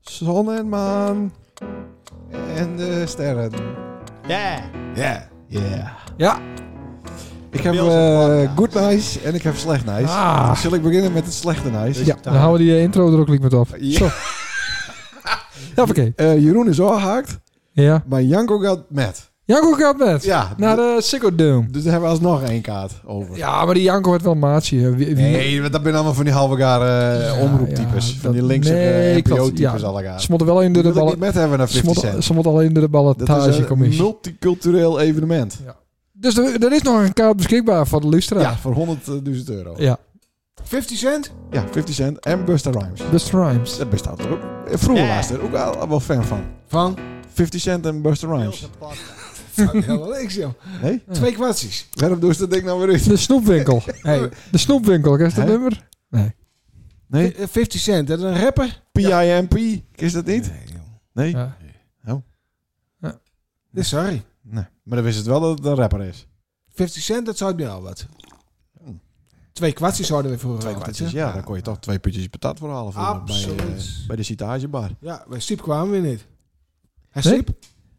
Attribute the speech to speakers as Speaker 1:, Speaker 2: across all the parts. Speaker 1: zon en maan en de sterren.
Speaker 2: Ja.
Speaker 1: Ja. Ja.
Speaker 3: Ja.
Speaker 1: Ik heb
Speaker 2: Bills
Speaker 1: eh,
Speaker 2: en
Speaker 1: good nice en ik heb slecht nice.
Speaker 3: Ah.
Speaker 1: Zal ik beginnen met het slechte nice?
Speaker 3: Ja, dan houden we die eh, intro er ook liek met af.
Speaker 1: Ja.
Speaker 3: Zo. Ja, oké.
Speaker 1: Eh, Jeroen is oorhaakt,
Speaker 3: Ja.
Speaker 1: maar Janko gaat met.
Speaker 3: Janko gaat met.
Speaker 1: Ja.
Speaker 3: Naar
Speaker 1: d-
Speaker 3: de Sicko Dome.
Speaker 1: Dus daar hebben we alsnog één kaart over.
Speaker 3: Ja, maar die Janko had wel een maatje. Wie- wie-
Speaker 1: Nee, want dat zijn allemaal van die halve gare
Speaker 3: Ja,
Speaker 1: omroeptypes.
Speaker 3: ja,
Speaker 1: van die
Speaker 3: dat-
Speaker 1: linkse
Speaker 3: nee,
Speaker 1: eh,
Speaker 3: klopt,
Speaker 1: NPO-types
Speaker 3: ja.
Speaker 1: alle gaar.
Speaker 3: Ze moeten wel in de,
Speaker 1: Die
Speaker 3: de
Speaker 1: wil ik niet
Speaker 3: ballen...
Speaker 1: met hebben naar
Speaker 3: Ze
Speaker 1: 50
Speaker 3: moeten,
Speaker 1: cent.
Speaker 3: ze moeten alleen door de
Speaker 1: Dat is eh, een
Speaker 3: ballotagecommissie.
Speaker 1: multicultureel evenement.
Speaker 3: Dus er, er is nog een kaart beschikbaar voor de
Speaker 1: Ja,
Speaker 3: luisteraar.
Speaker 1: voor 100.000 euro.
Speaker 3: Ja.
Speaker 2: 50 cent?
Speaker 1: Ja, 50 cent en Busta Rhymes.
Speaker 3: Best Rhymes.
Speaker 1: Dat bestaat er ook. Vroeger
Speaker 2: Ja.
Speaker 1: was ik er ook al, al wel fan van.
Speaker 2: Van?
Speaker 1: 50 cent en Busta Rhymes.
Speaker 2: Heel niks, joh.
Speaker 1: Nee?
Speaker 2: Twee kwartjes.
Speaker 1: Waarom doen ze dat ding nou weer uit?
Speaker 3: De snoepwinkel. Hey, de snoepwinkel, ken je dat
Speaker 1: Hè?
Speaker 3: nummer?
Speaker 1: Nee?
Speaker 2: Eh, 50 cent, dat is een rapper?
Speaker 1: PIMP, is dat niet? Nee?
Speaker 3: Ja.
Speaker 2: Nee, sorry.
Speaker 1: Nee. Maar dan wist het wel dat het een rapper is.
Speaker 2: 50 cent, dat zou ik nu al wat.
Speaker 1: Hm.
Speaker 2: Twee kwartjes zouden we voor eh,
Speaker 1: Twee kwartjes, ja. Dan kon je toch twee putjes patat voor halen. voor- Bij, eh,
Speaker 2: Absoluut.
Speaker 1: bij de citagebar.
Speaker 2: Ja, bij Siep kwamen we niet. Hij
Speaker 3: Nee?
Speaker 2: Siep?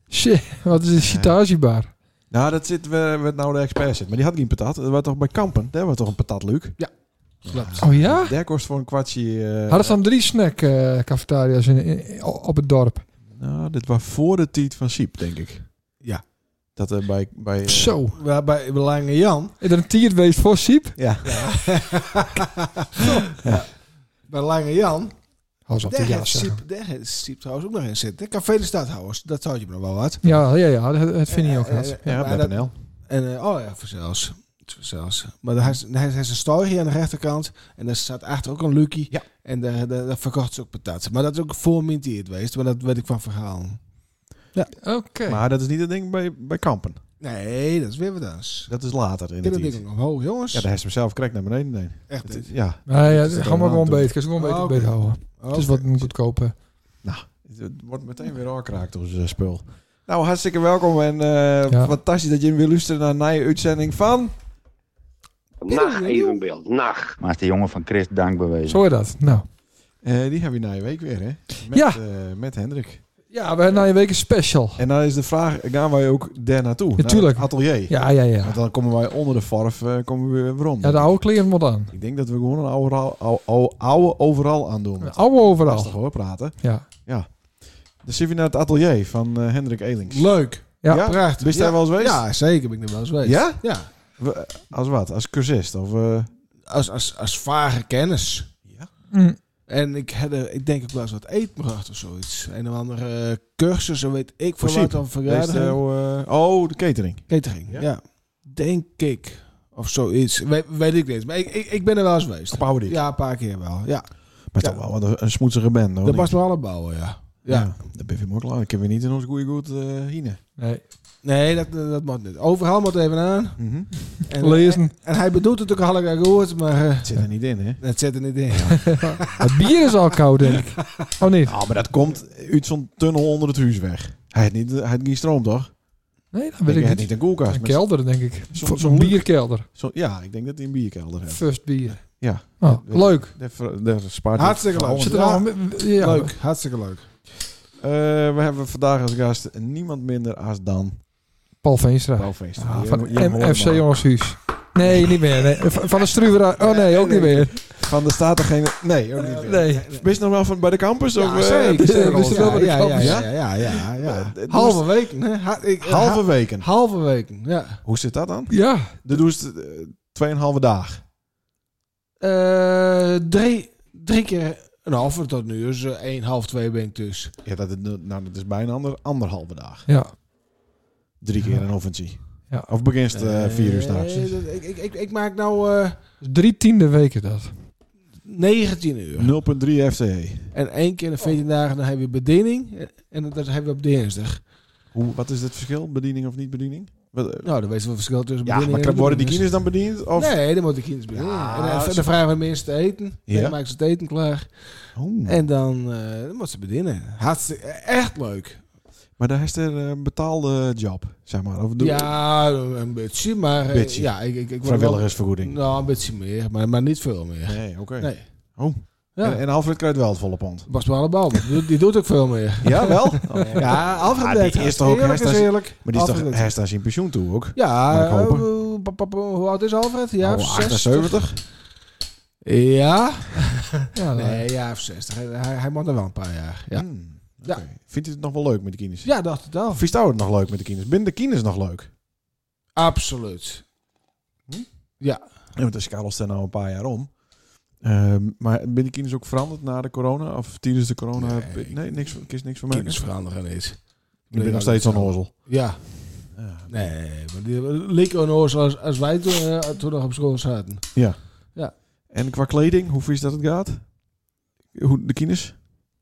Speaker 3: Shit, wat is een citagebar?
Speaker 1: Nou, dat zit waar waar nou de expert zit. Maar die had geen patat. Dat was toch bij Kampen? Daar was toch een patat, Luc?
Speaker 2: Klopt.
Speaker 3: Oh ja?
Speaker 1: Daar kost voor een kwartje... eh,
Speaker 3: Hadden ze dan drie snack eh, cafetaria's in, in- op het dorp?
Speaker 1: Nou, dit was voor de tijd van Siep, denk ik.
Speaker 2: Ja.
Speaker 1: Dat er bij... bij eh,
Speaker 3: Zo.
Speaker 2: Waar Bij bij Lange Jan.
Speaker 3: Is er een tier geweest voor Siep?
Speaker 1: Ja.
Speaker 2: Bij Lange Jan.
Speaker 3: Hou ze op de
Speaker 2: Daar
Speaker 3: ja
Speaker 2: heeft
Speaker 3: zeggen.
Speaker 2: Siep, daar heeft Siep trouwens ook nog in zitten. Café de Stadhouwers. Dat zou je me nog wel wat.
Speaker 3: Ja, ja, ja, dat, dat vind ik ook
Speaker 2: Eh,
Speaker 3: wat.
Speaker 2: eh,
Speaker 1: Ja,
Speaker 2: maar
Speaker 1: bij
Speaker 2: dat-
Speaker 1: Panel.
Speaker 2: En eh, oh ja, voor zelfs. Voor zelfs. Maar daar heeft- daar heeft hij zijn story aan de rechterkant. En daar staat achter ook een Lucky.
Speaker 1: Ja.
Speaker 2: En daar, daar, daar verkocht ze ook patat. Maar dat is ook voor Minty het geweest. Maar dat weet ik van verhalen.
Speaker 3: Oké.
Speaker 1: Maar dat is niet het ding bij, bij Kampen.
Speaker 2: Nee, dat is weer wat anders.
Speaker 1: Dat is later in
Speaker 2: Ik heb
Speaker 1: de
Speaker 2: dat ding
Speaker 1: tijd.
Speaker 2: ook nog hoog, jongens.
Speaker 1: Ja, daar heeft ze mezelf correct naar beneden. Nee.
Speaker 2: Echt.
Speaker 1: Het
Speaker 2: dit.
Speaker 1: is- Ja,
Speaker 3: Nee, ja,
Speaker 1: is er
Speaker 3: ga maar
Speaker 1: aan
Speaker 3: gewoon
Speaker 1: toe.
Speaker 3: beter. Kan ze gewoon beter,
Speaker 2: Ah, oké.
Speaker 3: beter houden. Het is wat
Speaker 2: Oké.
Speaker 3: goedkoper.
Speaker 1: het wordt meteen weer aankraakt ons eh, spul. Nou, hartstikke welkom en eh,
Speaker 3: Ja.
Speaker 1: fantastisch dat je weer luistert naar een nieuwe uitzending van...
Speaker 4: Nacht evenbeeld, nacht.
Speaker 5: Maar is de jongen van Chris dankbewezen.
Speaker 3: Zo is dat. Nou.
Speaker 1: Eh, die hebben we na je week weer, hè? Met,
Speaker 3: Ja.
Speaker 1: eh, met Hendrik.
Speaker 3: Ja, we hebben na een week een special.
Speaker 1: En dan is de vraag, gaan wij ook daar naartoe? Naar
Speaker 3: tuurlijk.
Speaker 1: het atelier.
Speaker 3: Ja, ja, ja.
Speaker 1: Want dan komen wij onder de verf, eh, komen we weer rond.
Speaker 3: Ja, de oude kleren moet aan.
Speaker 1: Ik denk dat we gewoon een oude, oude, oude, oude overal aandoen.
Speaker 3: Een Oude
Speaker 1: Lastig
Speaker 3: overal.
Speaker 1: hoor, praten.
Speaker 3: Ja.
Speaker 1: Dan zien we naar het atelier van eh, Hendrik Elings.
Speaker 2: Oh, Leuk.
Speaker 3: Ja.
Speaker 2: Prachtig.
Speaker 1: Ben je daar
Speaker 2: Ja.
Speaker 1: wel eens geweest?
Speaker 2: Ja, zeker ben ik er wel eens geweest.
Speaker 1: Ja?
Speaker 2: Ja.
Speaker 1: We- als wat? Als cursist? Of, eh,
Speaker 2: Als, als, als vage kennis.
Speaker 3: Mm.
Speaker 2: En ik had er, ik denk ook wel eens wat eetbracht of zoiets. Een of andere eh, cursus, zo weet ik
Speaker 1: Voor
Speaker 2: voor
Speaker 1: Siep.
Speaker 2: wat dan
Speaker 1: deze,
Speaker 2: vergadering.
Speaker 1: eh, oh, de catering.
Speaker 2: Catering,
Speaker 1: Ja?
Speaker 2: ja. Denk ik. Of zoiets. We- weet ik niet. Maar ik, ik, ik ben er wel eens geweest.
Speaker 1: Op oude dik.
Speaker 2: Ja, een paar keer wel. Ja.
Speaker 1: Maar
Speaker 2: Ja.
Speaker 1: toch wel wat een, een smoetsige band. hoor,
Speaker 2: Dat
Speaker 1: denk
Speaker 2: was
Speaker 1: ik.
Speaker 2: me alle bouwen, ja. Ja.
Speaker 1: ja. dat ben je mooi klaar. Ik heb weer niet in ons goede goed eh hine.
Speaker 3: Nee.
Speaker 2: Nee, dat, dat dat moet niet. Overal moet even aan.
Speaker 1: Mhm.
Speaker 2: En, eh,
Speaker 3: Lezen.
Speaker 2: En, hij bedoelt het ook al een goed, maar eh,
Speaker 1: Het zit er niet in, hè?
Speaker 2: het zit er niet in.
Speaker 3: Het bier is al koud, denk ik. Oh, niet?
Speaker 1: Nou, maar dat komt uit zo'n tunnel onder het huis weg. Hij had niet, hij had geen stroom, toch?
Speaker 3: Nee, dat
Speaker 1: Ik denk,
Speaker 3: weet
Speaker 1: hij had niet
Speaker 3: ik niet.
Speaker 1: een koelkast.
Speaker 3: Een
Speaker 1: maar
Speaker 3: kelder, denk ik.
Speaker 1: Zo'n-
Speaker 3: Voor-
Speaker 1: zo'n
Speaker 3: Een
Speaker 1: hoek.
Speaker 3: bierkelder.
Speaker 1: zo- ja, ik denk dat hij een bierkelder heeft.
Speaker 3: First bier.
Speaker 1: Ja.
Speaker 3: Oh,
Speaker 1: Ja.
Speaker 3: leuk.
Speaker 1: Daar ver- daar spaart hij
Speaker 2: Hartstikke
Speaker 1: gewoon.
Speaker 2: leuk.
Speaker 3: Zit er
Speaker 2: Ja.
Speaker 3: nog een- ja.
Speaker 2: Leuk, hartstikke leuk.
Speaker 1: Eh, we hebben vandaag als gast niemand minder als dan
Speaker 3: Paul Veenstra.
Speaker 1: Paul Feester.
Speaker 3: Ah,
Speaker 1: Je-
Speaker 3: van
Speaker 1: je hoort hem
Speaker 3: M- FC
Speaker 1: al.
Speaker 3: Jongenshuis. Nee, niet meer. nee. V- Van de Struwera. Oh nee, ook niet meer.
Speaker 1: Van de staat er geen... Nee, ook niet meer.
Speaker 3: Nee.
Speaker 1: Ben je nog wel van bij de campus? of, eh,
Speaker 2: zeker.
Speaker 1: ben je er
Speaker 3: zeker.
Speaker 1: al eens?
Speaker 3: Dus wel bij de
Speaker 2: ja, ja,
Speaker 3: kampers.
Speaker 2: ja, ja, ja, ja.
Speaker 1: Eh, eh,
Speaker 2: Halve weken, hè? Ha- ik- eh,
Speaker 1: Halve
Speaker 2: ha-
Speaker 1: weken.
Speaker 2: halve weken, ja.
Speaker 1: Hoe zit dat dan?
Speaker 3: Ja.
Speaker 1: Dat doe je eh, tweeënhalve dag.
Speaker 2: Eh, drie, drie keer een halve tot nu, dus eh, één, half, twee ben ik dus.
Speaker 1: Ja, dat, is- nou, dat is bijna ander, anderhalve dag.
Speaker 3: Ja.
Speaker 1: Drie keer een offensie.
Speaker 3: Ja.
Speaker 1: Of begint het eh, vier uur s'nachts?
Speaker 2: Eh, dat- ik, ik, ik, ik maak nou eh
Speaker 3: Drie tiende weken dat.
Speaker 2: 19 uur.
Speaker 1: 0,3 FTE.
Speaker 2: En één keer in de 14 dagen dan hebben we bediening. eh, En dat hebben we op dinsdag.
Speaker 1: Hoe, wat is het verschil? Bediening of niet bediening? Wat, eh,
Speaker 2: Nou, dan weten we het verschil tussen
Speaker 1: ja,
Speaker 2: bediening
Speaker 1: maar
Speaker 2: en de
Speaker 1: worden die kines
Speaker 2: bediening.
Speaker 1: dan bediend? Of?
Speaker 2: Nee, dan moet de kinderen bedienen.
Speaker 1: Ja,
Speaker 2: en dan,
Speaker 1: zo.
Speaker 2: dan vragen we mensen te eten.
Speaker 1: Ja.
Speaker 2: Dan maken ze het eten klaar.
Speaker 1: Oh.
Speaker 2: En dan, eh dan moet ze bedienen. Hartstikke, echt leuk.
Speaker 1: Maar daar is er eh, een betaalde job, zeg maar. Of doe
Speaker 2: Ja, een beetje, maar... eh,
Speaker 1: Beetje.
Speaker 2: Ja, ik, ik, ik word wel-
Speaker 1: vrijwilligersvergoeding.
Speaker 2: Nou, een beetje meer, maar, maar niet veel meer.
Speaker 1: Nee, oké.
Speaker 2: Nee.
Speaker 1: Oh.
Speaker 2: Ja.
Speaker 1: En, en Alfred krijgt wel het volle pond.
Speaker 2: Bas Ballenbal, die, doet- die doet ook veel meer.
Speaker 1: Ja, wel? ja.
Speaker 2: Ja, Alfred
Speaker 1: Ah,
Speaker 2: deed
Speaker 1: die
Speaker 2: het.
Speaker 1: is toch ook
Speaker 2: Eerlijk is
Speaker 1: herstart-
Speaker 2: eerlijk.
Speaker 1: Maar die is toch,
Speaker 2: Alfred-
Speaker 1: hij is daar zijn pensioen toe ook.
Speaker 2: Ja,
Speaker 1: Mag ik hopen?
Speaker 2: eh, pap, pap, hoe oud is Alfred? Ja,
Speaker 1: Oh,
Speaker 2: 60?
Speaker 1: 78.
Speaker 2: Ja,
Speaker 3: Ja, nou,
Speaker 2: Ah, nee, ja, of 60. Hij, hij, hij moet er wel een paar jaar. Ja,
Speaker 1: Hmm,
Speaker 2: Ja.
Speaker 1: oké. Vindt u het nog wel leuk met de kines?
Speaker 2: ja dacht het wel.
Speaker 1: Vindt jou het Oh, nog leuk met de kines? Binnen de kines nog leuk?
Speaker 2: Absoluut.
Speaker 1: Ja, want de schaal er nou een paar jaar om. Ehm, maar binnen de kines ook veranderd na de corona? Of tijdens de corona?
Speaker 2: Nee.
Speaker 1: Nee, niks, van- kist niks van mij.
Speaker 2: Kinders veranderen niet.
Speaker 1: Ik ben nog steeds zo'n ozel.
Speaker 2: Ja, nee, maar die leek onnoos als, als wij toen, eh, toen nog op school zaten.
Speaker 1: En qua kleding, hoe vies dat het gaat? Hoe, de kines?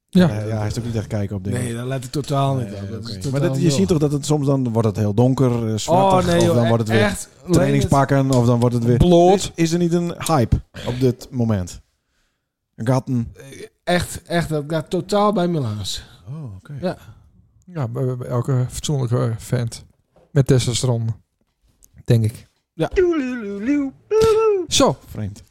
Speaker 1: Eh,
Speaker 3: ja.
Speaker 1: Ja, hij is ook niet echt kijken op dingen.
Speaker 2: Nee, dat let ik totaal niet
Speaker 1: Nee,
Speaker 2: op. Dat is
Speaker 1: oké.
Speaker 2: totaal
Speaker 1: Maar dat, je
Speaker 2: nul.
Speaker 1: ziet toch dat het soms dan wordt het heel donker, eh, zwartig,
Speaker 2: oh, nee, joh,
Speaker 1: of dan wordt het weer
Speaker 2: echt,
Speaker 1: trainingspakken, of dan wordt het weer...
Speaker 3: Bloot.
Speaker 1: Is, is er niet een hype op dit moment? Gatten.
Speaker 2: Echt, echt, dat gaat totaal bij me langs.
Speaker 1: Oh, oké.
Speaker 2: Ja.
Speaker 3: nou, Ja, bij, bij elke fatsoenlijke vent. Met testosteron. Denk ik. Zo,
Speaker 1: Vreemd.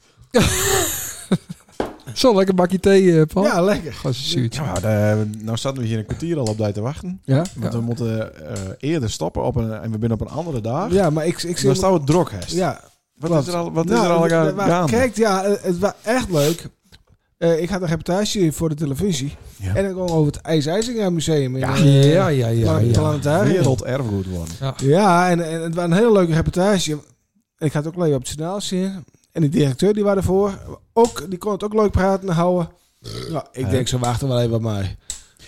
Speaker 3: zo lekker bakje thee, eh Paul. Ja.
Speaker 2: Ja, lekker.
Speaker 3: Gastzuurtje.
Speaker 1: Ja, maar, eh, nou zaten we hier een kwartier al op daar te wachten.
Speaker 2: Ja?
Speaker 1: Want we moeten eh, eerder stoppen op een, en we zijn op een andere dag.
Speaker 2: Ja, maar ik, ik zie...
Speaker 1: dan staan we drok, hè?
Speaker 2: ja,
Speaker 1: Wat
Speaker 2: klopt.
Speaker 1: is er al, wat
Speaker 2: Nou,
Speaker 1: is er al
Speaker 2: d-
Speaker 1: aan
Speaker 2: d- waar-
Speaker 1: gaande?
Speaker 2: Kijk, ja, eh, het was echt leuk. Eh, ik had een reportage voor de televisie.
Speaker 1: Ja.
Speaker 2: En dan kwam over het IJs IJsinga Museum. In,
Speaker 3: Ja,
Speaker 2: eh,
Speaker 3: ja, ja, ja.
Speaker 2: Plan-
Speaker 3: ja.
Speaker 2: Planetarium.
Speaker 1: Werelderfgoed worden.
Speaker 2: Ja, en, en het was een hele leuke reportage. Ik had het ook leuk op het journaal zien. En die directeur die was ervoor. Ook, die kon het ook leuk praten en houden. Nou, ik
Speaker 1: Ja.
Speaker 2: denk, ze wachten wel even op mij.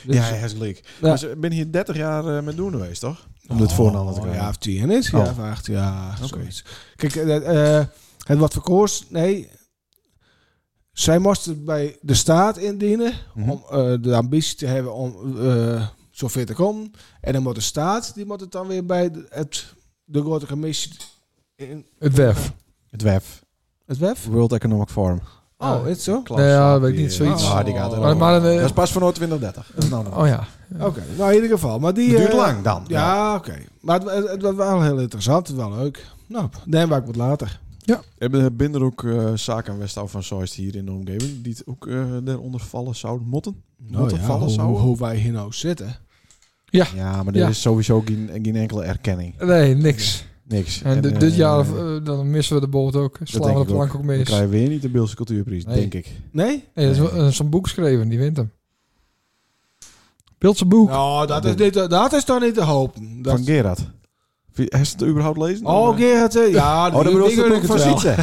Speaker 2: Dus-
Speaker 1: ja, hij is leuk.
Speaker 2: Ja.
Speaker 1: Maar ze ben hier 30 jaar eh, met doen geweest, toch? Om dit voornaam te
Speaker 2: Oh,
Speaker 1: krijgen.
Speaker 2: Ja, of tien is. Ja,
Speaker 1: Oh.
Speaker 2: of acht. Ja,
Speaker 1: Oké.
Speaker 2: zoiets. Kijk, eh, eh, het wat verkoos, nee. Zij moesten het bij de staat indienen
Speaker 1: Mhm.
Speaker 2: om eh, de ambitie te hebben om eh zover te komen. En dan moet de staat, die moet het dan weer bij de, het, de grote commissie in
Speaker 3: Het WEF.
Speaker 1: Het WEF.
Speaker 2: het WEF.
Speaker 1: World Economic Forum. Ah,
Speaker 2: Oh, is het zo?
Speaker 1: Klaus
Speaker 3: Nee, ja,
Speaker 1: Saab,
Speaker 3: weet ik
Speaker 1: die,
Speaker 3: niet, zoiets.
Speaker 1: Ah, die gaat er
Speaker 3: Maar,
Speaker 1: ook.
Speaker 3: maar, eh,
Speaker 1: Dat is pas van 2030. Dat is nou nog.
Speaker 3: oh ja.
Speaker 2: Oké, nou in ieder geval. Maar die,
Speaker 1: Het duurt
Speaker 2: eh,
Speaker 1: lang dan.
Speaker 2: Ja, oké. Maar het, het, het was wel heel interessant, het was wel leuk. Nou, daar waar ik wat later.
Speaker 1: Hebben binnen ook eh, zaken aan Westouw van Soest hier in de omgeving die het ook eh daaronder vallen zouden motten? Moeten vallen
Speaker 2: Oh hoe,
Speaker 1: zouden?
Speaker 2: hoe wij hier nou zitten.
Speaker 1: Ja, maar er
Speaker 3: er Ja.
Speaker 1: is sowieso geen, geen enkele erkenning.
Speaker 3: Nee, niks.
Speaker 1: Niks.
Speaker 3: En, di-
Speaker 1: eh,
Speaker 3: dit jaar eh, dan missen we de boot ook. Slaan
Speaker 1: denk
Speaker 3: we
Speaker 1: ik
Speaker 3: de plank
Speaker 1: ook.
Speaker 3: ook
Speaker 1: we
Speaker 3: mis.
Speaker 1: krijgen weer niet de Beelse Cultuurprijs,
Speaker 3: Nee.
Speaker 1: denk ik.
Speaker 2: Nee?
Speaker 3: Nee, dat is wel- eh, zo'n boek schreven, die wint hem. Beeldse boek.
Speaker 2: Nou, dat is, niet, dat is toch niet te hopen. Dat...
Speaker 1: Van Gerard. Heb je het überhaupt lezen?
Speaker 2: oh, Gerard. eh, Ja,
Speaker 1: Oh, dat bedoel
Speaker 2: ik
Speaker 1: je ook van Sietse.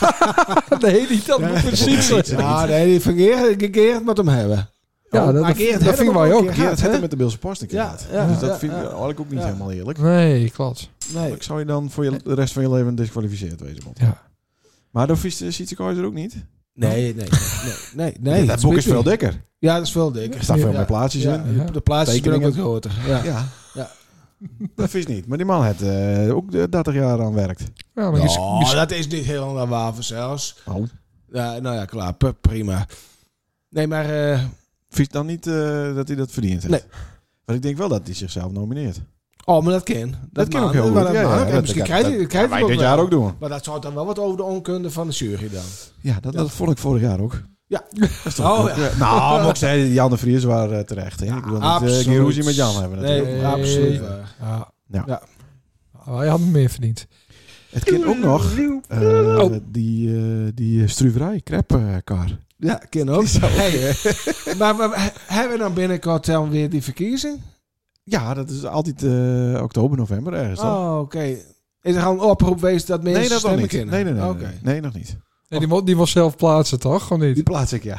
Speaker 3: Nee, niet dat boek van Sietse.
Speaker 2: Ja, nee, die van Gerard, Gerard moet hem hebben.
Speaker 3: Ja,
Speaker 1: nou,
Speaker 2: Oh,
Speaker 3: dat-
Speaker 2: maar
Speaker 3: dat-
Speaker 2: Gerard
Speaker 3: dat
Speaker 2: heeft
Speaker 3: vinden
Speaker 2: hem
Speaker 3: wij ook.
Speaker 2: een keer
Speaker 1: Oh, Gerard
Speaker 2: gehad,
Speaker 1: had
Speaker 2: hè?
Speaker 1: het met de Beelse Post een keer gehad.
Speaker 2: Ja, ja,
Speaker 1: Dus dat
Speaker 2: ja,
Speaker 1: vind ik
Speaker 2: ja.
Speaker 1: eigenlijk ook niet
Speaker 2: Ja.
Speaker 1: helemaal eerlijk.
Speaker 3: Nee, klopt.
Speaker 2: Nee.
Speaker 1: Ik zou je dan voor je, de rest van je leven disqualificeerd wezen. Bot.
Speaker 3: Ja.
Speaker 1: Maar de Sietse er ook niet.
Speaker 2: Nee, nee, nee. nee, nee,
Speaker 1: Ja, dat boek is
Speaker 2: Spiegel.
Speaker 1: veel dikker.
Speaker 2: Ja, dat is veel
Speaker 1: Er
Speaker 2: dikker.
Speaker 1: staan veel
Speaker 2: Ja.
Speaker 1: meer plaatsjes
Speaker 2: Ja,
Speaker 1: in.
Speaker 3: Ja.
Speaker 2: De, de plaatsjes zijn ook wat
Speaker 1: Tekeningen.
Speaker 2: groter. Ja.
Speaker 1: Ja.
Speaker 2: Ja.
Speaker 1: Dat vies niet. Maar die man heeft eh, ook de 30 jaar aan werkt.
Speaker 3: Ja, maar je-
Speaker 2: Nou,
Speaker 3: je-
Speaker 2: dat is niet helemaal naar waven zelfs.
Speaker 1: Oh.
Speaker 2: Ja, nou ja, klaar. p- Prima. Nee, maar... eh,
Speaker 1: Vies dan niet eh, dat hij dat verdiend heeft.
Speaker 2: Nee.
Speaker 1: Want ik denk wel dat hij zichzelf nomineert.
Speaker 2: oh, maar dat kan. Dat,
Speaker 1: kan
Speaker 2: mag.
Speaker 1: ook heel
Speaker 2: Maar
Speaker 1: goed.
Speaker 2: dat
Speaker 1: Ja, ja,
Speaker 2: mag.
Speaker 1: ja,
Speaker 2: En
Speaker 1: dat-
Speaker 2: misschien
Speaker 1: dat-
Speaker 2: krijgt hij
Speaker 1: dat-
Speaker 2: krijgt hij
Speaker 1: wij dit
Speaker 2: het wel.
Speaker 1: jaar ook doen.
Speaker 2: Maar dat zou dan wel wat over de onkunde van de jury dan.
Speaker 1: Ja, dat,
Speaker 2: Ja.
Speaker 1: dat vond ik vorig jaar ook.
Speaker 2: Ja.
Speaker 1: Dat is toch
Speaker 2: Oh,
Speaker 1: ook, eh, Nou, maar ik zei, Jan de Vries waren eh, terecht. Hè? ik wil niet eh, geen ruzie met Jan hebben
Speaker 2: Nee,
Speaker 1: natuurlijk.
Speaker 3: Nee.
Speaker 2: absoluut.
Speaker 3: Ja.
Speaker 1: Ja.
Speaker 2: Ja.
Speaker 3: Hij had meer verdiend.
Speaker 1: Het kind ook nog eh,
Speaker 2: Oh.
Speaker 1: die, eh die struverij, eh, kreppkar.
Speaker 2: Ja, ken ook. Hey, maar, maar he- hebben we dan binnenkort dan weer die verkiezing?
Speaker 1: Ja, dat is altijd eh, oktober, november ergens. toch?
Speaker 2: Oh, oké. Is er al een oproep geweest dat mensen
Speaker 1: nee, dat nog
Speaker 2: stemmen
Speaker 1: niet. Nee,
Speaker 2: kunnen?
Speaker 1: nee, nee, nee,
Speaker 2: Oké.
Speaker 1: nee. Nee, nog niet.
Speaker 3: Nee, die, mo- die was zelf plaatsen, toch? Of
Speaker 1: Die
Speaker 3: niet?
Speaker 1: plaats ik, ja.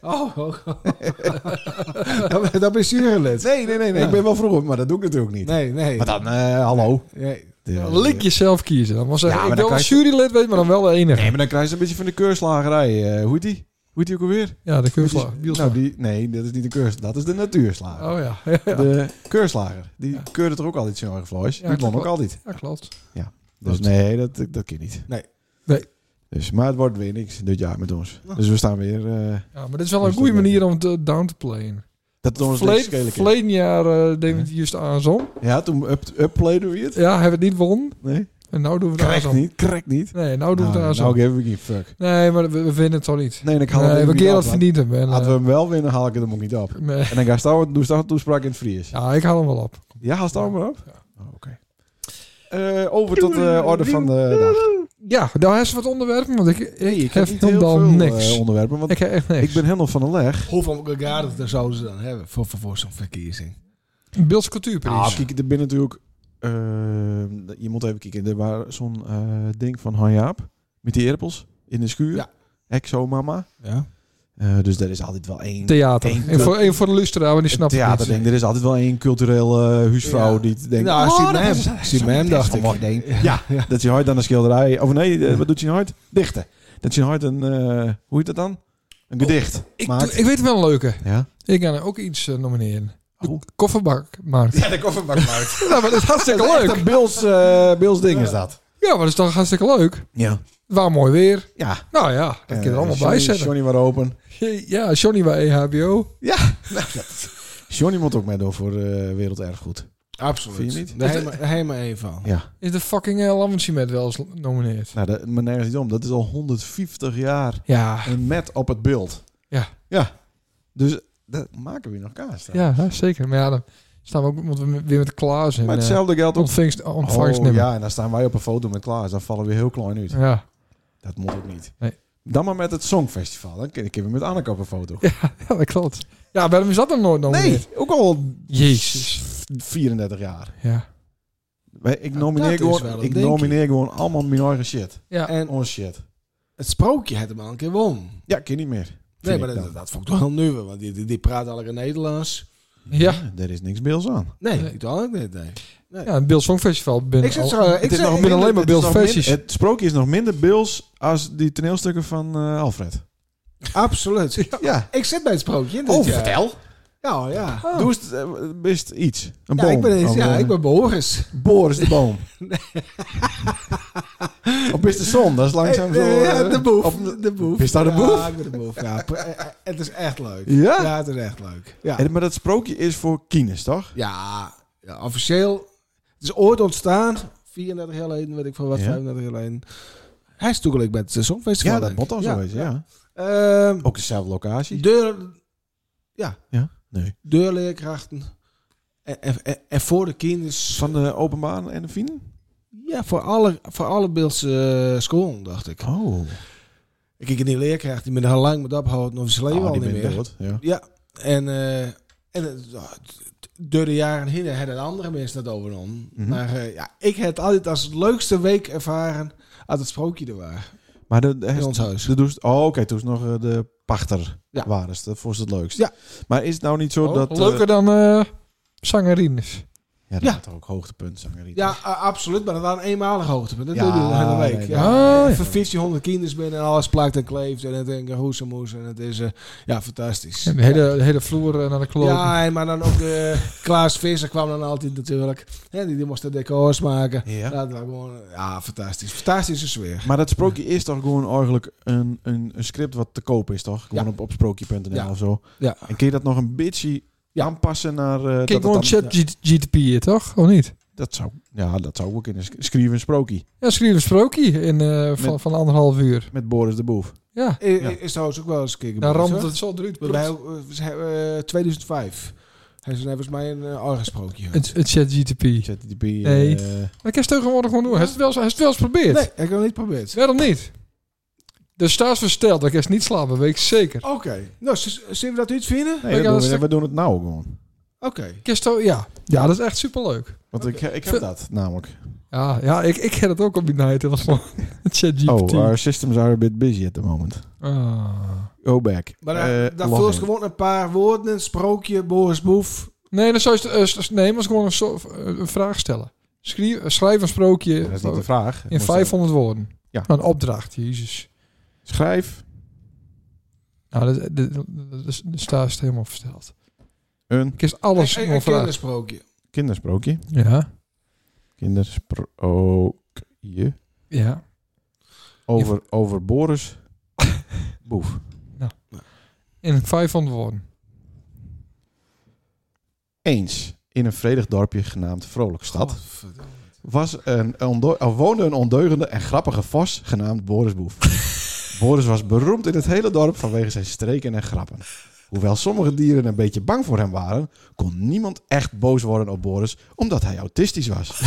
Speaker 2: Oh, oh, oh. dat, dat is jurylet.
Speaker 1: Nee, nee, nee. nee.
Speaker 2: Ja.
Speaker 1: Ik ben wel vroeg op, maar dat doe ik natuurlijk niet.
Speaker 2: Nee, nee.
Speaker 1: Maar dan, eh, hallo.
Speaker 2: nee.
Speaker 1: Ja.
Speaker 3: Lik jezelf kiezen. Dan was
Speaker 1: Ja,
Speaker 3: zeggen,
Speaker 1: maar
Speaker 3: ik
Speaker 1: dan
Speaker 3: wil een
Speaker 1: krijg je-
Speaker 3: jurylid weten, maar dan wel de enige.
Speaker 1: Nee, maar dan krijg je een beetje van de keurslagerij. eh, hoe heet die? Hoe heet die ook alweer?
Speaker 3: Ja, de
Speaker 1: Hoe
Speaker 3: keursla.
Speaker 1: heet die- Nou, die, nee, dat is niet de keurs. Dat is de natuurslager.
Speaker 3: Oh ja. Ja, ja.
Speaker 1: De keurslager. Die
Speaker 3: Ja.
Speaker 1: keurde er ook altijd zo'n erg vlees.
Speaker 3: Ja,
Speaker 1: die
Speaker 3: klopt
Speaker 1: won ook
Speaker 3: wel.
Speaker 1: altijd.
Speaker 3: Ja, klopt.
Speaker 1: Dus
Speaker 2: Klopt.
Speaker 1: nee, dat, dat kan niet.
Speaker 2: Nee.
Speaker 3: Nee. Oh.
Speaker 1: Dus, maar het wordt weer niks dit jaar met ons. Dus we staan weer... eh
Speaker 3: Ja, maar dit is
Speaker 1: Dus
Speaker 3: wel een
Speaker 1: dat
Speaker 3: goede
Speaker 1: weet
Speaker 3: manier om het eh, down te playen.
Speaker 1: dat het ons niks
Speaker 3: Verleden
Speaker 1: schelen kan.
Speaker 3: verleden jaar eh deden we het juist aan zon.
Speaker 1: Ja, toen up, upplayden we het.
Speaker 3: Ja, hebben we het niet won.
Speaker 1: Nee.
Speaker 3: En nou doen we daar
Speaker 1: Krijg
Speaker 3: dan.
Speaker 1: niet, krijg niet.
Speaker 3: Nee, nou doen
Speaker 1: Nou,
Speaker 3: we daar zo.
Speaker 1: nou geef ik geen fuck.
Speaker 3: Nee, maar we, we winnen het toch niet.
Speaker 1: Nee, dan haal ik
Speaker 3: Nee,
Speaker 1: hem
Speaker 3: we
Speaker 1: niet
Speaker 3: keer
Speaker 1: op,
Speaker 3: dat
Speaker 1: want
Speaker 3: verdient hem. En,
Speaker 1: Laten we
Speaker 3: eh,
Speaker 1: hem wel winnen, haal ik hem ook niet op.
Speaker 3: nee.
Speaker 1: En dan ga Stouwen, doe Stouwen toespraak in het Fries.
Speaker 3: Ja, ik haal hem wel op.
Speaker 1: Ja, haal Stouwen maar op.
Speaker 3: Ja.
Speaker 1: Oh, Oké. Eh, over tot de orde van de dag.
Speaker 3: Ja, daar is wat onderwerpen, want ik, ik,
Speaker 1: Nee,
Speaker 3: heb
Speaker 1: niet
Speaker 3: helemaal
Speaker 1: heel veel,
Speaker 3: niks.
Speaker 1: eh, onderwerpen, want
Speaker 3: ik heb echt niks.
Speaker 1: ik ben helemaal van de leg.
Speaker 2: Hoeveel gargaren zouden ze dan hebben voor, voor, voor zo'n verkiezing?
Speaker 3: Beeldse cultuurprijs.
Speaker 1: Ah, kijk, er binnen natuurlijk... eh, je moet even kijken. Er was zo'n eh, ding van Han Jaap. Met die erpels in de schuur.
Speaker 2: Ja.
Speaker 1: Exo mama.
Speaker 2: Ja.
Speaker 1: Eh, dus er is altijd wel één...
Speaker 3: theater.
Speaker 1: Eén-
Speaker 3: en voor, en voor de luisteraar, want die snapt het
Speaker 1: theater ding. Er is altijd wel één cultureel eh, huisvrouw
Speaker 2: Ja.
Speaker 1: die denkt...
Speaker 2: nou,
Speaker 1: "Oh,
Speaker 2: Steve
Speaker 1: dat
Speaker 2: Mam.
Speaker 1: is-
Speaker 2: Steve Mam dacht ik.
Speaker 1: Ja, dat je hard aan een schilderij... Of nee, eh, wat doet je hard? Dichten. Dat je hard een... eh, hoe heet dat dan? Een gedicht
Speaker 3: Ik,
Speaker 1: maakt.
Speaker 3: ik weet wel een leuke.
Speaker 1: ja.
Speaker 3: Ik ga er ook iets eh, nomineren. De
Speaker 1: Oh.
Speaker 3: kofferbakmarkt.
Speaker 1: ja, de kofferbak maakt.
Speaker 3: Nou, maar dat is hartstikke leuk.
Speaker 1: Een Bils, eh, Bils ding is dat.
Speaker 3: Ja, maar dat is toch hartstikke leuk.
Speaker 1: Ja.
Speaker 3: Waar mooi weer.
Speaker 1: Ja.
Speaker 3: Nou ja, dat kun je er allemaal
Speaker 1: Eh, Johnny,
Speaker 3: bij zetten.
Speaker 1: Johnny was open.
Speaker 3: Ja, Johnny bij E EHBO.
Speaker 1: Johnny moet ook mee door voor eh, werelderfgoed.
Speaker 2: Absoluut.
Speaker 1: Vind je niet?
Speaker 2: Daar helemaal- daar helemaal één van.
Speaker 1: Ja.
Speaker 3: Is de fucking eh, Lambertsie met wel eens nomineerd?
Speaker 1: Nou, dat, maar nergens niet om. Dat is al 150 jaar
Speaker 3: Ja,
Speaker 1: een met op het beeld.
Speaker 3: Ja.
Speaker 1: Ja. Dus dat maken we nog kaas. dan.
Speaker 3: ja, hè, zeker. Maar ja, dan staan we ook moeten we weer met Klaas en
Speaker 1: Maar
Speaker 3: eh,
Speaker 1: hetzelfde geldt ook.
Speaker 3: ontvangst,
Speaker 1: Oh,
Speaker 3: ontvangstnummer.
Speaker 1: ja, en dan staan wij op een foto met Klaas. Dan vallen we heel klein uit.
Speaker 3: ja. ja.
Speaker 1: Dat moet ook niet.
Speaker 3: Nee.
Speaker 1: Dan maar met het Songfestival. Dan kun- kunnen we met Anneke op een foto.
Speaker 3: dat klopt. Ja, waarom is dat dan nooit nomineerd?
Speaker 1: Nee, ook al
Speaker 3: Jezus.
Speaker 1: 34 jaar.
Speaker 3: Ja.
Speaker 1: Wij- Ik
Speaker 2: dat
Speaker 1: nomineer,
Speaker 2: is wel
Speaker 1: gewoon,
Speaker 2: een
Speaker 1: ik
Speaker 2: dingetje.
Speaker 1: nomineer gewoon allemaal mijn eigen shit.
Speaker 3: Ja.
Speaker 2: En
Speaker 1: Ons shit.
Speaker 2: het sprookje had hem al een keer won.
Speaker 1: Ja, ken niet meer. Vind
Speaker 2: Nee,
Speaker 1: ik
Speaker 2: maar
Speaker 1: dan.
Speaker 2: dat, dat vond ik wel nu, want die, die, die praat allemaal Nederlands.
Speaker 3: Ja.
Speaker 1: nou, eh, Er is niks beels aan.
Speaker 2: Nee,
Speaker 3: Nee.
Speaker 2: ik doe ook niet. Nee.
Speaker 3: Ja, het Beeld Songfestival. Ben
Speaker 2: Ik zit
Speaker 3: al-
Speaker 2: zo, ik
Speaker 1: Het is
Speaker 2: zit
Speaker 1: nog
Speaker 2: nog
Speaker 3: ben
Speaker 1: minder-
Speaker 3: alleen maar
Speaker 1: het is nog
Speaker 3: beeldfeestjes.
Speaker 1: minder- Het sprookje is nog minder beels als die toneelstukken van eh, Alfred.
Speaker 2: Absoluut.
Speaker 1: Ja.
Speaker 2: Ik zit bij het sprookje. dit
Speaker 1: Oh,
Speaker 2: jaar.
Speaker 1: vertel.
Speaker 2: Nou ja.
Speaker 1: Doe eens, eh, best iets. Een
Speaker 2: Ja,
Speaker 1: boom.
Speaker 2: ik ben,
Speaker 1: Of,
Speaker 2: ja,
Speaker 1: eh,
Speaker 2: ik ben Boris.
Speaker 1: Boris de boom. of best de zon. Dat is langzaam zo.
Speaker 2: Eh, eh, ja,
Speaker 1: eh,
Speaker 2: de boef.
Speaker 1: of-
Speaker 2: de boef.
Speaker 1: Is dat de
Speaker 2: Ja,
Speaker 1: boef?
Speaker 2: ik ben de boef. Ja, Pr- eh, eh, het is echt leuk.
Speaker 1: Ja?
Speaker 2: Ja, het is echt leuk. Ja.
Speaker 1: En- maar dat sprookje is voor kines, toch?
Speaker 2: Ja, ja, officieel. Het is ooit ontstaan. 34 jaar geleden, weet ik van wat,
Speaker 1: Ja.
Speaker 2: 35 jaar geleden. Hij is toegelijk bij het songfestival.
Speaker 1: Ja, dat
Speaker 2: denk
Speaker 1: moet dan
Speaker 2: ik.
Speaker 1: zo wezen, ja.
Speaker 2: Ehm,
Speaker 1: Ook dezelfde locatie.
Speaker 2: deur,
Speaker 1: Nee.
Speaker 2: deurleerkrachten. En, en, en- en voor de kinders.
Speaker 1: Van de openbaan en de fien?
Speaker 2: ja, voor alle, voor alle Beeldse school, dacht ik.
Speaker 1: Oh.
Speaker 2: Ik kijk in die leerkracht die me er lang met ophouden of ze leven
Speaker 1: Oh,
Speaker 2: al
Speaker 1: die
Speaker 2: Ah, niet
Speaker 1: ben
Speaker 2: meer.
Speaker 1: dood, Ja.
Speaker 2: Ja, en, eh, en het- ja, het- door de jaren heen hebben andere mensen dat overnomen.
Speaker 1: Mhm.
Speaker 2: Maar eh, ja, ik heb het altijd als het leukste week ervaren als het sprookje er was.
Speaker 1: Maar de, de,
Speaker 2: In ons huis.
Speaker 1: De doest, oh, oké, toen is nog eh, de pachter
Speaker 2: Ja.
Speaker 1: waren. ze. Dat vond ze het leukst.
Speaker 2: Ja.
Speaker 1: Maar is het nou niet zo
Speaker 3: Oh,
Speaker 1: dat... eh,
Speaker 3: leuker dan eh zangerines.
Speaker 1: ja, dat
Speaker 2: Ja.
Speaker 1: had ook hoogtepunt, zangerie.
Speaker 2: Ja, eh, absoluut, maar dat waren eenmalig hoogtepunt. Dat
Speaker 1: Ja,
Speaker 2: doe je de hele week.
Speaker 1: nee,
Speaker 2: ja.
Speaker 3: nee. Ah, ja.
Speaker 2: Voor 1500 kinders binnen en alles plakt en kleeft en het en geroezemoes en het is eh, ja, fantastisch.
Speaker 3: En de hele, de hele vloer eh, naar de kloot.
Speaker 2: Ja, en maar dan ook eh, Klaas Visser kwam dan altijd natuurlijk. Hè, die, die moest de decors maken.
Speaker 1: Ja.
Speaker 2: Dat was gewoon, ja, fantastisch. Fantastische sfeer.
Speaker 1: Maar dat sprookje is toch gewoon eigenlijk een, een, een script wat te koop is, toch? Gewoon
Speaker 2: Ja.
Speaker 1: op, op sprookje.nl
Speaker 2: Ja.
Speaker 1: of zo.
Speaker 2: Ja.
Speaker 1: En kun je dat nog een beetje
Speaker 2: Ja.
Speaker 1: aanpassen naar... eh, dat
Speaker 3: Kijk
Speaker 1: het
Speaker 3: gewoon
Speaker 1: dan-
Speaker 3: chat
Speaker 1: Ja,
Speaker 3: GTP hier, toch? Of niet?
Speaker 1: dat, zou, ja, dat zou ook kunnen. Schrijf een sprookje
Speaker 3: Ja, schreef een sprookje in, eh, van,
Speaker 1: Met-
Speaker 3: van anderhalf uur.
Speaker 1: met Boris de Boef.
Speaker 3: Ja,
Speaker 2: I- i-
Speaker 1: Ja.
Speaker 2: Is trouwens ook wel eens een keer
Speaker 3: dan
Speaker 2: gebeurd,
Speaker 3: ramt
Speaker 2: hoor.
Speaker 3: het zo eruit.
Speaker 2: Bij mij ook, eh, we zijn, eh, 2005. Hij is volgens mij een uh, sprookje.
Speaker 3: Het, het chat GTP.
Speaker 1: ChatGPT.
Speaker 3: Nee.
Speaker 1: eh,
Speaker 3: Maar ik heb het tegenwoordig gewoon doen. Hij heeft het wel eens- hij heeft het wel eens geprobeerd.
Speaker 2: Nee, ik heb het niet geprobeerd.
Speaker 3: Waarom niet? De staat versteld. Ik heb niet slapen, weet ik zeker.
Speaker 2: Oké. Nou, z- zullen we dat uitvinden?
Speaker 1: nee, dat
Speaker 3: Ik had
Speaker 1: doen
Speaker 3: een
Speaker 1: we,
Speaker 3: stuk-
Speaker 1: we doen het nou gewoon.
Speaker 2: Oké.
Speaker 3: Ik heb het zo- ja. ja, dat is echt superleuk.
Speaker 1: Want ik, ik heb
Speaker 3: Ver-
Speaker 1: dat namelijk.
Speaker 3: Ja, ja ik, ik heb het ook op die night. Dat was gewoon het chat
Speaker 1: Oh,
Speaker 3: GPT.
Speaker 1: our systems are a bit busy at the moment.
Speaker 3: Ah.
Speaker 1: Go back.
Speaker 2: Maar
Speaker 1: Eh,
Speaker 2: daar daar
Speaker 1: log
Speaker 2: vult
Speaker 1: in.
Speaker 2: gewoon een paar woorden. Een sprookje, Boris Boef.
Speaker 3: Nee, dan zou je, eh, s- nee, maar gewoon een, so- eh, een vraag stellen. Schrie- eh, schrijf een sprookje
Speaker 1: Dat is niet de vraag.
Speaker 3: in 500 woorden.
Speaker 1: Ja.
Speaker 3: Nou, een opdracht, jezus.
Speaker 1: Schrijf
Speaker 3: Nou, dat, dat, dat, dat is- de staat is helemaal versteld.
Speaker 1: een
Speaker 3: Ik is alles
Speaker 2: Een-
Speaker 3: gewoon
Speaker 2: een- Een
Speaker 3: vragen.
Speaker 2: kindersprookje.
Speaker 1: kindersprookje.
Speaker 3: Ja,
Speaker 1: Kindersprookje.
Speaker 3: ja.
Speaker 1: Over, over Boris. Boef.
Speaker 3: In 500 woorden.
Speaker 1: Eens in een vredig dorpje genaamd Vrolijkstad.
Speaker 2: Godverdomme.
Speaker 1: was een onde- er woonde een ondeugende en grappige vos genaamd Boris Boef. Boris was beroemd in het hele dorp vanwege zijn streken en grappen. Hoewel sommige dieren een beetje bang voor hem waren, kon niemand echt boos worden op Boris omdat hij autistisch was.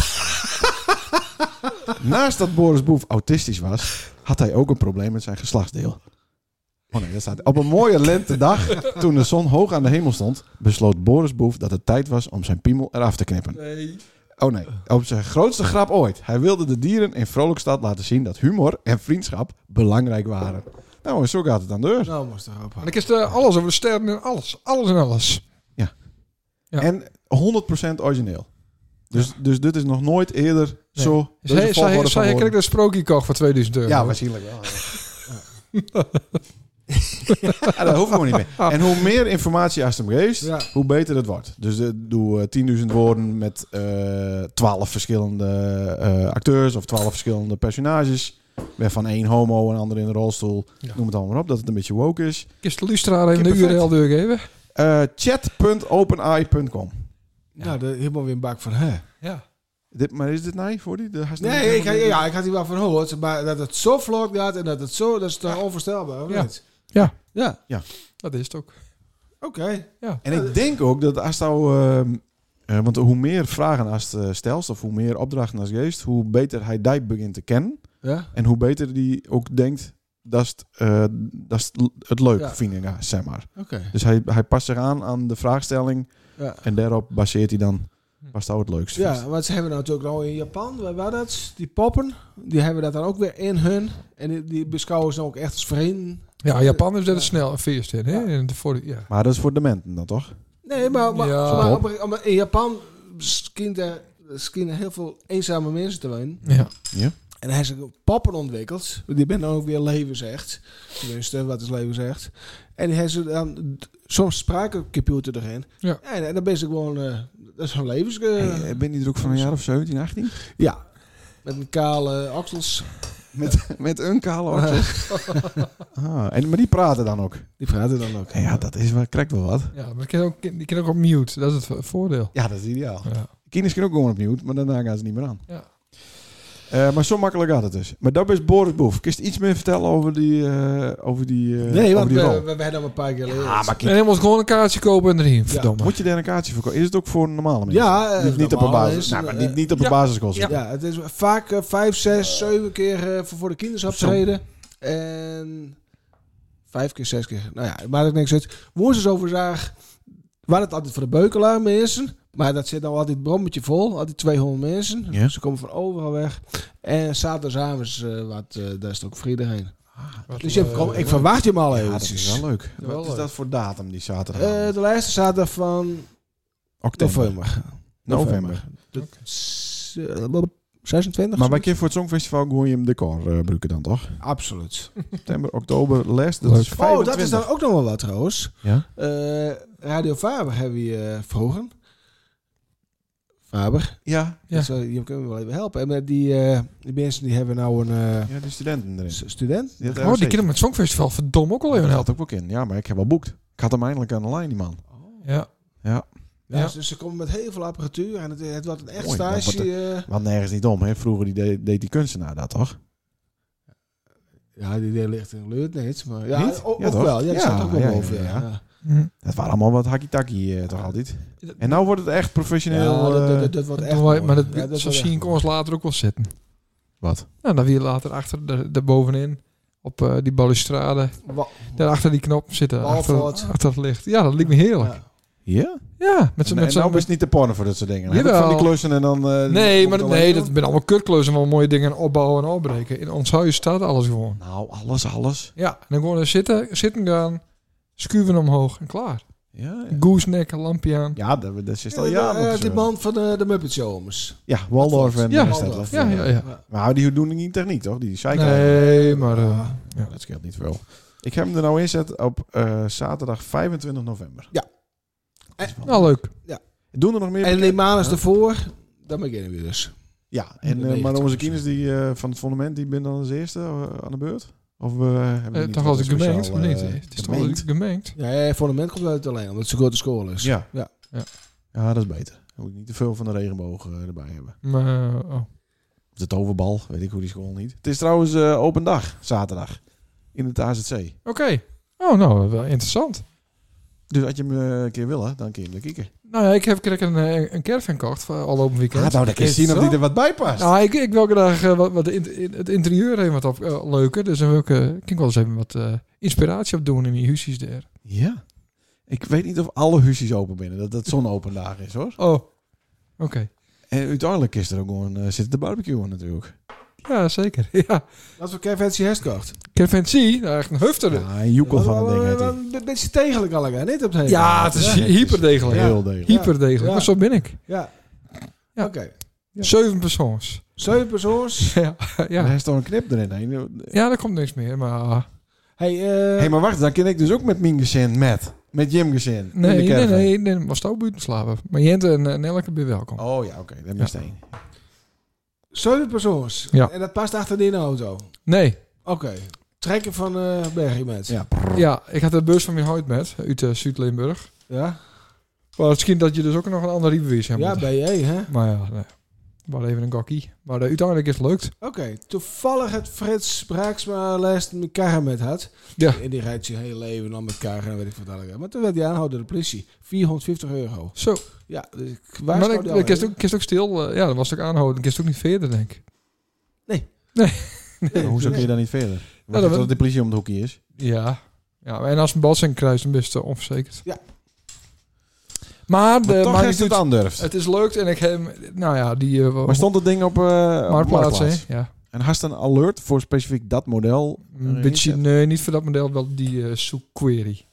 Speaker 1: Naast dat Boris Boef autistisch was, had hij ook een probleem met zijn geslachtsdeel. Oh nee, dat staat. Op een mooie lentedag, toen de zon hoog aan de hemel stond, besloot Boris Boef dat het tijd was om zijn piemel eraf te knippen.
Speaker 3: Nee.
Speaker 1: Oh nee, op zijn grootste grap ooit. Hij wilde de dieren in Vrolijkstad laten zien dat humor en vriendschap belangrijk waren. Nou, en zo gaat het aan de deur.
Speaker 2: Nou, moest erop.
Speaker 3: En ik is er alles over de sterren en alles. Alles en alles. Ja.
Speaker 1: En 100% origineel. Dus, dus dit is nog nooit eerder
Speaker 3: Nee.
Speaker 1: zo.
Speaker 3: Zij, zij,
Speaker 1: deze volgorde
Speaker 3: zij,
Speaker 1: van
Speaker 3: zij
Speaker 1: woorden.
Speaker 3: kreeg een sprookje kocht voor 2000 euro.
Speaker 1: Ja, waarschijnlijk wel. Ja. Ja, dat hoeft gewoon niet meer. En hoe meer informatie als hem geeft,
Speaker 2: Ja.
Speaker 1: hoe beter het wordt. Dus eh, doe eh, 10.000 woorden met eh, twaalf verschillende eh, acteurs of twaalf verschillende personages. Waarvan één homo, een ander in een rolstoel.
Speaker 3: Ja.
Speaker 1: Noem het allemaal op, dat het een beetje woke is.
Speaker 3: Kist de Lustra even de
Speaker 1: Kippenvet.
Speaker 3: URL doorgeven?
Speaker 1: Eh, Chat.openai.com.
Speaker 2: Nou, daar helemaal weer een bak van, hè?
Speaker 3: Ja.
Speaker 1: Dit, maar is dit nee voor die? De- haast-
Speaker 2: Nee, ik, had- ja, ik had hier wel van gehoord, maar dat het zo vlog gaat en dat het zo, dat is toch onvoorstelbaar, of
Speaker 3: Ja.
Speaker 2: niet?
Speaker 3: Ja.
Speaker 2: Ja,
Speaker 3: Dat is het ook.
Speaker 2: oké.
Speaker 1: En ik denk ook dat als nou... ehm, eh, want hoe meer vragen als eh, stelst of hoe meer opdrachten als geest, hoe beter hij die begint te kennen.
Speaker 2: Ja?
Speaker 1: En hoe beter die ook denkt, dat is het, eh, dat is het- het leuk,
Speaker 3: Ja.
Speaker 1: vind ik, ja, zeg maar.
Speaker 2: Oké.
Speaker 1: Dus hij, hij past zich aan aan de vraagstelling
Speaker 2: Ja. Hm.
Speaker 1: en daarop baseert hij dan, was dat het leukste?
Speaker 2: Ja, want ze hebben natuurlijk nou in Japan, waar waar dat? Die poppen, die hebben dat dan ook weer in hun. En die, die beschouwen ze dan ook echt als vreemd.
Speaker 3: Ja, Japan is dat
Speaker 2: Ja.
Speaker 3: snel een feest in. Hè? En de voor, ja.
Speaker 1: Maar dat is voor dementen dan toch?
Speaker 2: Nee, maar, maar,
Speaker 3: Ja.
Speaker 2: maar op- maar in Japan schijnt er, schijnen heel veel eenzame mensen te wonen.
Speaker 3: Ja.
Speaker 2: En hij is ook poppen ontwikkeld. Die ben dan ook weer levensecht. Tenminste, wat is levensecht? En hij is dan d- soms spraakcomputer erin.
Speaker 3: Ja.
Speaker 2: En, en dan ben ze gewoon... eh, dat is een levens... eh,
Speaker 1: Hey, eh, ben je er ook van een jaar of 17, 18?
Speaker 2: ja. Met een kale oksels.
Speaker 1: Met, met een kale oksels. ah, en, maar die praten dan ook.
Speaker 2: Die praten dan ook.
Speaker 1: Ja, dat is wel, krijgt wel wat.
Speaker 3: ja, maar die kan, ook, die kan ook op mute. Dat is het vo- voordeel.
Speaker 1: Ja, dat is ideaal.
Speaker 3: Ja.
Speaker 1: Kinders kunnen ook gewoon opnieuw, maar daarna gaan ze niet meer aan.
Speaker 3: Ja.
Speaker 1: Eh, maar zo makkelijk gaat het dus. Maar dat is Boris Boef. Kun je iets meer vertellen over die, eh, over die, eh,
Speaker 2: Nee,
Speaker 1: over
Speaker 2: want
Speaker 1: die
Speaker 2: we,
Speaker 1: rol?
Speaker 2: we, we hebben hem een paar keer geleerd.
Speaker 1: Ah, maar
Speaker 3: En hij moet gewoon een kaartje kopen en erin. Verdomme.
Speaker 1: Moet je daar een kaartje voor kopen? Is het ook voor normale mensen?
Speaker 2: Ja, eh,
Speaker 1: niet, niet op een
Speaker 2: normaal
Speaker 1: basis.
Speaker 2: is-
Speaker 1: nou, maar
Speaker 2: eh,
Speaker 1: niet, niet op de
Speaker 3: ja.
Speaker 1: basisschool.
Speaker 3: Ja.
Speaker 2: Ja, het is vaak eh, vijf, zes, zeven keer eh, voor, voor de kinders optreden. En vijf keer, zes keer. Nou ja, het maakt ook niks uit. Woensdags overzaag waren het altijd voor de beukelaar mensen. Maar dat zit nou altijd het brommetje vol. Altijd 200 mensen.
Speaker 1: Ja.
Speaker 2: Ze komen van overal weg. En zaterdagavond eh, wat, eh, daar is het ook vrede heen.
Speaker 3: Wat
Speaker 2: Dus je,
Speaker 3: leuk.
Speaker 2: kom, ik verwacht je hem al
Speaker 1: Ja,
Speaker 2: even.
Speaker 1: dat is wel leuk.
Speaker 3: Wel
Speaker 1: Wat is
Speaker 3: leuk.
Speaker 1: dat voor datum die zaterdag?
Speaker 2: Eh, de laatste zaterdag van
Speaker 1: Oktober.
Speaker 2: november.
Speaker 1: November.
Speaker 2: S- eh, 26?
Speaker 1: Maar wij kunnen voor het Songfestival gewoon je decor eh, gebruiken dan toch?
Speaker 2: Absoluut.
Speaker 1: September, oktober, les. Dat
Speaker 3: Leuk.
Speaker 1: is
Speaker 2: Oh, dat is
Speaker 1: 25.
Speaker 2: dan ook nog wel wat trouwens.
Speaker 1: Ja?
Speaker 2: Eh, Radio Faber hebben we eh, vroeger. Faber.
Speaker 1: Ja,
Speaker 3: Ja.
Speaker 2: Dus, eh, je kunnen me wel even helpen. En met die, eh, die mensen die hebben nou een eh,
Speaker 1: ja, de studenten erin.
Speaker 2: s- student.
Speaker 1: Die had
Speaker 3: Oh, die
Speaker 1: ROC.
Speaker 3: kinderen met het Songfestival verdomme ook al even
Speaker 1: Dat
Speaker 3: helpen.
Speaker 1: had ook wel kind. Ja, maar ik heb wel boekt. Ik had hem eindelijk aan de lijn, die man.
Speaker 3: Ja.
Speaker 2: Ja.
Speaker 3: Ja.
Speaker 2: Dus ze komen met heel veel apparatuur en het, het wordt een echt
Speaker 1: Mooi, dat
Speaker 2: stage. eh,
Speaker 1: Want nergens niet om, hè? Vroeger die de- deed die kunstenaar dat, toch?
Speaker 2: ja, die deel ligt in Leurt niet. Maar ja,
Speaker 1: Niet?
Speaker 2: o- ook
Speaker 1: Ja, toch?
Speaker 2: wel. Ja, dat
Speaker 1: Ja,
Speaker 2: staat ook wel
Speaker 1: ja, ja,
Speaker 2: boven. Ja,
Speaker 1: ja.
Speaker 2: Ja.
Speaker 3: Hm.
Speaker 1: Dat waren allemaal wat hakitaki eh toch altijd?
Speaker 3: Dat-
Speaker 1: En nou wordt het echt professioneel.
Speaker 2: Ja, dat, dat,
Speaker 1: eh,
Speaker 2: dat, dat wordt echt.
Speaker 3: Doen wij- maar
Speaker 2: mooi.
Speaker 3: dat,
Speaker 2: Ja, dat
Speaker 3: zo
Speaker 2: wordt echt
Speaker 3: zien ik ons later ook wel zitten.
Speaker 1: Wat?
Speaker 3: Nou, dan weer later achter, daar daar bovenin. Op eh, die balustrade.
Speaker 2: Wa-
Speaker 3: Daar achter die knop zitten. Achter,
Speaker 2: Walvoort.
Speaker 3: achter het licht. Ja, dat liep me heerlijk.
Speaker 2: Ja.
Speaker 1: Ja?
Speaker 3: Ja, met
Speaker 1: En
Speaker 3: zo'n... met zo'n-
Speaker 1: nou is het niet te porno voor dat soort dingen. Dan heb ik
Speaker 3: Jawel.
Speaker 1: van die klussen en dan... eh,
Speaker 3: Nee,
Speaker 1: moet
Speaker 3: maar
Speaker 1: het
Speaker 3: nee,
Speaker 1: alleen
Speaker 3: dat
Speaker 1: doen.
Speaker 3: zijn allemaal kutklussen van mooie dingen opbouwen en opbreken. In ons huis staat alles gewoon.
Speaker 1: Nou, alles, alles.
Speaker 3: Ja, en dan gewoon er zitten, zitten gaan, schuiven omhoog en klaar.
Speaker 1: Ja, ja.
Speaker 3: Goose Goosenek, een lampje aan.
Speaker 1: Ja, dat, dat is al
Speaker 2: Ja,
Speaker 1: jaren.
Speaker 2: eh,
Speaker 1: op
Speaker 2: die
Speaker 1: zo.
Speaker 2: band van de, de Muppet Show, jongens.
Speaker 1: Ja, Waldorf en
Speaker 3: Ja,
Speaker 1: eh,
Speaker 2: Waldorf.
Speaker 1: Stedtler.
Speaker 3: Ja, ja, ja.
Speaker 1: Maar die doen niet techniek, toch? Die cycle.
Speaker 3: Nee, maar eh, ja.
Speaker 1: Dat scheelt niet veel. Ik heb hem er nou inzet op eh, zaterdag 25 november.
Speaker 2: Ja.
Speaker 1: Dat is wel-
Speaker 3: nou leuk.
Speaker 1: Doen er nog meer?
Speaker 2: En die maandags
Speaker 1: Huh?
Speaker 2: ervoor, dan beginnen we dus.
Speaker 1: Ja, en, eh, maar onze kinders die, eh, van het fundament, die ben dan als eerste eh, aan de beurt? Of we hebben
Speaker 3: Eh,
Speaker 1: niet
Speaker 3: toch
Speaker 1: wat
Speaker 3: als ik gemengd.
Speaker 1: speciaal, eh,
Speaker 3: nee, het is toch wel
Speaker 1: gemengd?
Speaker 3: gemengd.
Speaker 2: Ja, ja, voor de moment komt het uit alleen, omdat het zo grote school is.
Speaker 1: Ja.
Speaker 2: Ja.
Speaker 1: ja, dat is beter. Dan moet je niet te veel van de regenboog eh, erbij hebben.
Speaker 3: Maar, oh.
Speaker 1: Of De toverbal, weet ik hoe die school niet. Het is trouwens eh, open dag, zaterdag. In het AZC.
Speaker 3: Oké. Oh, nou, wel interessant.
Speaker 1: Dus als je hem eh, een keer wil, hè, dan kun je hem er kijken.
Speaker 3: Nou ja, ik heb ik een, eh, een caravan gekocht voor al open weekend.
Speaker 1: nou, dan kun je
Speaker 3: Is
Speaker 1: zien
Speaker 3: het
Speaker 1: of
Speaker 3: zo?
Speaker 1: die er wat bij past.
Speaker 3: Nou, ik, ik wil graag eh, wat, wat in- in- het interieur even wat op, eh, leuker. Dus dan wil ik, eh, kan ik wel eens even wat eh, inspiratie op doen in die huisjes daar.
Speaker 1: Ja. Ik weet niet of alle huisjes open binnen. Dat dat zo'n open dag is, hoor.
Speaker 3: Oh, oké.
Speaker 1: En uiteindelijk is er ook gewoon eh, zitten de barbecue natuurlijk.
Speaker 3: Ja, zeker. Ja.
Speaker 2: Wat voor Kevin Hest kocht.
Speaker 3: Caravan C, nou, echt een hufter. Ja,
Speaker 1: Ja, een joekel van een ding heet die.
Speaker 2: Een beetje degelijk allemaal, niet op het hele.
Speaker 3: het is
Speaker 2: Ja,
Speaker 1: het is
Speaker 3: hyperdegelijk.
Speaker 1: Heel degelijk.
Speaker 3: Hyperdegelijk,
Speaker 2: Ja.
Speaker 3: maar zo ben ik.
Speaker 2: Ja.
Speaker 3: Ja.
Speaker 2: Oké.
Speaker 3: Zeven persoons.
Speaker 2: Zeven persoons.
Speaker 3: ja,
Speaker 1: Er
Speaker 3: ja.
Speaker 1: is toch een knip erin. hè?
Speaker 3: ja, daar komt niks meer, maar... ah.
Speaker 2: Hey, eh,
Speaker 1: Hé, hey, maar wacht, dan ken ik dus ook met mijn gezin, met. Met Jim gezin. in
Speaker 3: Nee,
Speaker 1: de
Speaker 3: nee,
Speaker 1: caravan.
Speaker 3: nee, nee, maar stouw buiten slapen. Maar Jente en, en Elke ben welkom.
Speaker 1: Oh ja, oké, dat mist één.
Speaker 2: zeven persoons.
Speaker 3: Ja.
Speaker 2: En dat past achterin de auto.
Speaker 3: Nee,
Speaker 2: Oké. Trekken van eh Bergie met.
Speaker 1: Ja.
Speaker 3: ja, ik had de bus van mijn huid met, uit eh, Zuid-Limburg.
Speaker 2: Ja,
Speaker 3: Maar misschien dat je dus ook nog een ander riebewijs hebt.
Speaker 2: ja
Speaker 3: moeten.
Speaker 2: bij je, hè?
Speaker 3: Maar ja, nee. maar even een gokkie. Maar eh, uiteindelijk is het lukt.
Speaker 2: Oké, toevallig het Frits Braaksma les met karren met had.
Speaker 3: Ja.
Speaker 2: En die rijdt zijn hele leven aan met karren en weet ik wat allemaal. Maar toen werd hij aangehouden door de politie. 450 euro.
Speaker 3: Zo.
Speaker 2: Ja, dus ik
Speaker 3: Maar ik,
Speaker 2: waarschuwde al
Speaker 3: ik kist
Speaker 2: even.
Speaker 3: ook, kist ook stil. eh, ja, dat was het ook aanhouden. Ik kist ook niet verder, denk ik.
Speaker 2: Nee,
Speaker 1: Maar Hoezo kun
Speaker 2: nee.
Speaker 1: je dan niet verder?
Speaker 3: dat
Speaker 1: Wacht tot
Speaker 3: wil-
Speaker 1: de politie om de hoekje is.
Speaker 3: Ja. ja en als een bal zijn kruis, dan ben je het, eh, onverzekerd.
Speaker 2: Ja.
Speaker 3: Maar, de,
Speaker 1: Maar
Speaker 3: maar,
Speaker 1: toch
Speaker 3: het,
Speaker 1: is het aandurft.
Speaker 3: het is lukt en ik heb... Nou ja, die... eh,
Speaker 1: Maar stond het ding op, eh op
Speaker 3: Marktplaats,
Speaker 1: Marktplaats?
Speaker 3: hè? Ja.
Speaker 1: En had ze een alert voor specifiek dat model?
Speaker 3: Een
Speaker 1: Eh,
Speaker 3: Mm, beetje,
Speaker 1: niet,
Speaker 3: nee, niet voor dat model, wel die eh zoekquery.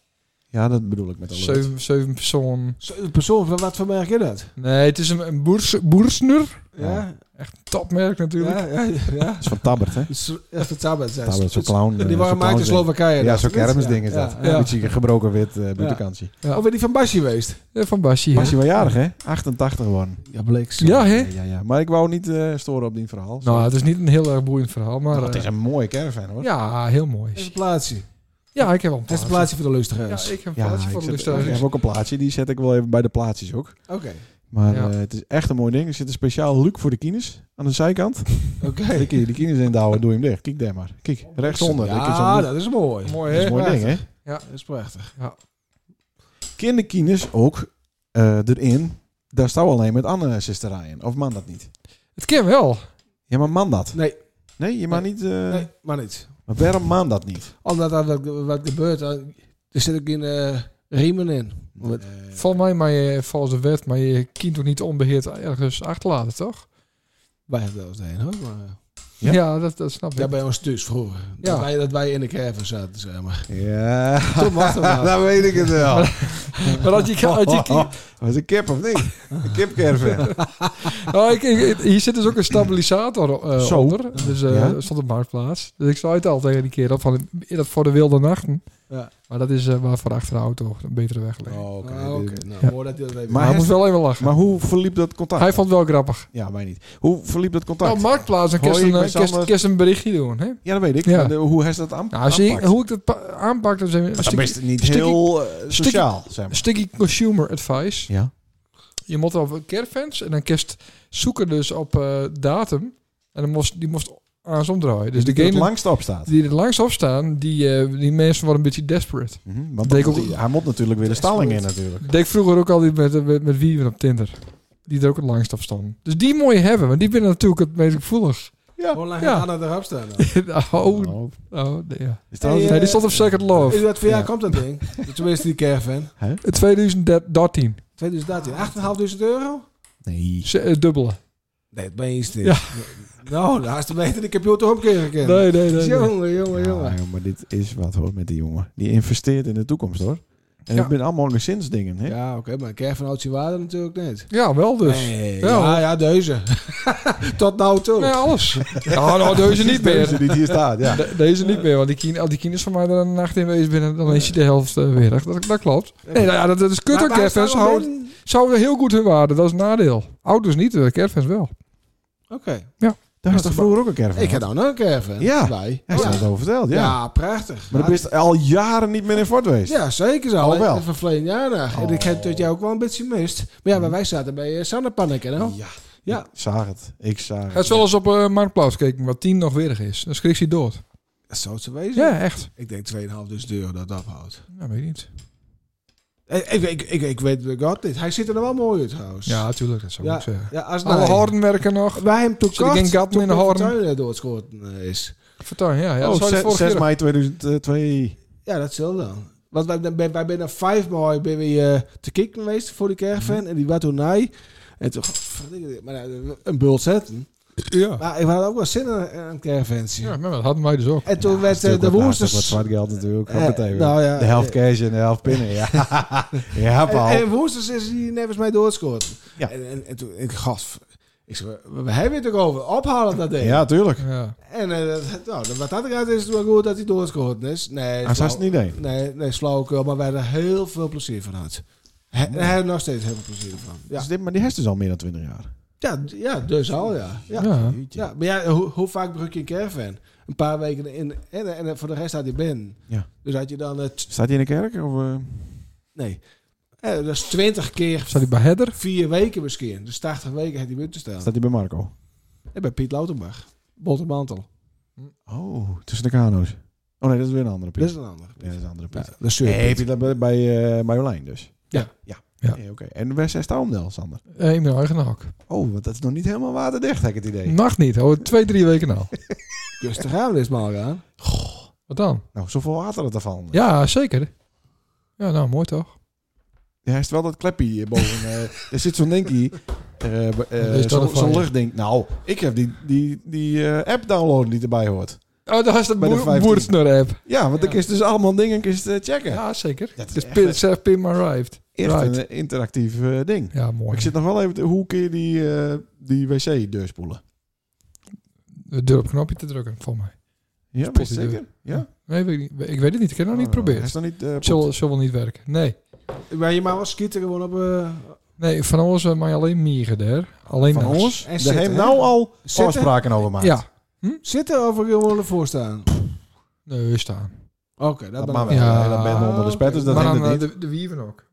Speaker 1: Ja, dat bedoel ik met alert.
Speaker 3: Zeven, zeven persoon.
Speaker 2: Zeven persoons, maar wat voor merk is dat?
Speaker 3: Nee, het is een, een boers, boersner.
Speaker 2: Ja,
Speaker 3: Topmerk natuurlijk.
Speaker 2: ja, ja. ja.
Speaker 1: Dat is van Tabbert, hè?
Speaker 2: Dus, Ja, van Tabet zijn.
Speaker 1: Tabbert, zo'n clown. eh,
Speaker 2: Die
Speaker 1: zo'n
Speaker 2: waren maakt in
Speaker 1: clownsding.
Speaker 2: Slowakije.
Speaker 1: Ja,
Speaker 2: dat,
Speaker 1: zo'n
Speaker 2: niet?
Speaker 1: kermisding
Speaker 2: Ja,
Speaker 1: is dat.
Speaker 2: ja,
Speaker 1: Een
Speaker 2: ja.
Speaker 1: beetje gebroken wit eh buitenkantje.
Speaker 3: Ja.
Speaker 2: Of ben die van Basje geweest?
Speaker 3: Eh, Van Basje. hè?
Speaker 1: Was je wel jarig, hè? 88 geworden.
Speaker 2: Ja, bleek zo.
Speaker 3: Ja, hè?
Speaker 1: Ja, ja, ja. Maar ik wou niet eh, storen op die verhaal.
Speaker 3: Nou, het is niet een heel erg boeiend verhaal, maar...
Speaker 1: Nou, het
Speaker 3: eh,
Speaker 1: is een mooie caravan, hoor.
Speaker 3: Ja, heel mooi.
Speaker 2: Het is een plaatsje.
Speaker 3: Ja, ik heb wel een
Speaker 2: Het is een plaatsje
Speaker 3: plaatje.
Speaker 2: voor de
Speaker 3: Ja,
Speaker 2: luisteraars.
Speaker 3: ik heb een
Speaker 1: Ja,
Speaker 3: plaatje
Speaker 1: ik,
Speaker 3: van de
Speaker 1: zet-
Speaker 3: luisteraars.
Speaker 1: ik heb ook een plaatje. Die zet ik wel even bij de plaatjes ook.
Speaker 2: Oké,
Speaker 1: Maar
Speaker 3: Ja.
Speaker 1: eh, het is echt een mooi ding. Er zit een speciaal luik voor de kines aan de zijkant.
Speaker 2: oké.
Speaker 1: Dan kun je de kines in douwen. Doe je hem dicht. Kijk daar maar. Kijk, rechtsonder. Dan kun je zo'n
Speaker 2: Ja,
Speaker 1: luik-
Speaker 2: dat is mooi.
Speaker 3: Mooi,
Speaker 1: dat is
Speaker 3: hè?
Speaker 1: een mooi ding, hè?
Speaker 2: Dat is prachtig.
Speaker 1: Kinderkines ook eh, erin. Daar staan we alleen met andere sisterijen. Of man dat niet?
Speaker 3: Het kan wel.
Speaker 1: Ja, maar man dat.
Speaker 2: Nee,
Speaker 1: Nee, je mag niet... eh,
Speaker 2: nee, maar niet.
Speaker 1: Maar waarom man dat niet?
Speaker 2: Omdat er wat, wat gebeurt, dan- er zit ook in eh, riemen in. Met-
Speaker 1: Eh,
Speaker 3: Volgens mij, maar je, volgens de wet, maar je kind toch niet onbeheerd ergens achterlaten, toch?
Speaker 2: Wij hebben dat eens heen, hoor. Maar, eh,
Speaker 1: Ja.
Speaker 3: Ja, dat, dat snap ik.
Speaker 2: ja, bij ons thuis vroeger. Dat, wij, dat wij in de caravan zaten, zeg maar.
Speaker 1: Ja,
Speaker 2: Toen was het wel.
Speaker 1: dan weet ik het wel.
Speaker 3: Maar dat je, dat je kind...
Speaker 1: was Oh, een kip of niet? Een kipcaravan.
Speaker 3: Nou, ik, ik- hier zit dus ook een stabilisator eh,
Speaker 1: Zo.
Speaker 3: onder. Dus eh
Speaker 1: Ja.
Speaker 3: stond op marktplaats. Dus ik zei het al tegen die kerel van, is dat voor de wilde nachten?
Speaker 2: Ja.
Speaker 3: Maar dat is eh, waar voor achter de auto een betere weg ligt.
Speaker 1: Oh,
Speaker 2: Oké,
Speaker 1: oké.
Speaker 3: Ah,
Speaker 2: nou,
Speaker 3: Ja.
Speaker 2: mooi dat je dat even...
Speaker 3: Maar
Speaker 1: Maar
Speaker 3: hij
Speaker 1: hij
Speaker 3: moest wel even lachen.
Speaker 1: Maar hoe verliep dat contact?
Speaker 3: Hij vond het wel grappig.
Speaker 1: Ja, mij niet. Hoe verliep dat contact?
Speaker 3: Nou, marktplaats, dan kun
Speaker 1: Hoi,
Speaker 3: je
Speaker 1: ik ben
Speaker 3: een- kun je-
Speaker 1: Sander.
Speaker 3: kun je een berichtje doen, hè?
Speaker 1: ja, dat weet ik.
Speaker 3: Ja.
Speaker 1: Maar de- hoe hij dat aan,
Speaker 3: Nou, zie ik,
Speaker 1: aanpakt?
Speaker 3: hoe ik dat pa- aanpak, dat is even een
Speaker 1: dat is
Speaker 3: stukje,
Speaker 1: best niet
Speaker 3: stukje-
Speaker 1: heel eh, sociaal, zeg maar. Dus
Speaker 3: stukje consumer advice.
Speaker 1: Ja.
Speaker 3: Je moet op caravans en dan kerst zoeken dus op eh, datum. En dan moest, die moest aan z'n omdraaien. Dus
Speaker 1: Dus de
Speaker 3: degene
Speaker 1: het langst op staat.
Speaker 3: die er langs op staan, die, eh, die mensen worden een beetje desperate.
Speaker 1: Mhm, want
Speaker 3: Denk
Speaker 1: dat-
Speaker 3: ook-
Speaker 1: hij moet natuurlijk weer de stalling in natuurlijk.
Speaker 3: Dat deed ik vroeger ook altijd met, eh, met, met wie op Tinder. Die er ook het langst op stonden. Dus die moet je hebben, want die ben natuurlijk het meest gevoelig.
Speaker 2: Hoe lang
Speaker 3: Ja.
Speaker 2: gaat Anna erop staan dan?
Speaker 3: oh,
Speaker 1: Nou,
Speaker 3: oh, nee, ja.
Speaker 1: is trouwens-
Speaker 2: Hey,
Speaker 3: Nee, die stond op Second
Speaker 2: Is
Speaker 3: Love.
Speaker 2: dat voor jou
Speaker 1: Ja.
Speaker 2: komt dat ding? Tenminste, die caravan.
Speaker 3: 2013.
Speaker 2: 2013, 8.500 euro?
Speaker 1: nee.
Speaker 3: Ze- eh, Dubbele.
Speaker 2: Nee, dat ben je eens niet.
Speaker 3: Ja.
Speaker 2: Nou, daar is de beter de computer omkeren gekend.
Speaker 3: Nee, nee, nee. nee.
Speaker 2: Jongen, jongen, jongen.
Speaker 1: Ja, joh, maar dit is wat hoor met die jongen. Die investeert in de toekomst hoor. En
Speaker 3: Ja.
Speaker 1: het zijn allemaal gezinsdingen. Hè?
Speaker 2: Ja, oké, maar een caravan houdt zijn waarde natuurlijk niet.
Speaker 3: Ja, wel dus.
Speaker 2: Nee,
Speaker 3: Ja.
Speaker 2: ja, ja, deze. Tot nou toe.
Speaker 3: Nee, alles. Ja, nou, deze niet
Speaker 1: Deze
Speaker 3: meer.
Speaker 1: die hier staat, ja.
Speaker 3: De- deze niet meer, want die kien, al die kien is van mij er een nacht in geweest binnen. Dan is je de helft eh, weer. weg. Dat, dat klopt. Nee, nou ja, dat, dat is kut
Speaker 2: Maar-
Speaker 3: ook,
Speaker 2: maar is dat
Speaker 3: Kervens. Ze
Speaker 2: wel
Speaker 3: houden-
Speaker 2: een-
Speaker 3: eh, ze houden heel goed hun waarde. Dat is een nadeel. Ouders niet, de Kervens wel.
Speaker 2: Oké.
Speaker 3: Ja.
Speaker 1: Daar is toch vroeger ook een caravan?
Speaker 2: Ik heb nou nog een caravan
Speaker 1: Ja.
Speaker 2: bij.
Speaker 1: Hij is daar
Speaker 2: ja.
Speaker 1: zo over verteld, ja.
Speaker 2: Ja, prachtig.
Speaker 1: Maar
Speaker 2: Ja,
Speaker 1: dan ben je al jaren niet meer in Fort geweest.
Speaker 2: Ja, zeker zo.
Speaker 1: Al wel.
Speaker 2: Even verleden jaar nog. En ik heb dat jij ook wel een beetje mist. Maar ja, maar wij zaten bij eh, Sanne Panneken. hè?
Speaker 1: Ja.
Speaker 2: Ja.
Speaker 1: Ik zag het. Ik zag
Speaker 3: Hij is
Speaker 1: het.
Speaker 3: wel eens op eh Marktplaats gekeken, wat 10 nog weerig is. Dan schrik je dood.
Speaker 2: Dat zou het zo wezen.
Speaker 3: Ja, echt.
Speaker 2: Ik denk 2500 euro dat dat houdt.
Speaker 3: Nou, weet ik niet.
Speaker 2: Ik, ik, ik, ik, ik weet het God niet. Hij ziet er wel mooi uit trouwens.
Speaker 3: Ja, natuurlijk, dat zou ik
Speaker 2: ja,
Speaker 3: ook zeggen.
Speaker 2: ja als
Speaker 3: Alle
Speaker 2: nou-
Speaker 3: horden werken nog.
Speaker 2: Wij hem toen
Speaker 3: Zit ik in
Speaker 2: kort,
Speaker 3: Gatton
Speaker 2: toen
Speaker 3: in de
Speaker 2: Pim
Speaker 3: Hoorn?
Speaker 2: Fortuyn, eh, doodgeschoten eh, is.
Speaker 3: Vertel, ja. ja dat
Speaker 1: oh,
Speaker 3: zou je
Speaker 1: zes- 6,
Speaker 3: vorige keer ook-
Speaker 1: mei 2002.
Speaker 2: Ja, dat zal dan. Want wij, wij, wij zijn er vijf mooi ben we eh, te kick geweest voor die caravan.
Speaker 1: Mhm.
Speaker 2: En die was toen nij. En toen, maar ja, een bult zetten.
Speaker 3: Ja.
Speaker 2: Maar ik had ook wel zin in een- een caravansie.
Speaker 3: ja, maar dat hadden wij dus ook.
Speaker 2: En toen werd eh,
Speaker 1: Natuurlijk
Speaker 2: de
Speaker 1: wat- natuurlijk Wat
Speaker 2: woensdags...
Speaker 1: zwart geld natuurlijk.
Speaker 2: Eh,
Speaker 1: Hoppatee,
Speaker 2: nou ja,
Speaker 1: de helft
Speaker 2: eh,
Speaker 1: cash en de helft pinnen. Ja, ja
Speaker 2: En,
Speaker 1: Paul.
Speaker 2: en woensdags is hij nevens mij doodscoort.
Speaker 1: Ja.
Speaker 2: En, en, en toen, ik gaf... Ik zei, we, we hebben het ook over. Ophalen dat ding.
Speaker 1: ja, tuurlijk.
Speaker 3: Ja.
Speaker 2: En eh, dat- nou, wat had ik uit is het wel goed dat hij doodscoort is. Nee,
Speaker 1: Hij
Speaker 2: flauw-
Speaker 1: was Ah, het niet één.
Speaker 2: Nee, nee, flauwekul. Maar wij hebben er heel veel plezier van gehad. Hij hij heeft er nog steeds heel veel plezier van. Ja.
Speaker 1: Dus dit, maar die heeft dus al meer dan 20 jaar.
Speaker 2: Ja, d- ja dus al, ja. Ja, ja.
Speaker 3: Ja.
Speaker 2: maar ja, hoe, hoe vaak bruk je een caravan? Een paar weken in en, en, en voor de rest had hij binnen.
Speaker 1: Ja.
Speaker 2: Dus had je dan het...
Speaker 1: Staat hij in de kerk? Of, eh?
Speaker 2: Nee. Eh, dat is 20 keer
Speaker 3: Staat hij bij Header?
Speaker 2: vier weken misschien. Dus 80 weken had hij binnen te staan.
Speaker 1: Staat hij bij Marco?
Speaker 2: En bij Piet Loutenbach. Botte mantel.
Speaker 1: Oh, tussen de kano's. Oh nee, dat is weer een andere Piet.
Speaker 2: Dat is een ander.
Speaker 1: Ja, dat is een andere
Speaker 2: Ja,
Speaker 1: Piet.
Speaker 2: dat is
Speaker 1: Nee,
Speaker 2: zeker.
Speaker 1: Piet, dat bij, bij, eh, bij Jolijn dus.
Speaker 2: Ja.
Speaker 1: Ja.
Speaker 3: Ja.
Speaker 1: Nee, Oké. En waar is daarom dan, Sander?
Speaker 3: Eh, ik ben eigen hak.
Speaker 1: Oh, want dat is nog niet helemaal waterdicht, heb ik het idee.
Speaker 3: Nacht niet, hoor. Twee, drie weken al.
Speaker 2: Dus daar gaan we eens maar aan.
Speaker 3: Wat dan?
Speaker 1: Nou, zoveel water dat ervan. Ja.
Speaker 3: Ja, zeker. Ja, nou, mooi toch?
Speaker 1: Hij heeft wel dat klepje hier boven. eh, er zit zo'n dinkie. eh, eh,
Speaker 3: is dat
Speaker 1: zo'n-
Speaker 3: ervan,
Speaker 1: Zo'n
Speaker 3: ja.
Speaker 1: luchtding. Nou, ik heb die, die, die eh, app downloaden die erbij hoort.
Speaker 3: Oh, daar is dat
Speaker 1: Bij de
Speaker 3: boer-
Speaker 1: 15.
Speaker 3: boerensnor-app.
Speaker 1: Ja, want ik is dus allemaal dingen kun je het, eh, checken.
Speaker 3: Ja, zeker.
Speaker 1: Dat is
Speaker 3: Dus
Speaker 1: echt eh,
Speaker 3: Pim,
Speaker 1: een-
Speaker 3: zeg Pim arrived.
Speaker 1: Echt
Speaker 3: Right.
Speaker 1: een eh, interactief eh, ding.
Speaker 3: Ja, mooi.
Speaker 1: Ik zit nog wel even... te- Hoe kun je die, eh, die wc-deur spoelen?
Speaker 3: De deur op het knopje te drukken, voor mij.
Speaker 1: Ja,
Speaker 3: Spoelt
Speaker 1: weet je
Speaker 3: die
Speaker 1: zeker? Ja?
Speaker 3: Nee, weet ik, niet. ik weet het niet. Ik heb het nog niet
Speaker 1: Hij is
Speaker 3: geprobeerd.
Speaker 1: nog niet... eh,
Speaker 3: Het zal, zal wel niet werken. Nee.
Speaker 2: Maar je mag wel schieten gewoon op... eh,
Speaker 3: Nee, van ons eh, maar alleen mieren daar. Alleen
Speaker 1: van
Speaker 3: nachts.
Speaker 1: ons.
Speaker 2: En
Speaker 1: Daar
Speaker 2: zitten,
Speaker 1: hebben
Speaker 2: hè?
Speaker 1: nou al
Speaker 2: Zitten?
Speaker 1: afspraken over gemaakt.
Speaker 3: Ja.
Speaker 2: zitten of er gewoon ervoor staan?
Speaker 3: Nee, staan.
Speaker 2: Oké, dat,
Speaker 1: Dat
Speaker 2: ben
Speaker 1: mag
Speaker 2: ik
Speaker 1: wel.
Speaker 3: Ja.
Speaker 1: Ja. Dat ben je onder de spet, dus dat
Speaker 3: maar
Speaker 1: hindert
Speaker 3: dan eh,
Speaker 1: niet.
Speaker 3: de, de wieven ook.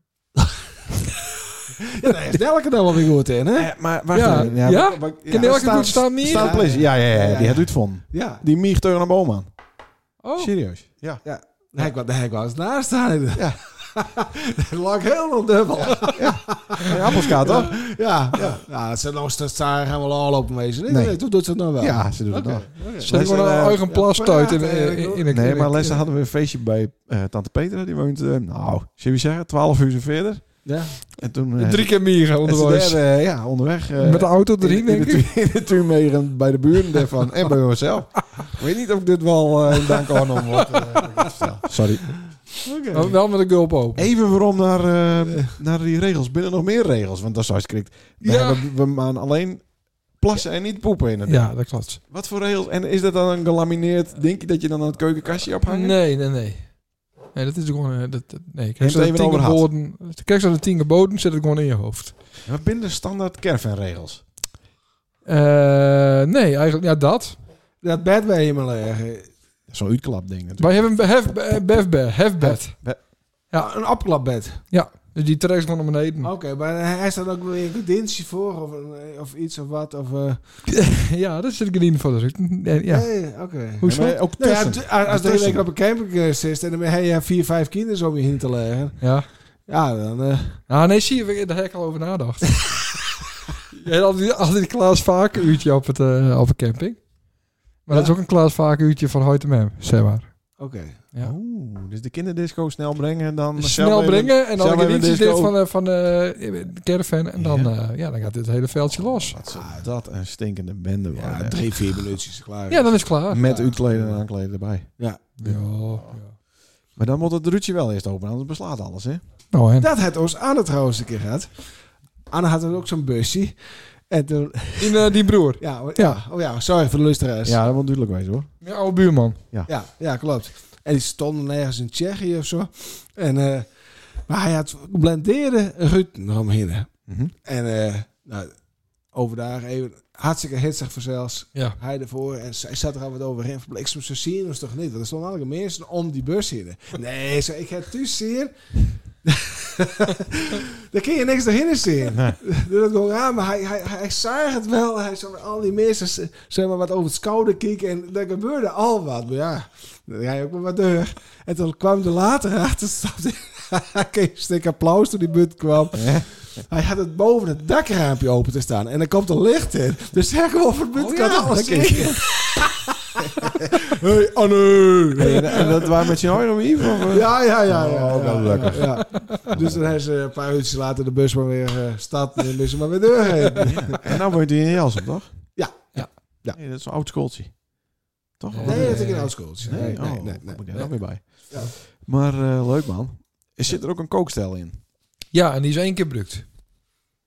Speaker 2: Ja, daar is elke dan wel weer goed in, hè?
Speaker 1: Eh, maar wacht
Speaker 3: Ja.
Speaker 1: even.
Speaker 3: Ja?
Speaker 1: maar- ja,
Speaker 3: Kan elke
Speaker 1: staan-
Speaker 3: goed staan mieren?
Speaker 1: staan plezier. Ja, ja, ja,
Speaker 2: Ja,
Speaker 1: Die
Speaker 2: ja.
Speaker 1: had u het van.
Speaker 2: Ja.
Speaker 1: Die mier tegen een boom aan.
Speaker 3: Oh,
Speaker 1: Serieus. Ja.
Speaker 2: Daar heb ik wel- daar heb ik wel eens naast staan.
Speaker 1: Ja.
Speaker 2: dat lag helemaal dubbel.
Speaker 1: Hey, Appelskaat, toch?
Speaker 2: Ja, ja. ja ze nou ze staan gaan we al open wezen. Nee,
Speaker 1: Nee.
Speaker 2: nee. toen doet ze het nou wel. Oh,
Speaker 1: Ja, ze doen het
Speaker 2: Oké,
Speaker 1: nog.
Speaker 2: oké.
Speaker 3: zet
Speaker 1: Lessen,
Speaker 3: gewoon een
Speaker 1: eh,
Speaker 3: eigen plas
Speaker 2: ja,
Speaker 3: uit in,
Speaker 2: praten,
Speaker 3: in, in,
Speaker 2: eigenlijk
Speaker 3: in een
Speaker 1: Nee, maar
Speaker 3: in-
Speaker 1: Lessen hadden we een feestje bij eh, tante Petra. Die woont, eh, nou, zullen we zeggen, 12 uur verder.
Speaker 2: Ja.
Speaker 1: En toen... eh,
Speaker 3: Drie keer mieren
Speaker 1: en ze
Speaker 3: onderwijs.
Speaker 1: daar, eh, ja, onderweg. eh,
Speaker 3: Met de auto
Speaker 1: in-
Speaker 3: erin,
Speaker 1: in, de
Speaker 3: denk ik.
Speaker 1: tu- in de Tuurmeren bij de buren daarvan. en bij onszelf. Ik weet niet of ik dit wel eh, in dank hoor om wat eh, wat ik dit vertel. Sorry.
Speaker 3: Maar wel met een gulp open.
Speaker 1: Even waarom naar, eh, naar die regels. Binnen nog meer regels, want dat is hartstikke We,
Speaker 3: Ja.
Speaker 1: hebben, we maan alleen plassen en niet poepen in het
Speaker 3: Ja, dat klopt.
Speaker 1: Wat voor regels? En is dat dan een gelamineerd ding dat je dan aan het keukenkastje ophangt?
Speaker 3: Nee, nee, nee. Nee, dat is gewoon... eh, dat, dat- nee,
Speaker 1: het
Speaker 3: kijk ze de
Speaker 1: even
Speaker 3: tien
Speaker 1: over had.
Speaker 3: geboden... Kijk ze de tien geboden, zit het gewoon in je hoofd.
Speaker 1: Wat binnen de standaard caravanregels?
Speaker 3: Eh, nee, eigenlijk... Ja, dat.
Speaker 2: Dat bed bij je maar leggen.
Speaker 1: Zo'n uitklapding natuurlijk.
Speaker 3: Wij hebben een hef- eh, befbed. Hefbed.
Speaker 2: Ja, een appelbed.
Speaker 3: Dus die trekt gewoon naar beneden.
Speaker 2: Oké, maar hij staat ook weer een conditie voor of, een- of iets of wat. Of, eh,
Speaker 3: Ja, dat zit ik in voor. Dus ik- nee, ja.
Speaker 2: Nee, oké.
Speaker 1: Nee,
Speaker 3: Hoezo?
Speaker 1: maar ook
Speaker 2: Nou ja,
Speaker 1: tussen.
Speaker 2: t- als- als de hele
Speaker 1: Tussen.
Speaker 2: week op een camping eh, zit en dan heb je vier, vijf kinderen om je heen te leggen.
Speaker 3: Ja.
Speaker 2: Ja, dan... eh,
Speaker 3: Ah, nee, zie je, daar heb ik al over nadacht. je hebt altijd, altijd een Klaas Vaken uurtje op, het, eh, op een camping. Maar
Speaker 2: Ja.
Speaker 3: dat is ook een Klaas Vaken uurtje van Hoyte Mem, zeg maar.
Speaker 2: Oké.
Speaker 3: Ja.
Speaker 1: Oeh, dus de kinderdisco snel brengen en dan...
Speaker 3: Snel brengen en dan
Speaker 1: zelf
Speaker 3: een
Speaker 1: even
Speaker 3: iets
Speaker 1: disco.
Speaker 3: dit van, eh, van eh, de caravan. En dan,
Speaker 1: Ja.
Speaker 3: ja. ja, dan gaat dit hele veldje los.
Speaker 1: Wat zou dat een stinkende bende worden.
Speaker 2: Ja,
Speaker 1: hè?
Speaker 2: drie, vier minuutjes klaar.
Speaker 3: Ja, dan is het klaar.
Speaker 1: Met uitkleden en aankleden erbij.
Speaker 3: Ja, ja.
Speaker 1: Maar dan moet het ruutje wel eerst open, anders beslaat alles, hè?
Speaker 3: Nou, en
Speaker 2: Dat had ons Anne trouwens een keer gehad. Anne had ook zo'n busje. En toen...
Speaker 3: in, eh, die broer.
Speaker 2: Ja, oh ja.
Speaker 3: Ja.
Speaker 2: Oh ja, sorry voor de luisteraars.
Speaker 1: Ja, dat moet duidelijk wezen, hoor.
Speaker 3: Mijn oude buurman.
Speaker 2: ja, ja, klopt. En die stonden ergens in Tsjechië of zo. En, eh, maar hij had blendeerde ruiten eromheen.
Speaker 1: Mhm.
Speaker 2: En eh, nou, overdag even hartstikke hitsig vanzelfs.
Speaker 3: Ja.
Speaker 2: Hij ervoor en zij zat er al wat overheen. Bliksem, ze zien ons toch niet? Want er stonden alle mensen om die bus heen. Nee, ze, ik heb thuis zien. Daar kun je niks doorheen zien. Doe dat gewoon aan, maar hij, hij, hij zag het wel. Hij zag al die mensen ze- zeg maar, wat over het schouder kijken. En er gebeurde al wat. Maar ja, dan ga je ook maar wat deur. En toen kwam de later achter. Stapte, hij kreeg een stuk applaus toen die buurt kwam. Hij had het boven het dakraampje open te staan. En er komt er licht in. Dus zeg gewoon voor het
Speaker 1: Oh
Speaker 2: buurt kan alles zien. hey, Anne!
Speaker 1: En, en dat waren met je horen hier?
Speaker 2: Ja, ja, ja. ja,
Speaker 1: Oh,
Speaker 2: ja,
Speaker 1: wel
Speaker 2: ja,
Speaker 1: lekker.
Speaker 2: ja. Dus dan hebben ze een paar uurtjes later de bus maar weer eh, stad en dan is ze maar weer doorheen.
Speaker 1: En nou woont hij in Jelsum, toch?
Speaker 2: Ja.
Speaker 3: Ja.
Speaker 2: Ja.
Speaker 1: Nee, dat is een oud schooltje. Toch?
Speaker 3: Nee,
Speaker 2: Nee,
Speaker 1: nee,
Speaker 2: dat ik in oudschooltje. Nee,
Speaker 1: oh,
Speaker 2: nee, nee. nee.
Speaker 1: moet ik daar
Speaker 3: nee.
Speaker 1: nou weer bij.
Speaker 2: Ja.
Speaker 1: Maar eh, leuk, man. Er zit er ook een kookstel in.
Speaker 3: Ja, en die is één keer brukt.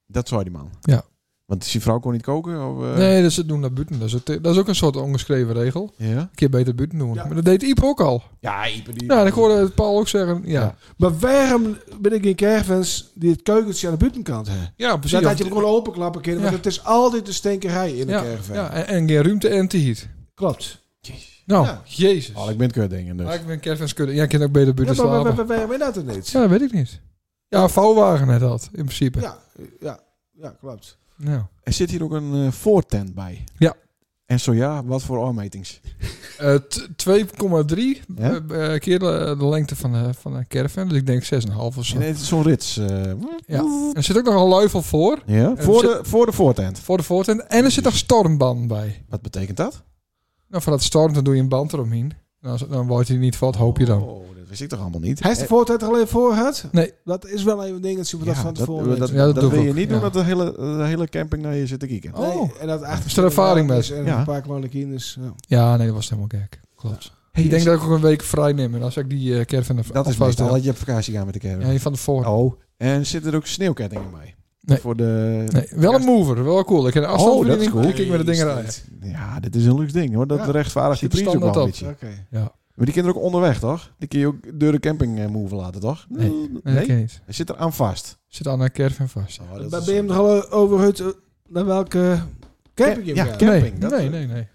Speaker 1: Dat zou die man.
Speaker 3: Ja.
Speaker 1: Want die vrouw kon niet koken? Of, eh,
Speaker 3: Nee, dat ze het doen naar buiten. Dat is, het- eh, dat is ook een soort ongeschreven regel. Een
Speaker 1: Ja?
Speaker 3: keer beter buiten doen.
Speaker 2: Ja.
Speaker 3: Maar dat deed Iep ook al.
Speaker 1: Ja, Ieper, die-
Speaker 3: Ja, en ik hoorde het Paul ook zeggen. Ja, ja.
Speaker 2: Maar waarom ben ik in Kervens die het keukentje aan de buitenkant hebben?
Speaker 3: precies.
Speaker 2: Dat had je hem gewoon openklappen kunnen, want
Speaker 3: Ja.
Speaker 2: het is altijd de stinkerij in de
Speaker 3: ja,
Speaker 2: Kervens.
Speaker 3: ja, en, en geen ruimte en te heat.
Speaker 2: Klopt.
Speaker 3: Nou,
Speaker 2: Ja.
Speaker 3: jezus.
Speaker 1: Oh, ik ben het kut dingen, dus.
Speaker 3: Maar ik ben Kevin's kudde. Ja, ik kan ook beter
Speaker 2: Ja,
Speaker 3: buiten
Speaker 2: maar waar-
Speaker 3: slapen.
Speaker 2: waar- waarom is dat er niet?
Speaker 3: Ja, dat weet ik niet. Ja, vouwwagen net had, in principe.
Speaker 2: Ja, ja, ja, klopt.
Speaker 3: Nou.
Speaker 1: Er zit hier ook een eh, voortent bij.
Speaker 3: Ja.
Speaker 1: En zo ja, wat voor afmetings?
Speaker 3: Eh, t- 2,3
Speaker 1: Ja?
Speaker 3: eh, keer de, de lengte van, de- van een caravan. Dus ik denk 6,5 of zo.
Speaker 1: En het is Zo'n rits. eh,
Speaker 3: Ja. Er zit ook nog een luifel voor.
Speaker 1: ja.
Speaker 3: Eh,
Speaker 1: Voor,
Speaker 3: zit-
Speaker 1: de, voor de voortent.
Speaker 3: Voor de voortent. En er zit nog stormband bij.
Speaker 1: Wat betekent dat?
Speaker 3: Nou, voor dat stormt, dan doe je een band eromheen. En als, dan wordt hij niet valt, hoop je dan.
Speaker 1: Oh, dat wist ik toch allemaal niet?
Speaker 2: Hij is de voortijd er alleen voor gehad?
Speaker 3: eh, Nee.
Speaker 2: Dat is wel even een dingetje, maar dat
Speaker 1: Ja,
Speaker 2: van tevoren
Speaker 1: dat,
Speaker 2: weten.
Speaker 1: dat,
Speaker 3: Ja, dat
Speaker 1: dat
Speaker 3: doe ik
Speaker 1: wil je
Speaker 3: ook,
Speaker 1: niet doen
Speaker 3: ja.
Speaker 1: dat de hele, de hele camping naar je zit te kijken.
Speaker 2: Nee,
Speaker 3: Oh.
Speaker 2: en dat achter
Speaker 3: Is er ervaring mee?
Speaker 2: is En
Speaker 1: Ja.
Speaker 2: een paar kleine kinders. Ja.
Speaker 3: Ja, nee, dat was helemaal gek. Klopt.
Speaker 1: Hey,
Speaker 3: ik denk
Speaker 1: is-
Speaker 3: dat ik ook een week vrij neem. En als ik die eh caravan ervan
Speaker 1: dat is
Speaker 3: afvast
Speaker 1: meestal
Speaker 3: heb.
Speaker 1: dat je op vakantie gaat met de caravan.
Speaker 3: Ja, die van de voor.
Speaker 1: Oh, en zit er ook sneeuwkettingen bij?
Speaker 3: Nee.
Speaker 1: Voor de...
Speaker 3: Nee, wel een mover. Wel cool. Ik heb een
Speaker 1: Oh, dat is
Speaker 3: afstandsbediening.
Speaker 1: cool.
Speaker 3: Ik kijk met de dingen
Speaker 2: Nee,
Speaker 3: rijden.
Speaker 2: is niet.
Speaker 1: Ja, dit is een luxe ding hoor. Dat
Speaker 2: Ja.
Speaker 1: rechtvaardigt die
Speaker 3: Zit er
Speaker 1: prijs ook wel een
Speaker 3: standaard
Speaker 1: beetje.
Speaker 2: Oké.
Speaker 1: Maar die kinderen ook onderweg toch? Die kun je ook door de camping eh, move laten toch?
Speaker 3: Nee. Nee, dat ken je niet.
Speaker 1: Hij zit er aan vast.
Speaker 3: Zit aan een caravan vast.
Speaker 1: Oh,
Speaker 2: Maar
Speaker 1: dat
Speaker 2: Ben
Speaker 1: is-
Speaker 2: je hem er al over uit eh, naar welke camping je
Speaker 1: Ja,
Speaker 2: gaat?
Speaker 1: ja. Camping,
Speaker 3: nee,
Speaker 1: dat-
Speaker 3: nee, nee, nee.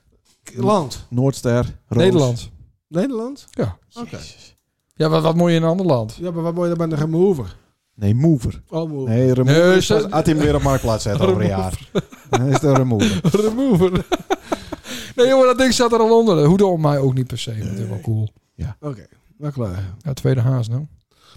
Speaker 2: Land?
Speaker 1: Noordster, Roos.
Speaker 3: Nederland.
Speaker 2: Nederland?
Speaker 1: Jezus.
Speaker 3: Ja, wat, wat moet je in een ander land?
Speaker 2: Ja, maar wat moet je dan bij de remover?
Speaker 1: Nee, mover.
Speaker 2: Oh, moe.
Speaker 1: Nee, remover.
Speaker 3: Nee,
Speaker 1: Nee,
Speaker 3: ze-
Speaker 1: Had hij hem weer op marktplaats zetten over een jaar. Dan is de remover.
Speaker 3: Remover. nee, jongen, dat ding zat er al onder. Hoe dan mij ook niet per se. maar Dat is wel cool.
Speaker 2: Oké, nou klaar.
Speaker 3: Ja, tweede haas nou.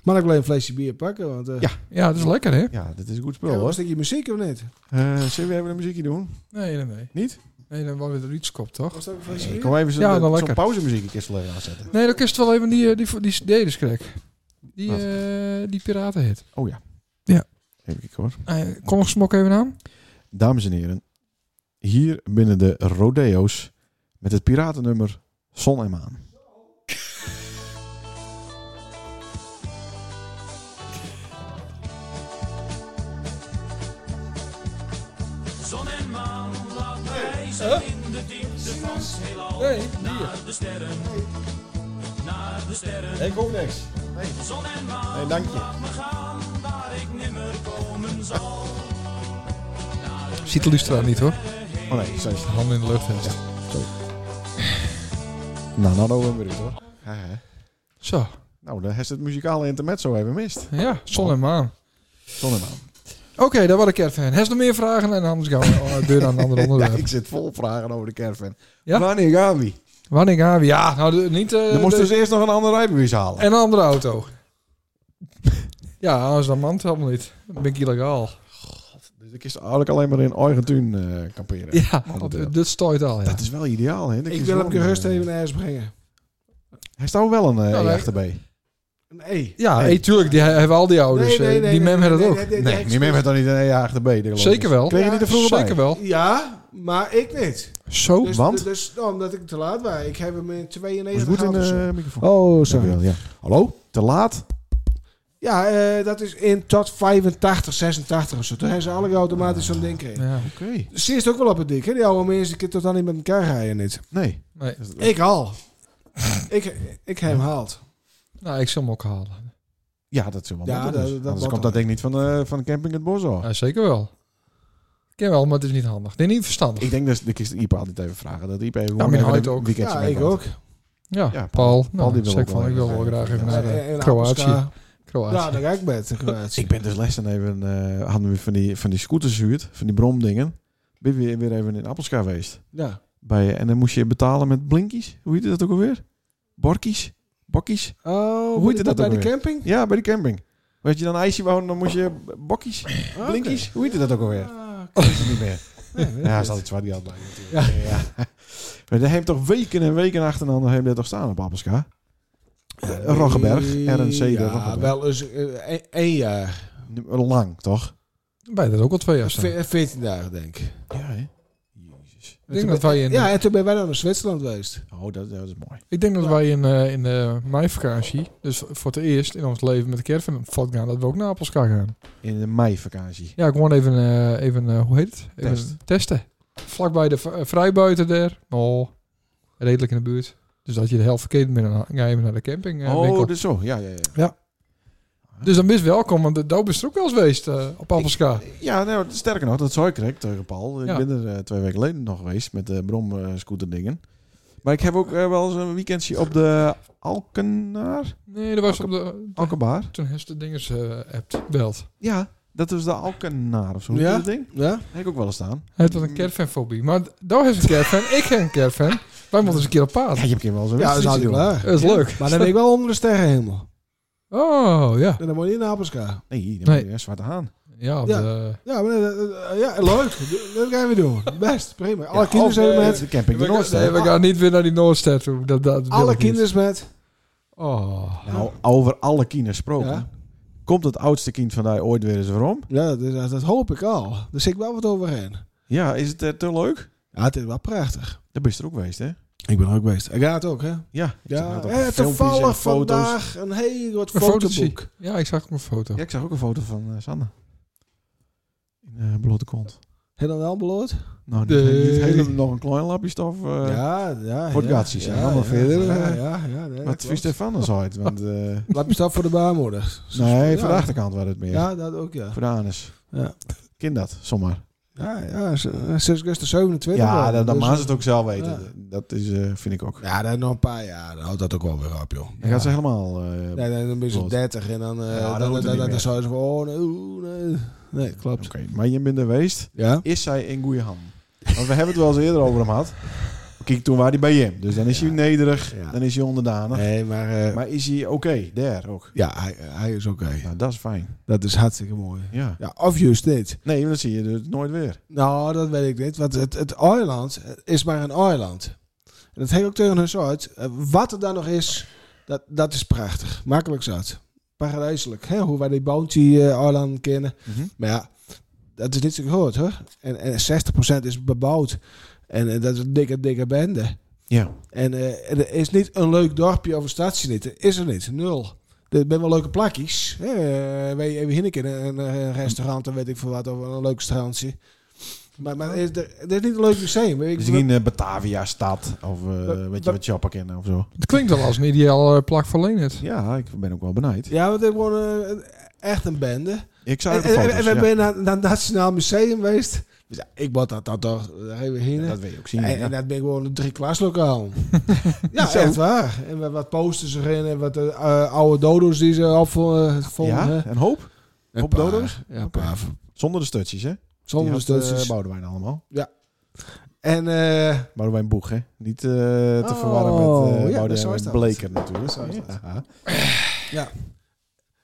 Speaker 2: Maar ik wil een flesje bier pakken, want... eh
Speaker 1: Ja,
Speaker 3: Ja, dat is lekker, hè?
Speaker 1: Ja, dit is een goed spul
Speaker 2: ja,
Speaker 1: hoor.
Speaker 2: een stukje muziek of niet?
Speaker 1: Eh, zullen we even een muziekje doen?
Speaker 3: Nee, nee, nee.
Speaker 1: Niet?
Speaker 3: Nee, dan worden we er iets kop, toch?
Speaker 2: Was dat ook een flesje
Speaker 1: Ik
Speaker 2: bier?
Speaker 1: kom even zo'n
Speaker 3: Ja, dan
Speaker 1: pauzemuziekje
Speaker 3: lekker.
Speaker 1: zo'n pauzemuziekje zo even aanzetten.
Speaker 3: Nee, dan kun je wel even die, eh, die, die, die cd-discrack. Die,
Speaker 1: Wat?
Speaker 3: eh die piratenhit.
Speaker 1: Oh ja.
Speaker 3: Ja.
Speaker 1: Even kijken hoor.
Speaker 3: Eh, kom nog smok even aan.
Speaker 1: Dames en heren, hier binnen de Rodeo's met het piratennummer Zon en Maan.
Speaker 6: Zon en maan, laat mij zijn in de diepte van het heelal.
Speaker 3: Nee, hier.
Speaker 6: Naar de sterren, naar de sterren.
Speaker 1: Ik hoor niks.
Speaker 6: Zon en maan,
Speaker 1: Nee, dank je.
Speaker 6: laat me gaan waar ik nimmer komen zal.
Speaker 3: Ziet de Lustra niet, hoor.
Speaker 1: Oh nee, zo is het.
Speaker 3: Handen in de lucht. hè.
Speaker 1: Nou, nou doen we hem weer uit, hoor. Ja, hè.
Speaker 3: Zo.
Speaker 1: Nou, dan heeft het muzikale intermezzo even mist.
Speaker 3: Ja, zon en maan.
Speaker 1: Zon en Maan.
Speaker 3: Oké, daar was ik caravan. Heeft nog meer vragen? En anders gaan we eh, deur aan een ander
Speaker 1: Ja,
Speaker 3: onderwerp.
Speaker 1: ik zit vol vragen over de caravan.
Speaker 3: Ja?
Speaker 1: Wanneer gaan we?
Speaker 3: Wanneer gaan we? Ja, nou de- niet... eh,
Speaker 1: Dan moest
Speaker 3: de- Eh.
Speaker 1: dus eerst nog een ander rijbewijs halen.
Speaker 3: En een andere auto. ja, anders dan man het helemaal niet. Dan ben ik illegaal.
Speaker 1: Dus ik is eigenlijk alleen maar in eigen tuin eh, kamperen.
Speaker 3: Ja,
Speaker 1: want, eh,
Speaker 3: dat, dat stooit al, ja.
Speaker 1: Dat is wel ideaal, hè? Dat
Speaker 2: Ik
Speaker 1: is
Speaker 2: wil
Speaker 1: wel
Speaker 2: hem gerust
Speaker 1: een, eh,
Speaker 2: even naar huis brengen.
Speaker 1: Hij staat wel een eh
Speaker 3: Ja, nee.
Speaker 1: E achterbij.
Speaker 2: Nee.
Speaker 3: Ja,
Speaker 1: Nee.
Speaker 3: hey, tuurlijk, die he- hebben al die ouders. eh, die mem hebben dat ook.
Speaker 1: Nee, die mem heeft dan niet een E achterbij. dat geloof ik.
Speaker 3: Zeker wel.
Speaker 1: Kreeg je niet er vroeger
Speaker 3: Zeker
Speaker 1: bij?
Speaker 3: wel.
Speaker 2: Ja, maar ik niet.
Speaker 3: Zo.
Speaker 2: Dus,
Speaker 1: want?
Speaker 2: Dus, omdat ik te laat was. Ik heb hem in eh,
Speaker 1: Is
Speaker 2: 92
Speaker 1: goed in
Speaker 2: gehaald of zo.
Speaker 1: de microfoon.
Speaker 2: Oh,
Speaker 1: Dank je wel, ja. Hallo? Te laat?
Speaker 2: Ja, eh, dat is in tot 85, 86 of zo. Toen hebben ze alle automatisch zo'n ding gekregen.
Speaker 3: Ja,
Speaker 1: Oké.
Speaker 2: Ze is het ook wel op het dik, hè? Die oude mensen kunnen totaal niet met elkaar rijden niet.
Speaker 1: Nee.
Speaker 3: nee.
Speaker 2: Ik al. ik, ik heb hem haald.
Speaker 3: Nou, ik zal hem ook halen.
Speaker 1: Ja, dat is wel
Speaker 2: Ja,
Speaker 1: ja,
Speaker 2: dat-
Speaker 1: dat,
Speaker 2: dat
Speaker 1: Anders
Speaker 2: wordt
Speaker 1: komt
Speaker 2: al.
Speaker 1: dat denk ik niet van, eh van camping het bos af.
Speaker 3: Ja, zeker wel. Ken wel, maar het is niet handig. Nee, niet verstandig.
Speaker 1: Ik denk dat ik is de IPA altijd even vragen. Dat IPA even
Speaker 3: Ja,
Speaker 1: gewoon
Speaker 3: mijn
Speaker 1: even
Speaker 3: hart
Speaker 1: een
Speaker 3: ook.
Speaker 1: weekendje
Speaker 2: Ja,
Speaker 1: mee
Speaker 2: ik
Speaker 1: kan.
Speaker 2: ook.
Speaker 3: Ja,
Speaker 1: Ja, Paul.
Speaker 3: Paul.
Speaker 1: Paul
Speaker 3: Nou,
Speaker 1: die
Speaker 3: die
Speaker 1: wil
Speaker 3: wil
Speaker 1: ook
Speaker 3: ik van,
Speaker 1: wel
Speaker 3: ik wil wel
Speaker 1: even-
Speaker 3: graag even
Speaker 1: Ja.
Speaker 3: naar
Speaker 2: En-
Speaker 3: de
Speaker 2: en
Speaker 3: Kroatië.
Speaker 2: Appelska. Ja,
Speaker 3: Kroatië.
Speaker 2: daar ga ik met. eh, Kroatië.
Speaker 1: Ik ben dus les en even, eh, hadden we van die, van die scooters gehuurd, van die bromdingen. Ben weer, weer even in Appelska geweest.
Speaker 2: Ja.
Speaker 1: Bij, eh, en dan moest je betalen met blinkies. Hoe heette dat ook alweer? Borkies? Bokkies?
Speaker 2: Oh,
Speaker 1: Hoe heette dat
Speaker 2: bij
Speaker 1: ook
Speaker 2: de
Speaker 1: weer?
Speaker 2: camping?
Speaker 1: Ja, bij de camping. Weet je dan ijsje wou, dan moest je bokkies, blinkies. Hoe heette dat ook alweer?
Speaker 2: Ah, oké.
Speaker 1: Dat is het niet meer.
Speaker 2: Nee, weet ik
Speaker 1: Ja,
Speaker 2: niet.
Speaker 1: dat is altijd zwaar die altijd natuurlijk. Ja. Maar daar heeft toch weken en weken achterna heeft dat toch staan op Appelska? Eh, Roggeberg, RNC de
Speaker 2: Ja,
Speaker 1: Roggeberg.
Speaker 2: wel eens eh, één- één jaar.
Speaker 1: Nu- Lang, toch?
Speaker 3: Bij dat ook al twee jaar staan.
Speaker 2: Ve- 14 dagen, denk ik.
Speaker 1: Ja, hè? Jezus.
Speaker 3: Ik denk dat wij in,
Speaker 2: Ja, en toen ben wij dan naar Zwitserland geweest.
Speaker 1: Oh, dat, dat is mooi.
Speaker 3: ik denk dat wij in, eh, in de meivakantie, dus voor het eerst in ons leven met de caravan op pad gaan, dat we ook naar Appelska gaan.
Speaker 1: In de meivakantie.
Speaker 3: Ja, gewoon even, eh, even eh, hoe heet het? Even
Speaker 1: Test.
Speaker 3: testen. Vlakbij de v- eh, vrijbuiten daar. Oh, redelijk in de buurt. Dus dat je de helft verkeerd bent, dan ga je even naar de camping. eh,
Speaker 1: oh,
Speaker 3: winkel.
Speaker 1: dus zo. Ja, ja, ja.
Speaker 3: Dus dan best welkom, want daar bist ook wel eens geweest eh, op Appelska.
Speaker 1: Ja, nou, sterker nog, dat zou ik correct tegen Paul. Ik
Speaker 3: Ja.
Speaker 1: ben er eh, twee weken geleden nog geweest met eh, de bromscooter dingen. Maar ik heb ook eh, wel eens een weekendje op de Alkenaar,
Speaker 3: Nee, dat was op de...
Speaker 1: Alkenbaar.
Speaker 3: Toen heeft de dinges eh appt, belt.
Speaker 1: Ja, dat is de Alkenaar of zo.
Speaker 2: Ja?
Speaker 1: Ja? Dat ding?
Speaker 2: Ja?
Speaker 1: Heb ik ook wel eens staan.
Speaker 3: Hij heeft wat een caravanfobie. Maar daar heeft een caravan, ik heb een caravan. Wij moeten eens een keer op paard.
Speaker 1: Ja, je hebt hier wel eens een
Speaker 2: Ja, dat is
Speaker 1: wedstrijdje,
Speaker 2: altijd
Speaker 1: joh.
Speaker 2: klaar.
Speaker 3: Dat is leuk.
Speaker 2: Maar dan ben ik wel onder de sterrenhemel.
Speaker 3: Oh, ja.
Speaker 2: En dan moet je niet naar Appelska.
Speaker 1: Nee, dan
Speaker 3: Nee.
Speaker 1: ben je een zwarte haan.
Speaker 3: Ja, op
Speaker 2: Ja.
Speaker 3: de-
Speaker 2: Ja, maar, dat- dat- ja, leuk. Dat gaan we doen. Best, prima. Alle
Speaker 1: Ja,
Speaker 2: kinderen
Speaker 1: of,
Speaker 2: zijn
Speaker 1: eh,
Speaker 2: met.
Speaker 1: De camping de
Speaker 3: we,
Speaker 1: Noordster.
Speaker 3: nee, we gaan niet weer naar die Noordster toe. Dat, dat wil
Speaker 2: Alle
Speaker 3: ik niet.
Speaker 2: kinderen met.
Speaker 3: Oh.
Speaker 1: Nou, over alle kinderen gesproken.
Speaker 2: Ja.
Speaker 1: Komt het oudste kind van daar ooit weer eens waarom?
Speaker 2: Ja, dat, dat- dat hoop ik al. Daar zit ik wel wat overheen.
Speaker 1: Ja, is het eh, te leuk?
Speaker 2: Ja, het is wel prachtig.
Speaker 1: Daar ben je er ook geweest, hè?
Speaker 2: Ik ben er ook geweest. Ik ga het ook, hè?
Speaker 1: Ja, ik zag
Speaker 2: Ja,
Speaker 1: net op
Speaker 2: eh,
Speaker 1: filmpjes en
Speaker 2: toevallig
Speaker 1: foto's.
Speaker 2: vandaag een heel wat
Speaker 3: Een fotoboek.
Speaker 2: fotoboek.
Speaker 3: Ja, ik zag ook een foto.
Speaker 1: Ja, ik zag ook een foto van eh, Sanne. In eh blote kont.
Speaker 2: Heb je dan wel beloofd?
Speaker 1: Nou, niet,
Speaker 3: De-
Speaker 1: niet helemaal nog een klein lapje stof. eh,
Speaker 2: ja, ja.
Speaker 1: voor de
Speaker 2: ja,
Speaker 1: gaties, hè? Allemaal verder,
Speaker 2: Ja,
Speaker 1: eh,
Speaker 2: ja, ja. nee, dat
Speaker 1: Wat vies
Speaker 2: klopt.
Speaker 1: ervan dan uit? Want, eh,
Speaker 2: Laat me staan voor de baarmoeder.
Speaker 1: nee,
Speaker 2: ja.
Speaker 1: voor de achterkant was het meer.
Speaker 2: Ja, dat ook, ja.
Speaker 1: Voor de anus.
Speaker 2: Ja.
Speaker 1: Kind dat, zomaar.
Speaker 2: Ja, ja. z- eh, 6 augustus 27.
Speaker 1: Ja,
Speaker 2: wel.
Speaker 1: dan, dan
Speaker 2: Dus-
Speaker 1: maakt ze het ook zelf weten.
Speaker 2: Ja.
Speaker 1: Dat is, eh, vind ik ook.
Speaker 2: Ja, dan nog een paar jaar. Dan houdt dat ook wel weer op, joh.
Speaker 1: Dan gaat ze helemaal... eh,
Speaker 2: Nee, nee, dan ben je
Speaker 1: Klopt.
Speaker 2: 30 en dan, eh
Speaker 1: Ja, dan hoeft
Speaker 2: dan, dan,
Speaker 1: het
Speaker 2: dan,
Speaker 1: niet meer.
Speaker 2: zou je zo van, oh nee, oeh, nee. Nee, klopt.
Speaker 1: Oké, maar je bent er geweest.
Speaker 2: Ja?
Speaker 1: Is zij in goede handen? Want we hebben het wel eens eerder over hem gehad. Kijk, toen waren hij bij hem. Dus dan is hij nederig.
Speaker 2: Ja.
Speaker 1: Dan is hij onderdanig.
Speaker 2: Nee, maar, eh,
Speaker 1: Maar is hij oké? Daar ook.
Speaker 2: ja, hij, hij is oké.
Speaker 1: Nou, dat is fijn.
Speaker 2: Dat is hartstikke mooi.
Speaker 1: Ja.
Speaker 2: Ja, of juist niet.
Speaker 1: Nee, dat zie je dus nooit weer.
Speaker 2: Nou, dat weet ik niet. Want het, het eiland is maar een eiland. En dat heeft ook tegen hun uit. Eh, Wat er dan nog is, dat, dat is prachtig. Makkelijk zat. Paradijselijk. Hè? Hoe wij die Bounty eh, eilanden kennen. Maar ja, dat is niet zo groot hoor. En, en 60% is bebouwd. En, eh, dat is een dikke, dikke bende.
Speaker 1: Ja.
Speaker 2: En eh, er is niet een leuk dorpje of een stadje niet. Er Is er niet. Nul. Er zijn wel leuke plakjes. Eh, weet je, even heen in een, eh, een restaurant, dan weet ik veel wat, of een leuk strandje. Maar, maar er, er, er is niet een leuk museum. Ik,
Speaker 1: Is hij dus in Batavia-stad? Of eh,
Speaker 2: Wat-
Speaker 1: weet je
Speaker 2: wat-
Speaker 1: wat Japan kennen of zo?
Speaker 3: Het klinkt wel als een ideaal eh, plak voor Leonard.
Speaker 1: Ja, ik ben ook wel benijd.
Speaker 2: ja, want het is gewoon eh, een- echt een bende.
Speaker 1: Ik zou
Speaker 2: En,
Speaker 1: de
Speaker 2: en,
Speaker 1: foto's,
Speaker 2: en we
Speaker 1: ja.
Speaker 2: zijn naar, naar het Nationaal Museum geweest. Dus ja, ik word dat dan toch daar even heen.
Speaker 1: Ja, dat wil je ook zien.
Speaker 2: En,
Speaker 1: ja.
Speaker 2: en dat ben ik gewoon een drie klaslokaal. ja, echt waar. En wat- wat posters erin en wat eh, oude dodo's die ze eh, opvonden.
Speaker 1: ja, een hoop.
Speaker 2: Een
Speaker 1: Op
Speaker 2: paar.
Speaker 1: dodo's?
Speaker 2: Ja, een paar.
Speaker 1: Zonder de stutjes, hè?
Speaker 2: Zonder de
Speaker 1: Die had, eh,
Speaker 2: stutjes.
Speaker 1: Boudewijn allemaal.
Speaker 2: en eh,
Speaker 1: Boudewijn Boeg, hè? Niet eh, te
Speaker 2: Oh,
Speaker 1: verwarren met eh
Speaker 2: ja, dat
Speaker 1: Boudewijn
Speaker 2: zo is dat.
Speaker 1: Bleker natuurlijk.
Speaker 2: Zo is dat.
Speaker 1: Ja.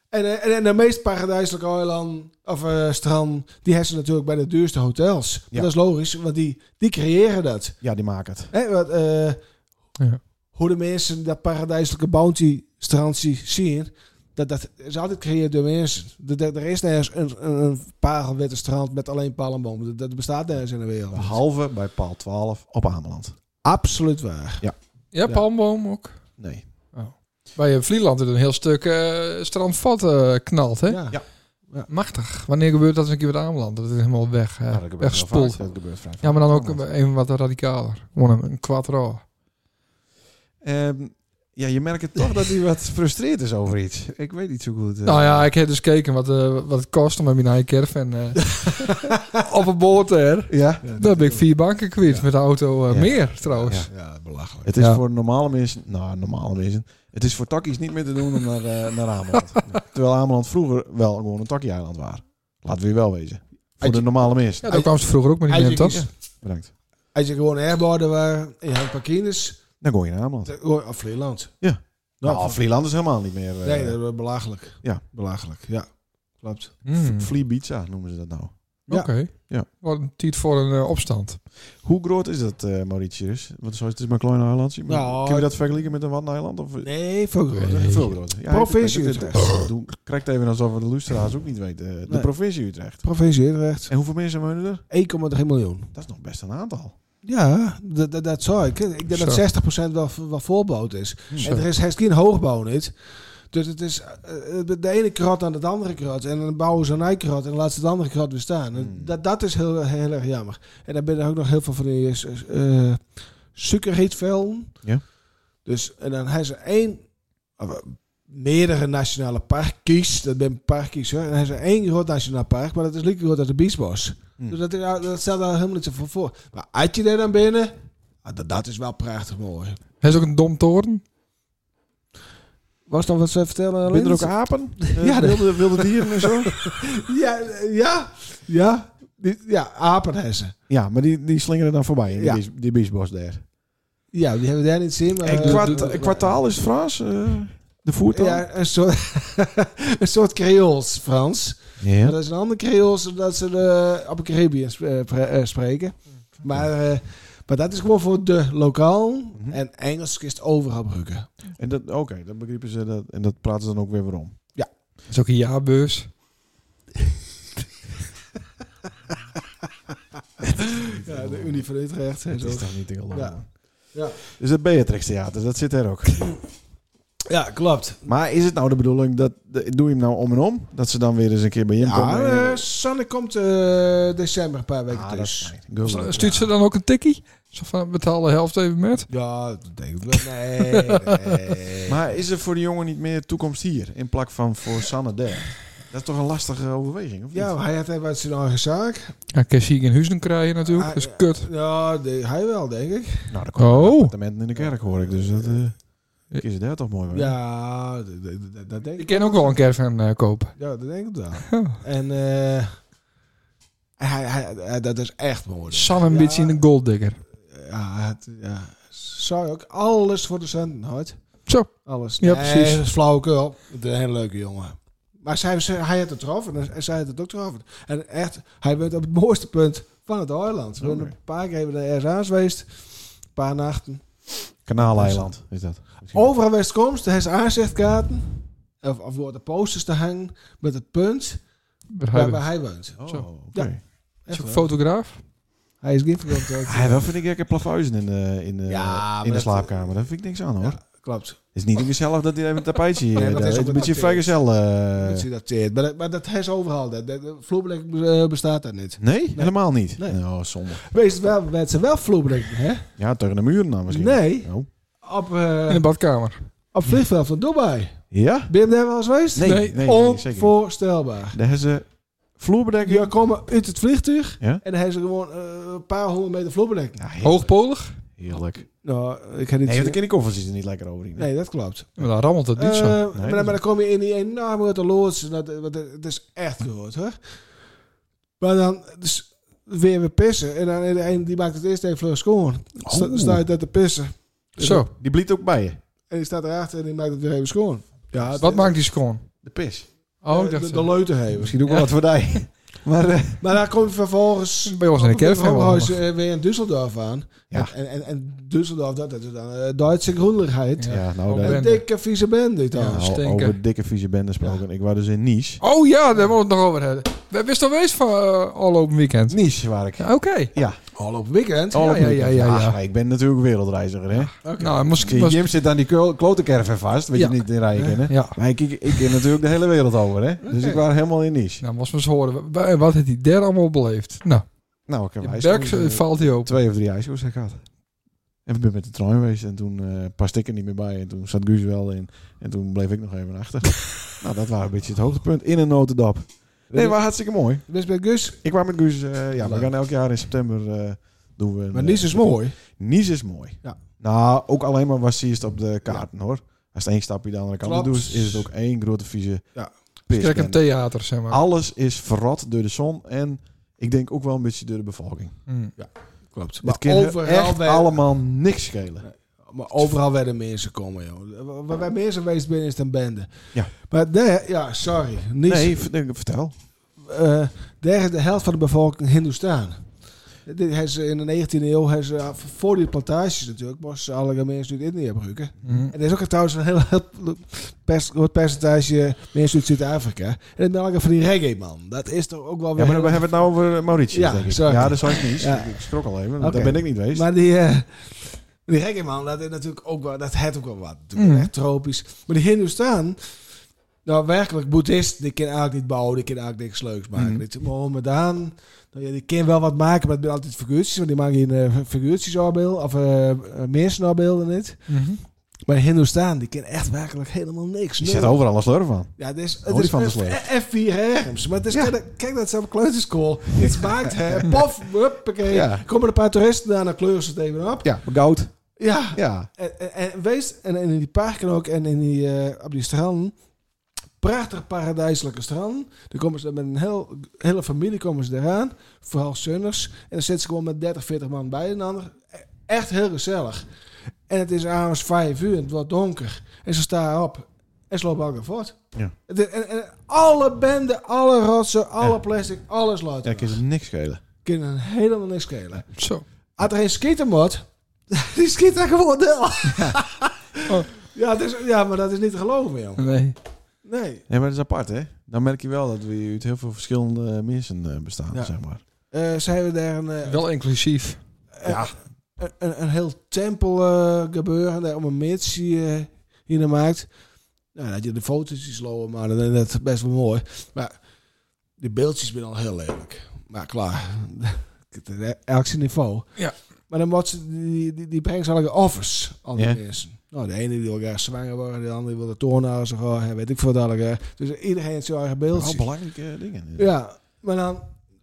Speaker 2: en, eh, en, en de meest paradijselijke eiland of eh, strand, die hebben ze natuurlijk bij de duurste hotels. Maar
Speaker 1: Ja.
Speaker 2: Dat is logisch, want die, die creëren dat.
Speaker 1: Ja, die maken het.
Speaker 2: Hè, wat, eh,
Speaker 3: Ja.
Speaker 2: Hoe de mensen dat paradijselijke bounty strandje zien, dat, dat is altijd gecreëerd door mensen. Dat, dat- er is nergens een, een, een parelwitte strand met alleen palmbomen. Dat, dat bestaat nergens in de wereld.
Speaker 1: Behalve bij paal 12 op Ameland.
Speaker 2: Absoluut waar.
Speaker 3: Ja, palmboom ook.
Speaker 1: Nee.
Speaker 3: Bij eh, Vlieland is een heel stuk eh strandvat eh, knalt, hè?
Speaker 2: Ja.
Speaker 1: Ja.
Speaker 3: Machtig. Wanneer gebeurt dat eens een keer met Ameland? Dat is helemaal weg, eh,
Speaker 1: Nou, dat gebeurt wel
Speaker 3: weggespoeld.
Speaker 1: vaak. Dat gebeurt vrij
Speaker 3: Ja,
Speaker 1: vaak
Speaker 3: maar dan
Speaker 1: op
Speaker 3: ook
Speaker 1: Ameland.
Speaker 2: eh,
Speaker 3: even wat radicaler. Gewoon een, een quattro.
Speaker 1: Ehm, Ja, je merkt het toch dat hij wat frustreerd is over iets. Ik weet niet zo goed. eh.
Speaker 3: Nou ja, ik heb dus gekeken wat, eh, wat het kost om een eigen caravan eh op een boot er.
Speaker 1: ja.
Speaker 3: Daar ben ik vier banken kwijt met de auto. eh,
Speaker 1: Ja.
Speaker 3: Meer trouwens.
Speaker 1: Ja.
Speaker 2: Ja, belachelijk.
Speaker 1: Het is
Speaker 3: Ja.
Speaker 1: voor normale mensen, nou normale mensen, het is voor takkies niet meer te doen om naar, eh, naar Ameland. Terwijl Ameland vroeger wel gewoon een takkie-eiland was. Laten we je wel wezen. Voor de normale mensen.
Speaker 3: Ja, daar kwam ze vroeger ook met die
Speaker 2: Eigenlijk
Speaker 3: mentas.
Speaker 2: is-
Speaker 1: Bedankt.
Speaker 2: Als je gewoon erbaarder was en je had parkeerders,
Speaker 1: Dan gooi je naar Ameland.
Speaker 2: te- oh, of Vleeland.
Speaker 1: Ja.
Speaker 2: Nou,
Speaker 1: Nou, Vlieland is helemaal niet meer. eh,
Speaker 2: nee, dat is belachelijk.
Speaker 1: Ja.
Speaker 2: Belachelijk, ja. Klopt.
Speaker 3: Hmm,
Speaker 1: Flea Pizza noemen ze dat nou.
Speaker 2: Ja.
Speaker 3: Oké.
Speaker 1: Ja.
Speaker 3: Wat een tijd voor een eh, opstand.
Speaker 1: Hoe groot is dat, eh, Mauritius? Want zoals het is maar een klein eilandje. maar
Speaker 2: Nou,
Speaker 1: kun je dat vergelijken met een waddeneiland? Of
Speaker 2: Nee, veel groter.
Speaker 3: Nee.
Speaker 1: veel groter? Ja,
Speaker 2: Provincie
Speaker 1: ik- ik- ik- ik-
Speaker 2: Utrecht.
Speaker 1: Doe- Krijgt even alsof we de luisteraars ook niet weten. De
Speaker 2: Nee.
Speaker 1: provincie Utrecht.
Speaker 2: Provincie Utrecht, 1,3
Speaker 1: En hoeveel mensen wonen er?
Speaker 2: miljoen.
Speaker 1: Dat is nog best een aantal.
Speaker 2: Ja, dat, dat, dat zou ik. Ik denk
Speaker 3: Zo.
Speaker 2: dat 60% wel, wel volbouwd is.
Speaker 3: Zo.
Speaker 2: En er is helemaal geen hoogbouw niet. Dus het is eh, eh, de ene krot aan de andere krot. En dan bouwen ze een ei krot en dan laten ze de andere krot weer staan. En
Speaker 1: Hmm.
Speaker 2: dat, dat is heel, heel erg jammer. En dan ben er ook nog heel veel van die eh eh, suikerrietvelden.
Speaker 1: Ja.
Speaker 2: Dus, en dan hebben ze één, of, eh, meerdere nationale parkjes. Dat ben parkjes hoor. En dan hebben ze één groot nationaal park, maar dat is lekker groot als de Biesbos.
Speaker 1: Hmm.
Speaker 2: Dus dat, is- dat staat daar helemaal niet zo voor voor. Maar als je daar dan binnen, ah, dat, dat is wel prachtig mooi.
Speaker 3: Hij is ook een domtoren.
Speaker 2: Was dan wat ze vertellen?
Speaker 1: Ben er ook
Speaker 2: Lennart?
Speaker 1: apen? Eh,
Speaker 2: Ja, dat-
Speaker 1: wilde, wilde dieren en zo?
Speaker 2: Ja, eh, ja, ja. Die- Ja, apenhessen.
Speaker 1: ja, maar die, die slingeren dan voorbij in die
Speaker 2: Ja.
Speaker 1: bies- die biesbos daar.
Speaker 2: Ja, die hebben we daar niet zien. Maar,
Speaker 1: en
Speaker 2: eh,
Speaker 1: kwart-
Speaker 2: eh,
Speaker 1: kwartaal is Frans? eh, de voertaal?
Speaker 2: Ja, een soort, een soort Creools, Frans. Maar dat is een ander Creools dat ze de, op een Caribbean sp- eh, pre- eh, spreken. Maar, eh, maar dat is gewoon voor de lokaal.
Speaker 1: Mhm.
Speaker 2: En Engels is het overal gebruiken.
Speaker 1: En dat, oké, dat begrepen ze dat, en dat praten ze dan ook weer weer om.
Speaker 3: Dat is ook een jaarbeurs.
Speaker 2: Ja, de Unie van Utrecht.
Speaker 1: Dat is toch niet te geloven.
Speaker 2: Ja. Ja.
Speaker 1: Dus het Beatrix Theater, dat zit er ook.
Speaker 2: ja, klopt.
Speaker 1: Maar is het nou de bedoeling dat de- doe je hem nou om en om? Dat ze dan weer eens een keer bij je
Speaker 2: Ja,
Speaker 1: komen?
Speaker 2: eh, Sanne komt eh, december een paar weken
Speaker 1: ah, dat
Speaker 2: thuis.
Speaker 1: is fijn. Good luck.
Speaker 3: Stuurt ze dan ook een tikkie? Zo van, betaal de helft even met.
Speaker 2: Ja, dat denk ik wel. Nee, nee.
Speaker 1: Maar is er voor de jongen niet meer toekomst hier in plak van voor Sanne daar? Dat is toch een lastige overweging, of niet?
Speaker 2: ja, maar hij had even uit zijn eigen zaak.
Speaker 3: Ja, kan je in huizen krijgen natuurlijk.
Speaker 2: Ah,
Speaker 3: dat is
Speaker 2: ja.
Speaker 3: kut.
Speaker 2: Ja, de- hij wel, denk ik.
Speaker 1: Nou, dat komt
Speaker 3: Oh.
Speaker 1: appartementen in de kerk hoor ik, dus dat eh is het daar toch mooi. hoor.
Speaker 2: Ja, d- d- d- dat denk
Speaker 3: Ik
Speaker 2: ik.
Speaker 3: kan ook wel een caravan eh, kopen.
Speaker 2: Ja, dat denk ik wel.
Speaker 1: Oh.
Speaker 2: En eh, hij, hij, hij- dat is echt mooi.
Speaker 3: San een
Speaker 2: Ja.
Speaker 3: beetje in een golddigger.
Speaker 2: Ja, het, ja, zou je ook alles voor de centen houdt.
Speaker 3: Zo.
Speaker 2: Alles.
Speaker 3: Ja,
Speaker 2: Nee,
Speaker 3: precies.
Speaker 2: dat is flauwekul. Het is een hele leuke jongen. Maar zij, zij- hij had het getroffen en zij had het ook getroffen. En echt, hij bent op het mooiste punt van het eiland. We
Speaker 1: Oké.
Speaker 2: zijn een paar keer bij de RA's geweest. Een paar nachten.
Speaker 1: Kanaaleiland is dat. Misschien.
Speaker 2: Overal waar het komt, hij is aanzichtkaarten. Of, of worden posters te hangen met het punt
Speaker 3: Maar hij-
Speaker 2: waar, waar hij woont.
Speaker 1: Oh,
Speaker 3: Zo.
Speaker 1: oké.
Speaker 2: Ja.
Speaker 3: is
Speaker 2: Echt
Speaker 3: ook
Speaker 2: wel.
Speaker 3: fotograaf.
Speaker 2: Hij is geen verdomd.
Speaker 1: Hij wel vind ik gekke plafuizen in de, in de,
Speaker 2: Ja, maar
Speaker 1: in de
Speaker 2: dat-
Speaker 1: slaapkamer. Daar vind ik niks aan hoor.
Speaker 2: Ja, klopt.
Speaker 1: Het is niet gezellig dat hij even een tapijtje hier.
Speaker 2: Nee, maar
Speaker 1: dat
Speaker 2: het
Speaker 1: is
Speaker 2: is ook
Speaker 1: een beetje
Speaker 2: een tapijt.
Speaker 1: vrijgezel. eh.
Speaker 2: Mensen dat teert. Maar, dat- maar dat hij is overal. Dat, dat, dat vloerbedekking, eh, bestaat daar niet.
Speaker 1: Nee? helemaal niet.
Speaker 2: Nee.
Speaker 1: Nou, zonde.
Speaker 2: Wees het wel, werd ze wel vloerbedekking, hè?
Speaker 1: Ja, tegen de muren dan misschien.
Speaker 2: Nee,
Speaker 1: Oh.
Speaker 2: op, eh,
Speaker 3: In de badkamer.
Speaker 2: op vliegveld van Dubai.
Speaker 1: Ja?
Speaker 2: Ben je daar wel eens geweest?
Speaker 1: Nee, nee, nee, zeker niet.
Speaker 2: Onvoorstelbaar.
Speaker 1: Daar hebben ze vloerbedekking.
Speaker 2: Je komt uit het vliegtuig
Speaker 1: Ja?
Speaker 2: en dan hebben ze gewoon eh, een paar honderd meter vloerbedekking.
Speaker 1: Ja, heerlijk.
Speaker 3: Hoogpolig.
Speaker 1: Heerlijk.
Speaker 2: Nou, ik heb niet
Speaker 1: Nee, want de kinderkoffers zitten er niet lekker over.
Speaker 2: Nee, dat klopt.
Speaker 3: Maar dan rammelt het niet
Speaker 2: Eh,
Speaker 3: zo.
Speaker 2: maar, dan- maar dan kom je in die enorme grote loods. en Dat, want het het is echt groot, hoor. Maar dan dus weer weer pissen. En dan en de een die maakt het eerst even vlug schoon. Sta,
Speaker 1: Oh.
Speaker 2: staat daar te pissen.
Speaker 3: Zo.
Speaker 1: Die bliet ook bij je.
Speaker 2: En die staat erachter en die maakt het weer even schoon. Ja, het-
Speaker 3: Wat maakt die schoon?
Speaker 1: De pis.
Speaker 3: Oh, ik
Speaker 2: de, de,
Speaker 3: dacht...
Speaker 2: de leuten hebben.
Speaker 1: Misschien ook wel wat voor die. Maar eh,
Speaker 2: Maar dan kom je vervolgens...
Speaker 3: eh, bij ons in de
Speaker 2: op het
Speaker 3: caravan wel
Speaker 2: Hooghuis,
Speaker 3: handig.
Speaker 2: eh, weer in Düsseldorf aan.
Speaker 1: Ja.
Speaker 2: En, en, en Düsseldorf, dat is dan eh, Duitse groenlijkheid.
Speaker 3: Ja.
Speaker 1: ja, nou,
Speaker 3: Oh,
Speaker 1: daar-
Speaker 2: Een
Speaker 3: Bende.
Speaker 2: dikke vieze band dit
Speaker 3: Ja.
Speaker 2: dan.
Speaker 1: nou,
Speaker 3: stinken.
Speaker 1: over dikke vieze bende gesproken. Ik was dus in Nice.
Speaker 3: Oh ja, daar moeten we het nog over hebben. We wist al geweest van eh, afgelopen weekend.
Speaker 1: Nice waar ik.
Speaker 3: Ja, Oké.
Speaker 2: Al op weekend.
Speaker 1: Al op
Speaker 3: ja,
Speaker 1: weekend.
Speaker 3: ja, ja,
Speaker 1: Ah,
Speaker 3: ja.
Speaker 1: maar ik ben natuurlijk wereldreiziger, hè.
Speaker 3: Nou, moest ik...
Speaker 1: Jim zit aan die keul- klote caravan vast, weet
Speaker 3: Ja.
Speaker 1: je niet in rijden kennen.
Speaker 3: Ja.
Speaker 1: Maar ik, ik, ik ken natuurlijk de hele wereld over, hè. Dus
Speaker 2: Oké.
Speaker 1: ik was helemaal in Nice.
Speaker 3: Nou, moest we eens horen. wa- Wat heeft hij daar allemaal beleefd? Nou,
Speaker 1: Nou, ik heb
Speaker 3: in
Speaker 1: ijs-
Speaker 3: Berks eh, valt hij op.
Speaker 1: twee of drie ijsjes gehad. En we zijn met de trein geweest en toen eh paste ik er niet meer bij. En toen zat Guus wel in. En toen bleef ik nog even achter. nou, dat was een beetje het hoogtepunt in een notendop. Nee, maar hartstikke mooi.
Speaker 2: Best bij Gus.
Speaker 1: Ik kwam met Guus, eh, ja, we
Speaker 2: Leuk.
Speaker 1: gaan elk jaar in september eh, doen we... een,
Speaker 2: Maar Nies is
Speaker 1: eh,
Speaker 2: mooi.
Speaker 1: Nice is mooi.
Speaker 2: Ja.
Speaker 1: Nou, ook alleen maar was het op de kaarten hoor. Als het één stapje de andere kant op
Speaker 2: Klopt.
Speaker 1: doet, is het ook één grote vieze
Speaker 2: Ja. Dus
Speaker 1: pis.
Speaker 3: Kijk, een theater, zeg maar.
Speaker 1: Alles is verrot door de zon en ik denk ook wel een beetje door de bevolking.
Speaker 3: Mm.
Speaker 2: Klopt.
Speaker 1: het kan echt allemaal niks schelen.
Speaker 2: Maar overal waar de mensen komen, joh. Waar wij mensen geweest zijn, is het een bende.
Speaker 1: Ja.
Speaker 2: Maar daar, ja, sorry. Niet,
Speaker 1: Nee, v- nee, vertel.
Speaker 2: eh, daar is de helft van de bevolking Hindoestaan. Dit hebben ze In de 19e eeuw hebben ze, eh, voor die plantages natuurlijk, moesten ze alle mensen uit India gebruiken.
Speaker 3: Mm.
Speaker 2: En er is ook trouwens een heel, heel pers- groot percentage mensen uit Zuid-Afrika. En het melken van die reggae, man. Dat is toch ook wel
Speaker 1: Ja,
Speaker 2: weer...
Speaker 1: maar dan hebben we het nou over Mauritius,
Speaker 2: Ja,
Speaker 1: denk ik.
Speaker 2: sorry.
Speaker 1: Ja, dat was niet.
Speaker 2: Ja.
Speaker 1: Ik schrok al even, want
Speaker 2: Oké.
Speaker 1: daar ben ik niet geweest.
Speaker 2: Maar die, eh, die reggae man, dat is natuurlijk ook wel, dat heeft ook wel wat. Natuurlijk,
Speaker 3: Mm.
Speaker 2: Echt tropisch. Maar die Hindoestaan, nou werkelijk, boeddhist, die kan eigenlijk niet bouwen, die kan eigenlijk niks leuks maken.
Speaker 3: Mm.
Speaker 2: Dit is Mohammedaan, nou, ja, die kan wel wat maken, maar het zijn altijd figuurtjes, want die maken hier eh, figuurtjes afbeelden, of eh meersnarbeelden niet.
Speaker 3: Mhm.
Speaker 2: Maar de Hindoestaan, die kan echt werkelijk helemaal niks.
Speaker 1: Je
Speaker 2: nul.
Speaker 1: zet overal een slurf van.
Speaker 2: Ja, het is,
Speaker 1: Hoor
Speaker 2: het
Speaker 1: die
Speaker 2: is
Speaker 1: van de
Speaker 2: F-
Speaker 1: sleep?
Speaker 2: F- F4 herms. Maar het is,
Speaker 1: Ja.
Speaker 2: kijk, kijk dat ze op kleuterschool iets maakt. Hè. Pof, huppakee.
Speaker 1: Ja.
Speaker 2: Komen een paar toeristen aan, dan kleuren ze het even op.
Speaker 1: Ja, goud.
Speaker 2: Ja,
Speaker 1: Ja,
Speaker 2: en, en, en wees, en, en in die parken ook, en in die, eh, op die stranden. Prachtig paradijselijke stranden. Dan komen ze met een heel, hele familie komen ze eraan. Vooral zonners. En dan zitten ze gewoon met 30, 40 man bij een ander. E- Echt heel gezellig. En het is avonds 5 uur en het wordt donker. En ze staan op. En ze lopen elkaar voort.
Speaker 1: Ja.
Speaker 2: Het is- En, en alle benden, alle rotsen, alle plastic, alles loopt.
Speaker 1: ja ik kan ze niks schelen.
Speaker 2: Kunnen helemaal niks schelen.
Speaker 3: Zo.
Speaker 2: Had er geen skieten moet, die skiet daar gewoon deel. Ja.
Speaker 3: Oh.
Speaker 2: het is, ja, maar dat is niet te geloven, joh.
Speaker 3: Nee.
Speaker 2: Nee.
Speaker 1: Nee, maar dat is apart, hè? Dan merk je wel dat we uit heel veel verschillende eh, mensen eh, bestaan,
Speaker 2: Ja.
Speaker 1: zeg maar.
Speaker 2: Eh, zijn we daar een, eh,
Speaker 3: Wel inclusief.
Speaker 1: Ja.
Speaker 2: een, een, een heel tempel eh, gebeuren, daar om een meertje eh hier maakt. Nou, dat je de foto's ziet lopen, maar dan is dat best wel mooi. Maar de beeldjes zijn al heel lelijk. Maar klaar, het is elk zijn niveau.
Speaker 3: Ja.
Speaker 2: Maar dan moet ze, die, die, die brengen ze alle offers aan die
Speaker 1: Ja.
Speaker 2: mensen. Nou, de ene die wil graag zwanger worden, de andere wil de toornaren zo graag, en weet ik veel wat allemaal. Dus iedereen heeft zijn eigen
Speaker 1: Al
Speaker 2: beeldje.
Speaker 1: belangrijke eh, dingen.
Speaker 2: Ja, maar dan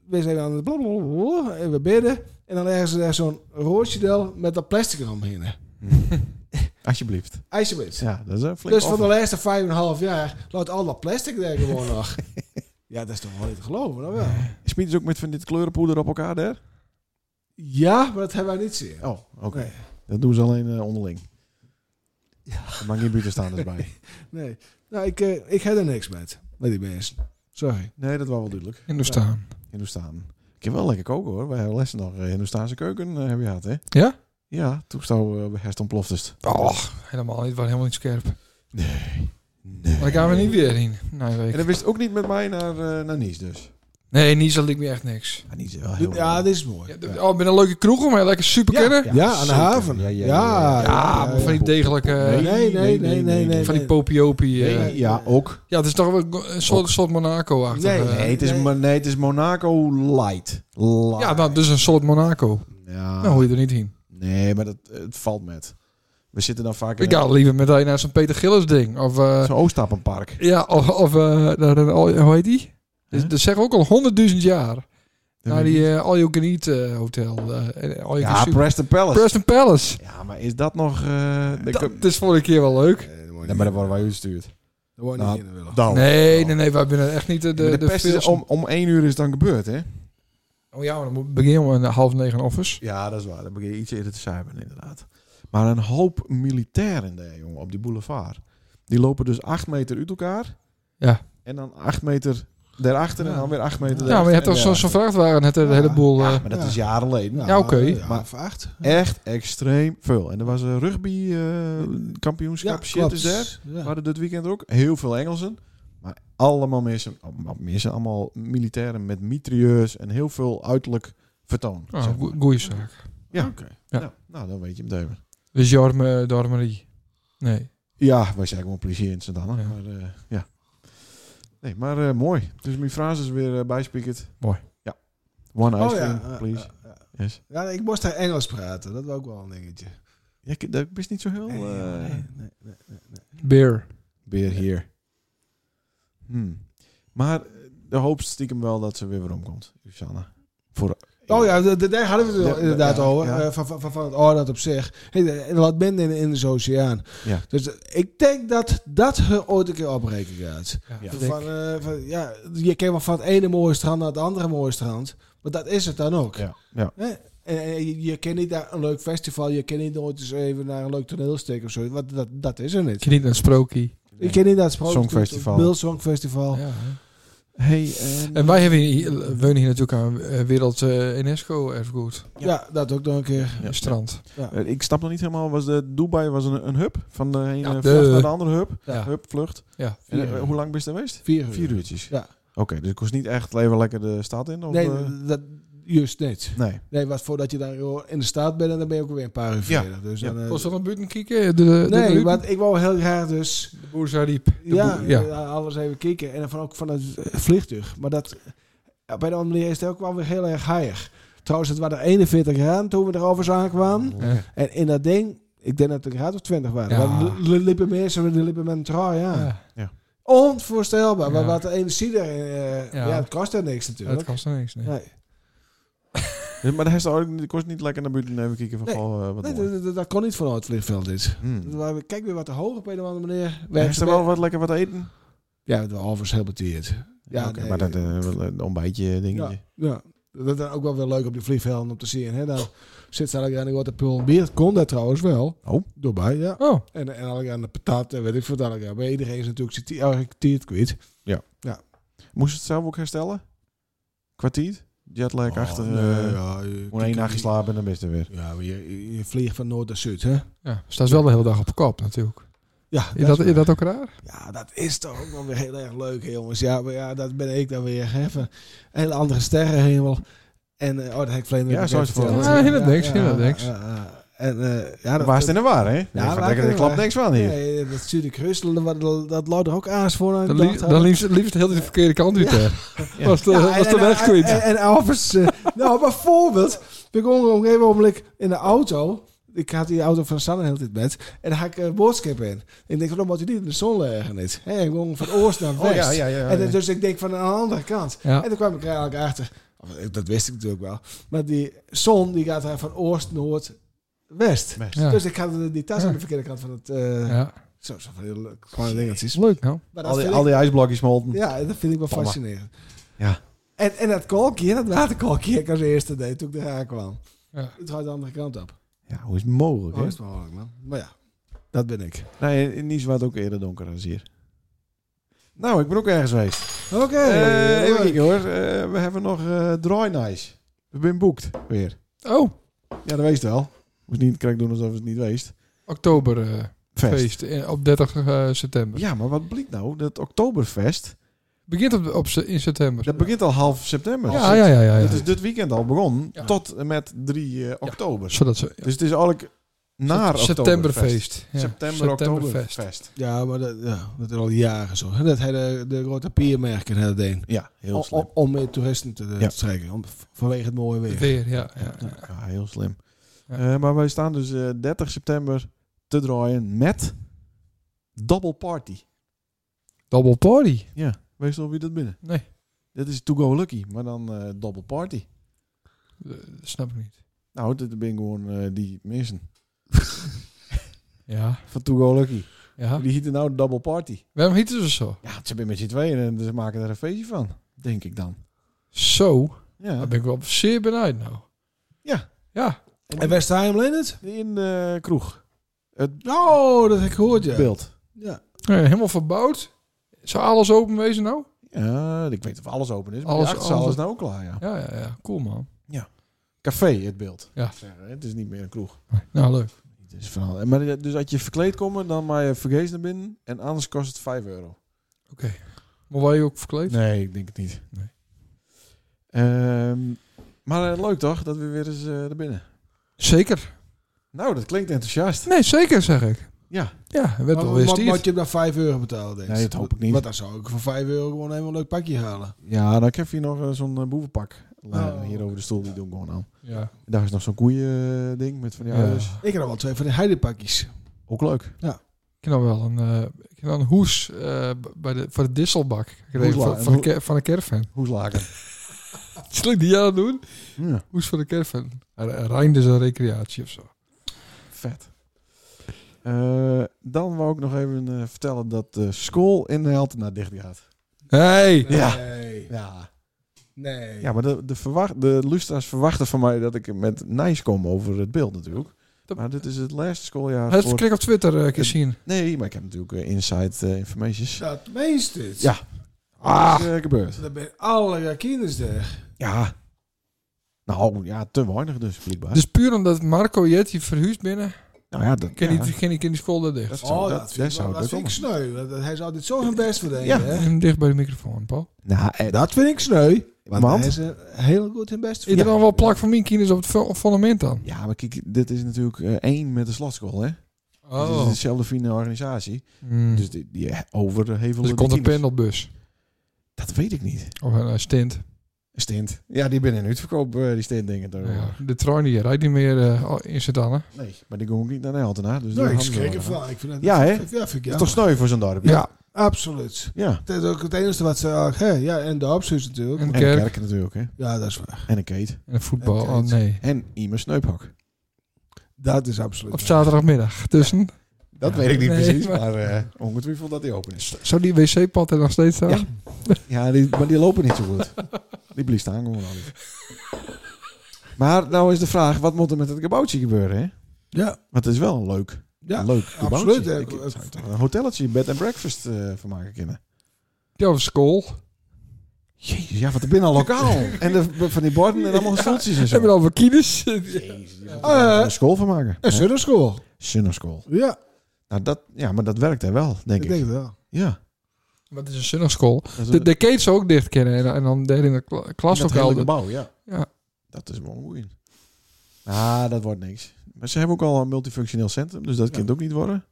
Speaker 2: we zijn aan het blablabla en we bidden. En dan leggen ze daar zo'n roosje del met dat plastic eromheen.
Speaker 1: Alsjeblieft.
Speaker 2: Alsjeblieft.
Speaker 1: Ja, dat is een flink
Speaker 2: dus van de
Speaker 1: offer.
Speaker 2: laatste vijf en een half jaar loopt al dat plastic daar gewoon nog. Ja, dat is toch wel niet te geloven, dan wel.
Speaker 1: Smiet is ook met van dit kleurenpoeder op elkaar, daar?
Speaker 2: Ja, maar dat hebben wij niet zien.
Speaker 1: Oh, oké.
Speaker 2: Nee.
Speaker 1: Dat doen ze alleen eh, onderling. Ja. Er mag geen buitenstaanders bij.
Speaker 2: Nee. Nou, ik, eh, ik heb er niks met, met die mensen. Sorry.
Speaker 1: Nee, dat was wel duidelijk.
Speaker 3: Hindoestaan.
Speaker 1: Hindoestaan. Ik heb wel lekker koken, hoor. Wij hebben lessen nog eh, Hindoestaanse keuken eh, hebben je gehad, hè?
Speaker 3: Ja? Oh.
Speaker 1: Ja, toen stond bij herst ontploft is.
Speaker 3: Och, helemaal niet. Het was helemaal niet scherp.
Speaker 1: Nee.
Speaker 3: Maar ik gaan we niet weer in. Nee, weet
Speaker 1: En
Speaker 3: ik.
Speaker 1: dat wist ook niet met mij naar, eh, naar Nice, dus.
Speaker 3: nee niet zo liep me echt niks.
Speaker 1: Ja, Nice is wel
Speaker 2: Dit-
Speaker 1: Ah, heel...
Speaker 2: ja, dit is mooi.
Speaker 3: Ja,
Speaker 2: Ja,
Speaker 3: d- Oh, ben een leuke kroeg om, hè, lekker super kennen.
Speaker 2: ja, aan de
Speaker 1: zeker.
Speaker 2: haven.
Speaker 1: Ja,
Speaker 2: Ja,
Speaker 1: ja,
Speaker 2: ja,
Speaker 1: ja, ja.
Speaker 3: Ja,
Speaker 1: ja,
Speaker 3: maar van die degelijke...
Speaker 1: Nee,
Speaker 2: Nee, nee, nee, nee, nee. nee.
Speaker 3: van die popiopie. eh.
Speaker 1: Nee, ja, ook.
Speaker 3: Ja, het is toch wel een soort, soort Monaco-achtig.
Speaker 2: Nee,
Speaker 3: eh.
Speaker 1: Nee, het is,
Speaker 2: Nee.
Speaker 1: mo- nee, het is Monaco light. Light.
Speaker 3: Ja, nou, dus een soort Monaco.
Speaker 1: Ja.
Speaker 3: Nou, hoe je er niet heen.
Speaker 1: Nee, maar dat, eh, het valt met. We zitten dan vaak in
Speaker 3: Ik ga liever meteen naar zo'n Peter Gillis ding. Of, eh,
Speaker 1: zo'n Oostappenpark.
Speaker 3: ja, of, of eh, naar een al- hoe heet die?
Speaker 1: Huh?
Speaker 3: Dat, dat zeggen we ook al honderdduizend jaar.
Speaker 1: Dat
Speaker 3: naar
Speaker 1: weet
Speaker 3: die
Speaker 1: ik
Speaker 3: eh, All You Can Eat eh, hotel. eh, en all you
Speaker 1: Ja,
Speaker 3: can Super-
Speaker 1: Preston Palace.
Speaker 3: Preston Palace.
Speaker 1: Ja, maar is dat nog... eh dat,
Speaker 3: Dat is vorige keer wel leuk.
Speaker 1: nee, maar dat worden wij uitgestuurd.
Speaker 2: Daar word je niet in willen.
Speaker 1: Dan.
Speaker 3: Nee, nee, nee, wij zijn echt niet de...
Speaker 1: oh. de,
Speaker 3: de, de
Speaker 1: pest is
Speaker 3: veelste-
Speaker 1: om, om één uur is het dan gebeurd, hè?
Speaker 3: Oh ja, maar dan moet- begin je om een half negen offers.
Speaker 1: Ja, dat is waar. Dan begin je iets eerder te zuipen, inderdaad. Maar een hoop militairen daar, jongen, op die boulevard. Die lopen dus acht meter uit elkaar.
Speaker 3: Ja.
Speaker 1: En dan acht meter daarachter en dan weer acht meter
Speaker 3: Ja, maar je hebt
Speaker 1: dan
Speaker 3: toch zo'n zo vrachtwagen, het een heleboel... eh,
Speaker 1: Ja, maar dat is jaren geleden.
Speaker 3: Ja, oké.
Speaker 2: maar acht.
Speaker 1: Echt extreem veel. En er was een rugby eh, kampioenschap shit
Speaker 2: klopt.
Speaker 1: is er.
Speaker 2: Ja.
Speaker 1: We hadden dit weekend ook heel veel Engelsen. Maar allemaal mensen, allemaal mensen, allemaal militairen met mitrieurs en heel veel uiterlijk vertoon.
Speaker 3: ah,
Speaker 1: zeg maar.
Speaker 3: goe- goeie zaak.
Speaker 1: Ja.
Speaker 3: Ja.
Speaker 1: Nou, nou, dan weet je hem even.
Speaker 3: Dus Jorme Dormerie. Nee.
Speaker 1: Ja, wij zijn gewoon plezier in z'n allen.
Speaker 3: Ja.
Speaker 1: Maar eh, ja. Nee, maar eh, mooi. Dus mijn frase is weer eh, bijspiekerd.
Speaker 3: Mooi.
Speaker 1: Ja. One ice
Speaker 2: Oh ja,
Speaker 1: cream,
Speaker 2: eh,
Speaker 1: please.
Speaker 2: eh, eh.
Speaker 1: Yes.
Speaker 2: Ja, ik moest daar Engels praten. Dat was ook wel een dingetje.
Speaker 1: Ja, ik- dat is niet zo heel... eh,
Speaker 3: Beer.
Speaker 1: Weer hier. Hm. Maar eh, de hoop stiekem wel dat ze weer weer omkomt, Susanna. Voor,
Speaker 2: Oh ja, d- d- daar hadden we het wel
Speaker 1: Ja,
Speaker 2: inderdaad
Speaker 1: ja,
Speaker 2: over.
Speaker 1: ja.
Speaker 2: eh, van, van, van, van het ornat op zich. Hey, En wat ben in, in de oceaan.
Speaker 1: Ja.
Speaker 2: Dus eh, ik denk dat dat er ooit een keer opreken gaat.
Speaker 1: Ja.
Speaker 2: Van, eh, van, ja, je kent wel van het ene mooie strand naar het andere mooie strand. Maar dat is het dan ook.
Speaker 1: Ja, ja.
Speaker 2: Hè? En, en je, je kent niet naar een leuk festival. Je kent niet nooit eens even naar een leuk toneelstuk of zo. Want dat, dat is er niet.
Speaker 3: Ik niet een sprookje.
Speaker 2: Je kent niet naar het Sprookjes-
Speaker 1: Songfestival.
Speaker 2: Beeld
Speaker 1: Oh.
Speaker 2: Songfestival.
Speaker 3: Ja, hè.
Speaker 1: Hey, eh,
Speaker 3: En wij hebben hier, wonen hier natuurlijk aan eh, Wereld eh, UNESCO erfgoed.
Speaker 2: Ja. dat ook nog een keer.
Speaker 1: Ja.
Speaker 3: Strand.
Speaker 1: ik snap nog niet helemaal, was de Dubai was een, een hub? Van de ene
Speaker 3: Ja,
Speaker 1: vlucht
Speaker 3: de-
Speaker 1: naar de andere hub?
Speaker 3: Ja.
Speaker 1: Hub, vlucht.
Speaker 3: Ja.
Speaker 1: En, eh,
Speaker 2: Vier uur.
Speaker 1: hoe lang ben je er geweest?
Speaker 2: Vier uur.
Speaker 1: Vier uurtjes.
Speaker 2: Ja.
Speaker 1: Oké, dus ik moest niet echt even lekker de stad in? Of,
Speaker 2: Nee,
Speaker 1: eh,
Speaker 2: dat, juist niet.
Speaker 1: nee.
Speaker 2: Nee, wat voordat je daar joh, in de staat bent, en dan ben je ook weer een paar uur
Speaker 1: Ja.
Speaker 2: verder. Dus
Speaker 1: Ja.
Speaker 2: dan, eh,
Speaker 3: Was dat een buiten kieken? De, de,
Speaker 2: nee,
Speaker 3: de,
Speaker 2: want ik wou heel graag dus
Speaker 3: de Boerzariep. De
Speaker 2: ja,
Speaker 3: boer- ja.
Speaker 2: ja, alles even kijken. En dan van, ook van het eh, vliegtuig. Maar dat, ja, bij de andere manier is het ook wel weer heel erg haaier. Trouwens, het waren er 41 graden toen we erover aankwamen.
Speaker 3: Ja.
Speaker 2: En in dat ding, ik denk dat het een graad of 20 waren.
Speaker 3: Ja.
Speaker 2: Want er liepen mensen, er liepen met een trui aan.
Speaker 3: Ja.
Speaker 2: Onvoorstelbaar.
Speaker 3: Ja.
Speaker 2: Maar wat de energie erin... eh, ja.
Speaker 3: Ja.
Speaker 2: het kost er niks
Speaker 3: Ja, dat
Speaker 2: natuurlijk.
Speaker 3: kost niks. Nee.
Speaker 2: Nee,
Speaker 1: Ja, Eh, Maar de rest ook niet- ik was niet lekker naar buiten even kijken van,
Speaker 2: Nee.
Speaker 1: goh, eh, wat
Speaker 2: nee,
Speaker 1: mooi.
Speaker 2: dat, dat- dat kon niet vanuit het vliegveld dit.
Speaker 1: Hmm.
Speaker 2: Waar we- Kijk weer wat te hoog op een of andere manier. We
Speaker 1: Heeft er wel wat lekker wat eten?
Speaker 2: Ja, de halvers heel betierd. Ja,
Speaker 1: Oké,
Speaker 2: nee,
Speaker 1: maar dat eh, wel een ontbijtje dingetje.
Speaker 2: ja, ja, dat is ook wel weer leuk op die vliegvelden om te zien. Hè? Dan zit ze eigenlijk aan die wat de pul en bier. Dat kon dat trouwens wel.
Speaker 1: Oh.
Speaker 2: Doorbij, ja.
Speaker 3: Oh,
Speaker 2: En, en eigenlijk aan de patat en weet ik wat eigenlijk aan. Maar iedereen is natuurlijk zijn tiert- eigenlijk tiert kwijt.
Speaker 1: Moest het zelf ook herstellen? Kwartier? Jetlag achter.
Speaker 2: Oh, nee,
Speaker 1: eh,
Speaker 2: ja, je-
Speaker 1: Gewoon één
Speaker 2: kijk,
Speaker 1: nachtje slapen en dan ben je er weer.
Speaker 2: Ja, maar je, je- je vliegt van noord naar zuid, hè?
Speaker 3: ja. Staat wel de hele dag op kop natuurlijk.
Speaker 2: Ja,
Speaker 3: Is dat,
Speaker 2: is
Speaker 3: is dat ook raar?
Speaker 2: Ja, dat is toch ook wel weer heel erg leuk, hè, jongens. Ja, maar ja, dat ben ik dan weer. Hè. Van Hele andere sterrenhemel. En, eh, oh, dat heb ik verleden week
Speaker 1: Ja,
Speaker 2: nog
Speaker 1: zo is
Speaker 2: even
Speaker 1: het wel.
Speaker 2: verteld.
Speaker 3: Ja, Ah, helemaal niks, helemaal
Speaker 2: ja,
Speaker 3: niks.
Speaker 2: ja, ja. En, eh, ja, dat,
Speaker 1: Waar is het in de waar, hè? Ja,
Speaker 2: waar is het
Speaker 1: lekker,
Speaker 2: in
Speaker 1: er
Speaker 2: de
Speaker 1: klopt
Speaker 2: waar?
Speaker 1: niks van hier.
Speaker 2: Nee, dat stuurde ik Russel, dat, dat loopt er ook aas voor. aan
Speaker 3: Dan,
Speaker 2: de
Speaker 3: liefst-
Speaker 2: dag.
Speaker 3: dan liefst, liefst heel de verkeerde kant uit. hè.
Speaker 1: Ja.
Speaker 3: Was de,
Speaker 2: Ja,
Speaker 3: was de
Speaker 2: en-
Speaker 3: weg
Speaker 2: en,
Speaker 3: kwijt.
Speaker 2: en, en Alvers, eh, nou, bijvoorbeeld, ben ik onge- op een gegeven ogenblik in de auto. Ik had die auto van Sanne heel dit met. En daar had ik een boodschap in. En ik denk, dan moet je niet in de zon leggen. Niet. Hé, ik ging van oost naar west.
Speaker 1: Oh, ja.
Speaker 2: En dus ik denk van aan de andere kant.
Speaker 3: Ja.
Speaker 2: En toen kwam ik er eigenlijk achter. of, eh, Dat wist ik natuurlijk wel. Maar die zon die gaat daar van oost, noord, west.
Speaker 1: Best.
Speaker 3: Ja.
Speaker 2: Dus ik had die tas aan
Speaker 3: Ja.
Speaker 2: de verkeerde kant van het... eh,
Speaker 3: Ja.
Speaker 2: Zo, zo van heel kleine dingetjes.
Speaker 3: Leuk nou.
Speaker 2: Maar dat
Speaker 1: Al die,
Speaker 2: vind
Speaker 1: al
Speaker 2: ik,
Speaker 1: die ijsblokjes molten.
Speaker 2: ja, dat vind ik wel
Speaker 1: Pallen.
Speaker 2: fascinerend.
Speaker 1: Ja.
Speaker 2: En, en dat kalkje, dat waterkalkje, ik als eerste deed toen ik eraan kwam.
Speaker 3: Ja.
Speaker 2: Het gaat de andere kant op.
Speaker 1: Ja, hoe is het mogelijk,
Speaker 2: Oh,
Speaker 1: hè?
Speaker 2: is wel mogelijk, man. Maar ja, dat ben ik.
Speaker 1: Nee, in Nice was het ook eerder donker dan hier. Nou, ik ben ook ergens geweest.
Speaker 2: Oké.
Speaker 1: Eh, even
Speaker 2: leuk.
Speaker 1: kijken hoor. Eh, we hebben nog eh Dry Nice. We zijn boekt weer.
Speaker 3: Oh,
Speaker 1: Ja, dat weest wel. Moest niet krek doen alsof het niet weest.
Speaker 3: oktoberfeest
Speaker 1: Vest.
Speaker 3: eh, op 30 eh, september.
Speaker 1: Ja, maar wat blijkt nou? Dat Oktoberfest,
Speaker 3: Begint op, op, se- in september.
Speaker 1: dat begint al half september.
Speaker 3: ja, ja, ja, ja, ja.
Speaker 1: Dat is dit weekend al begonnen.
Speaker 3: Ja.
Speaker 1: Tot en met 3 eh, oktober.
Speaker 3: Zodat ze
Speaker 1: Dus het is eigenlijk naar Oktoberfest.
Speaker 3: septemberfeest. Ja.
Speaker 1: September,
Speaker 3: Septemberfest.
Speaker 1: Oktoberfest.
Speaker 2: Ja, maar dat, ja, dat is al jaren zo. Dat hij de, de grote piermerken had deed.
Speaker 1: Ja, heel
Speaker 2: Om,
Speaker 1: slim.
Speaker 2: om, om meer toeristen te,
Speaker 1: Ja.
Speaker 2: te trekken. Om, vanwege het mooie weer.
Speaker 3: Weer, ja. ja, ja.
Speaker 1: Ja, heel slim.
Speaker 3: Ja.
Speaker 1: Eh, maar wij staan dus eh, 30 september te draaien met Double Party.
Speaker 3: Double party.
Speaker 1: Ja, weet je al wie dat binnen?
Speaker 3: Nee.
Speaker 1: Dit is To Go Lucky, maar dan eh, Double Party.
Speaker 3: Eh, snap ik niet.
Speaker 1: Nou, dit ben gewoon eh, die mensen
Speaker 3: Ja.
Speaker 1: van To Go Lucky.
Speaker 3: ja.
Speaker 1: Die hieten nou Double Party.
Speaker 3: Waarom hieten ze zo?
Speaker 1: Ja, ze zijn met z'n tweeën en ze maken er een feestje van. Denk ik dan.
Speaker 3: Zo.
Speaker 1: Ja.
Speaker 3: Daar ben ik wel zeer benieuwd nou.
Speaker 1: Ja.
Speaker 3: Ja.
Speaker 2: En waar sta je hem in het?
Speaker 1: In de kroeg. Het
Speaker 2: Oh, dat heb ik gehoord, ja.
Speaker 1: beeld.
Speaker 2: Ja.
Speaker 3: Eh, helemaal verbouwd. Zou alles open wezen nou?
Speaker 1: Ja, ik weet of alles open is, maar
Speaker 3: Alles-
Speaker 1: de achterzaal
Speaker 3: alles-
Speaker 1: is nou ook klaar, ja.
Speaker 3: Ja, ja, ja. Cool man.
Speaker 1: Café, het beeld.
Speaker 3: Ja.
Speaker 1: Zeggen, Het is niet meer een kroeg.
Speaker 3: Nou, leuk.
Speaker 1: Het is van al- maar, dus als je verkleed komt, dan maar je vergees naar binnen. En anders kost het 5 euro.
Speaker 3: Maar waar je ook verkleed?
Speaker 1: Nee, ik denk het niet.
Speaker 3: Nee.
Speaker 1: Ehm, maar eh, leuk toch, dat we weer eens eh naar binnen.
Speaker 3: Zeker.
Speaker 1: Nou, dat klinkt enthousiast.
Speaker 3: Nee, zeker zeg ik.
Speaker 1: Ja,
Speaker 3: Ja, er
Speaker 2: Maar
Speaker 3: werd wel
Speaker 2: wat-
Speaker 3: weer
Speaker 2: wat
Speaker 3: stief.
Speaker 2: moet je dan 5 euro betalen, denk ik?
Speaker 1: Nee, dat hoop ik niet.
Speaker 2: Want dan zou ik voor 5 euro gewoon helemaal een leuk pakje halen.
Speaker 1: ja dan heb je hier nog eh, zo'n eh, boevenpak eh,
Speaker 2: Oh.
Speaker 1: hier over de stoel. Die doen we gewoon aan.
Speaker 3: Ja.
Speaker 1: Daar is nog zo'n koeien eh, ding met van die
Speaker 3: Ja.
Speaker 1: ouders.
Speaker 2: Ik heb nog wel twee van die heidepakjes.
Speaker 1: Ook leuk.
Speaker 3: Ik heb dan wel een, eh, ik heb dan een hoes eh, b- bij de, voor de disselbak gekregen
Speaker 1: Hoesla-
Speaker 3: van, van, de ker- van een caravan.
Speaker 1: Hoeslaken.
Speaker 3: Zal ik die jaren doen?
Speaker 1: ja.
Speaker 3: Hoes voor de caravan. Eh, Rijn dus een recreatie of zo.
Speaker 1: Vet. Eh, dan wou ik nog even eh, vertellen dat de school in Heltena dicht gaat.
Speaker 3: Hey!
Speaker 1: Ja.
Speaker 2: Nee.
Speaker 1: Ja.
Speaker 2: Nee.
Speaker 1: Ja, maar de, de, verwacht, de lustra's verwachten van mij dat ik met nice kom over het beeld natuurlijk.
Speaker 3: Dat-
Speaker 1: Maar dit is het laatste schooljaar
Speaker 3: Heeft
Speaker 1: voor...
Speaker 3: het klik op Twitter eh, een keer zien.
Speaker 1: Nee, maar ik heb natuurlijk eh, inside eh, informations.
Speaker 2: Dat meest het.
Speaker 1: Ja. Ah. Is, eh, gebeurd.
Speaker 2: Dan ben alle kinders daar.
Speaker 1: Ja. Nou, ja, te weinig dus, blijkbaar.
Speaker 3: Dus puur omdat Marco Jetti verhuisd binnen,
Speaker 1: nou ja, dat,
Speaker 3: kan
Speaker 1: ja,
Speaker 3: die, kan die, kan die school daar dicht.
Speaker 1: dat zou,
Speaker 2: oh,
Speaker 1: dat,
Speaker 2: dat,
Speaker 1: dat
Speaker 2: vind ik,
Speaker 1: zou
Speaker 2: dat
Speaker 1: dat
Speaker 2: vind ik
Speaker 1: komen.
Speaker 2: sneu. Dat, dat- hij zou dit zo zijn best voor deed,
Speaker 1: Ja.
Speaker 2: hè?
Speaker 3: Hem dicht bij de microfoon, Paul.
Speaker 1: Nou, eh, dat,
Speaker 2: Dat vind ik sneu. Want,
Speaker 1: Want?
Speaker 2: hij is er heel goed hun best voor.
Speaker 3: Is er dan wel plak van mijn kinders op het vo- fundament dan?
Speaker 1: ja, maar kijk, dit is natuurlijk eh, één met de slotschool, hè? Dus Oh. Het is dezelfde fine organisatie.
Speaker 3: Hmm. Dus,
Speaker 1: Dus die, die overhevelde
Speaker 3: er komt een
Speaker 1: teams.
Speaker 3: pendelbus.
Speaker 1: Dat weet ik niet.
Speaker 3: Of een eh, stint.
Speaker 1: Stint. Ja, die binnen nu uitverkoop, eh, die stint dingen.
Speaker 3: Ja, de trein die rijdt niet meer eh, in Sedanne.
Speaker 1: Nee, maar die kom ik niet naar Heltena. Dus
Speaker 2: Nee,
Speaker 1: daar
Speaker 2: ik
Speaker 1: gaan we
Speaker 2: schrik
Speaker 1: wel aan.
Speaker 2: ervan. Ik vind dat-
Speaker 1: Ja, hè?
Speaker 2: vind- Ja, vind ik
Speaker 1: Dat is toch
Speaker 2: jammer.
Speaker 1: sneu voor zo'n dorp?
Speaker 3: Ja,
Speaker 2: Absoluut.
Speaker 1: Ja.
Speaker 2: Dat is ook het enige wat ze eigenlijk hebben. Ja, en de opties natuurlijk.
Speaker 3: en
Speaker 1: En
Speaker 3: een
Speaker 1: een
Speaker 3: kerk,
Speaker 1: kerk natuurlijk, hè.
Speaker 2: Ja, dat is waar.
Speaker 1: En een keet.
Speaker 3: en een voetbal.
Speaker 2: en
Speaker 3: Oh
Speaker 2: kerk.
Speaker 3: nee.
Speaker 1: En Iemer Sneuphok.
Speaker 2: Dat is absoluut
Speaker 3: Op
Speaker 2: waar.
Speaker 3: zaterdagmiddag. Tussen.
Speaker 1: Dat weet ik niet
Speaker 3: Nee,
Speaker 1: precies,
Speaker 3: maar-
Speaker 1: maar, eh, ongetwijfeld dat die open is.
Speaker 3: Zou die wc-pad er nog steeds staan?
Speaker 1: Ja. Ja, die, maar die lopen niet zo goed. Die blieft aan gewoon al niet. Maar nou is de vraag, wat moet er met het gebouwtje gebeuren, hè?
Speaker 2: Ja,
Speaker 1: Want het is wel een leuk,
Speaker 2: ja.
Speaker 1: leuk gebouwtje.
Speaker 2: absoluut, hè.
Speaker 1: Ik zou er toch een hotelletje, bed and breakfast eh, van maken kunnen.
Speaker 3: Ja, of school.
Speaker 1: Jezus, ja, wat er binnen al lokaal. en de, van die borden en allemaal stoeltjes en
Speaker 3: Ze
Speaker 1: zo.
Speaker 3: hebben al vakines.
Speaker 1: Eh, een school van maken.
Speaker 2: En zonneschool.
Speaker 1: Sunnerschool.
Speaker 2: Ja,
Speaker 1: Nou, dat, ja, maar dat werkt er wel, denk
Speaker 2: ik
Speaker 1: ik.
Speaker 2: denk het wel.
Speaker 1: Ja.
Speaker 3: Wat is een zondagschool?
Speaker 1: Dat is
Speaker 3: De, de keet zou ook dicht kennen. En, en dan daar in de kla-
Speaker 1: dat
Speaker 3: klaslokaal.
Speaker 1: hele gebouw, ja.
Speaker 3: Ja.
Speaker 1: Dat is wel moeilijk. Ah, dat wordt niks. Maar ze hebben ook al een multifunctioneel centrum, dus dat kan het ook niet worden.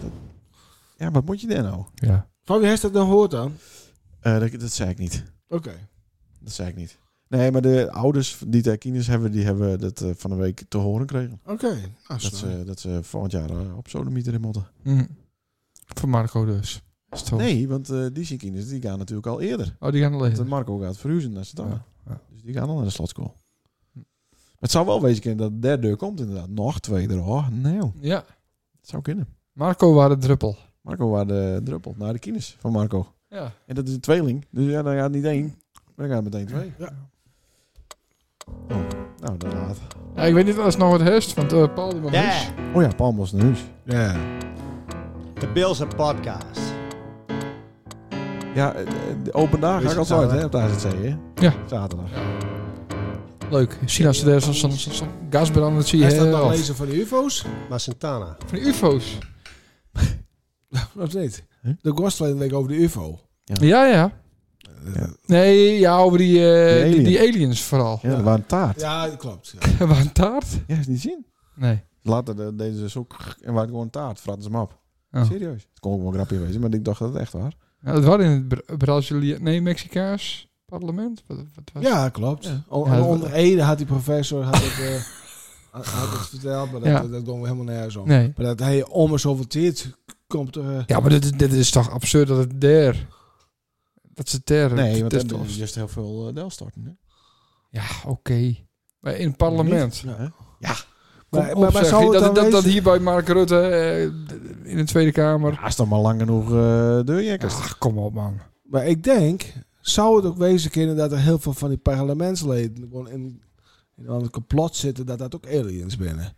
Speaker 1: Dat- ja, wat moet je daar nou?
Speaker 3: Ja.
Speaker 2: Van wie heeft dat dan gehoord dan?
Speaker 1: Eh, dat, dat zei ik niet.
Speaker 2: Oké.
Speaker 1: Dat zei ik niet. Nee, maar de ouders die de kinders hebben, die hebben dat eh, van de week te horen gekregen.
Speaker 2: Oké. Nou,
Speaker 1: Dat
Speaker 2: snap ik.
Speaker 1: ze, dat ze volgend jaar eh, op Sodemieter in moeten.
Speaker 3: Hm. Van Marco dus. Is het zo?
Speaker 1: Nee, want eh, die zijn kinders die gaan natuurlijk al eerder.
Speaker 3: Oh, die gaan alleen.
Speaker 1: Want Marco gaat verhuizen naar Zetangen.
Speaker 3: Ja, ja.
Speaker 1: Dus die gaan al naar de slotschool. Maar het zou wel wezen kunnen dat de derde deur komt inderdaad. Nog twee er. Oh, nee. joh.
Speaker 3: Ja.
Speaker 1: Het zou kunnen.
Speaker 3: Marco waren de druppel.
Speaker 1: Marco was de druppel naar de kines van Marco.
Speaker 3: Ja.
Speaker 1: En dat is een tweeling. Dus ja, dan gaat niet één. Maar dan gaat meteen twee.
Speaker 2: Ja.
Speaker 1: Oh, nou, dat laat.
Speaker 3: Ja, ik weet niet of het nog wat heeft, want eh, Paul die was
Speaker 7: Yeah,
Speaker 1: Oh ja, Palm was naar huis.
Speaker 2: Ja.
Speaker 7: the Bills are podcast.
Speaker 1: Ja, eh, de open dag ga ik altijd uit, hè, op de AZC, hè?
Speaker 3: Ja.
Speaker 1: Zaterdag.
Speaker 3: Leuk. Zien als ze daar zo'n- zo'n zo'n gasbrand dat zie je
Speaker 2: Hij staat
Speaker 3: heel
Speaker 2: dan
Speaker 3: wat.
Speaker 2: lezen van de ufo's?
Speaker 7: Maar Santana.
Speaker 3: Van die ufo's.
Speaker 2: Of niet?
Speaker 1: Huh?
Speaker 2: De ghost verleden week over de ufo.
Speaker 3: Ja, ja.
Speaker 1: Ja.
Speaker 3: Nee, ja, over die, eh,
Speaker 1: Die
Speaker 3: die, die aliens vooral.
Speaker 1: Ja, er waren een taart. Ja.
Speaker 2: Ja, dat klopt. Ja.
Speaker 3: Waar een taart?
Speaker 1: is niet zien.
Speaker 3: Nee.
Speaker 1: Later eh, deden ze zo en waren gewoon een taart. Vratten ze hem op.
Speaker 3: Oh.
Speaker 1: Serieus. Het kon ook wel een grapje wezen, maar ik dacht dat het echt was.
Speaker 3: Ja, dat was in het Bra- Brazilië... Nee, Mexicaans parlement? Wat, wat was
Speaker 2: Ja, klopt. O-
Speaker 3: Ja, dat-
Speaker 2: onder Ede had die professor had het, eh, had- had het verteld, maar dat,
Speaker 3: Ja.
Speaker 2: dat, dat kon helemaal nergens om.
Speaker 3: Nee.
Speaker 2: Maar dat hij om en zoveel tijd komt er... eh,
Speaker 3: Ja, maar dit, is- dit is toch absurd dat het daar... Dat ze daar...
Speaker 1: Nee,
Speaker 3: dat
Speaker 1: want
Speaker 3: is
Speaker 1: dan
Speaker 3: toch-
Speaker 1: is juist heel veel uh, delstorten, hè?
Speaker 3: Ja, oké. Maar in het parlement...
Speaker 1: Ja.
Speaker 3: Kom
Speaker 2: Maar-
Speaker 3: op,
Speaker 2: maar- maar
Speaker 3: zeg.
Speaker 2: zou het
Speaker 3: dat,
Speaker 2: dan
Speaker 3: dat, dat,
Speaker 2: wezen?
Speaker 3: hier bij Mark Rutte eh, d- in de Tweede Kamer...
Speaker 1: Hij is dan maar lang genoeg eh deurjekkers.
Speaker 3: Ach, kom op, man.
Speaker 2: Maar ik denk, zou het ook wezen kunnen dat er heel veel van die parlementsleden gewoon in, in een complot zitten, dat dat ook aliens binnen.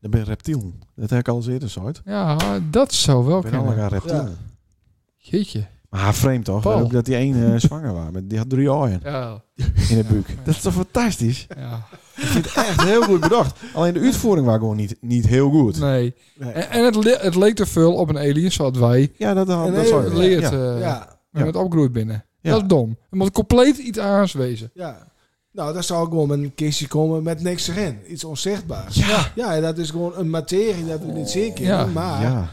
Speaker 1: Dan ben je reptiel. Dat heb ik al eens eerder zo uit. Ik
Speaker 3: Ja, dat zou wel
Speaker 1: ben allemaal
Speaker 3: kunnen.
Speaker 1: een reptiel.
Speaker 2: Ja.
Speaker 3: Jeetje.
Speaker 1: Maar haar vreemd toch?
Speaker 3: Paul.
Speaker 1: Ook dat die één eh, zwanger was. met- Die had drie ooien
Speaker 3: Ja.
Speaker 1: in de buik. Dat is toch fantastisch?
Speaker 3: ja.
Speaker 1: Echt heel goed bedacht. Alleen de uitvoering was gewoon niet, niet heel goed.
Speaker 3: Nee.
Speaker 2: Nee.
Speaker 3: En, en het, le- het leek te veel op een alien zoals wij
Speaker 1: Ja, dat had
Speaker 2: En
Speaker 1: dat
Speaker 2: hij
Speaker 1: zou-
Speaker 3: het leert
Speaker 1: Ja.
Speaker 3: eh,
Speaker 2: ja,
Speaker 3: met opgroeid binnen.
Speaker 1: Ja.
Speaker 3: Dat is dom. Het moet compleet iets aans wezen.
Speaker 2: ja. Nou, daar zou gewoon met een kistje komen met niks erin. Iets onzichtbaars.
Speaker 3: Ja.
Speaker 2: Ja, en dat is gewoon een materie dat we niet zien kunnen.
Speaker 3: Ja.
Speaker 2: Maar
Speaker 1: ja.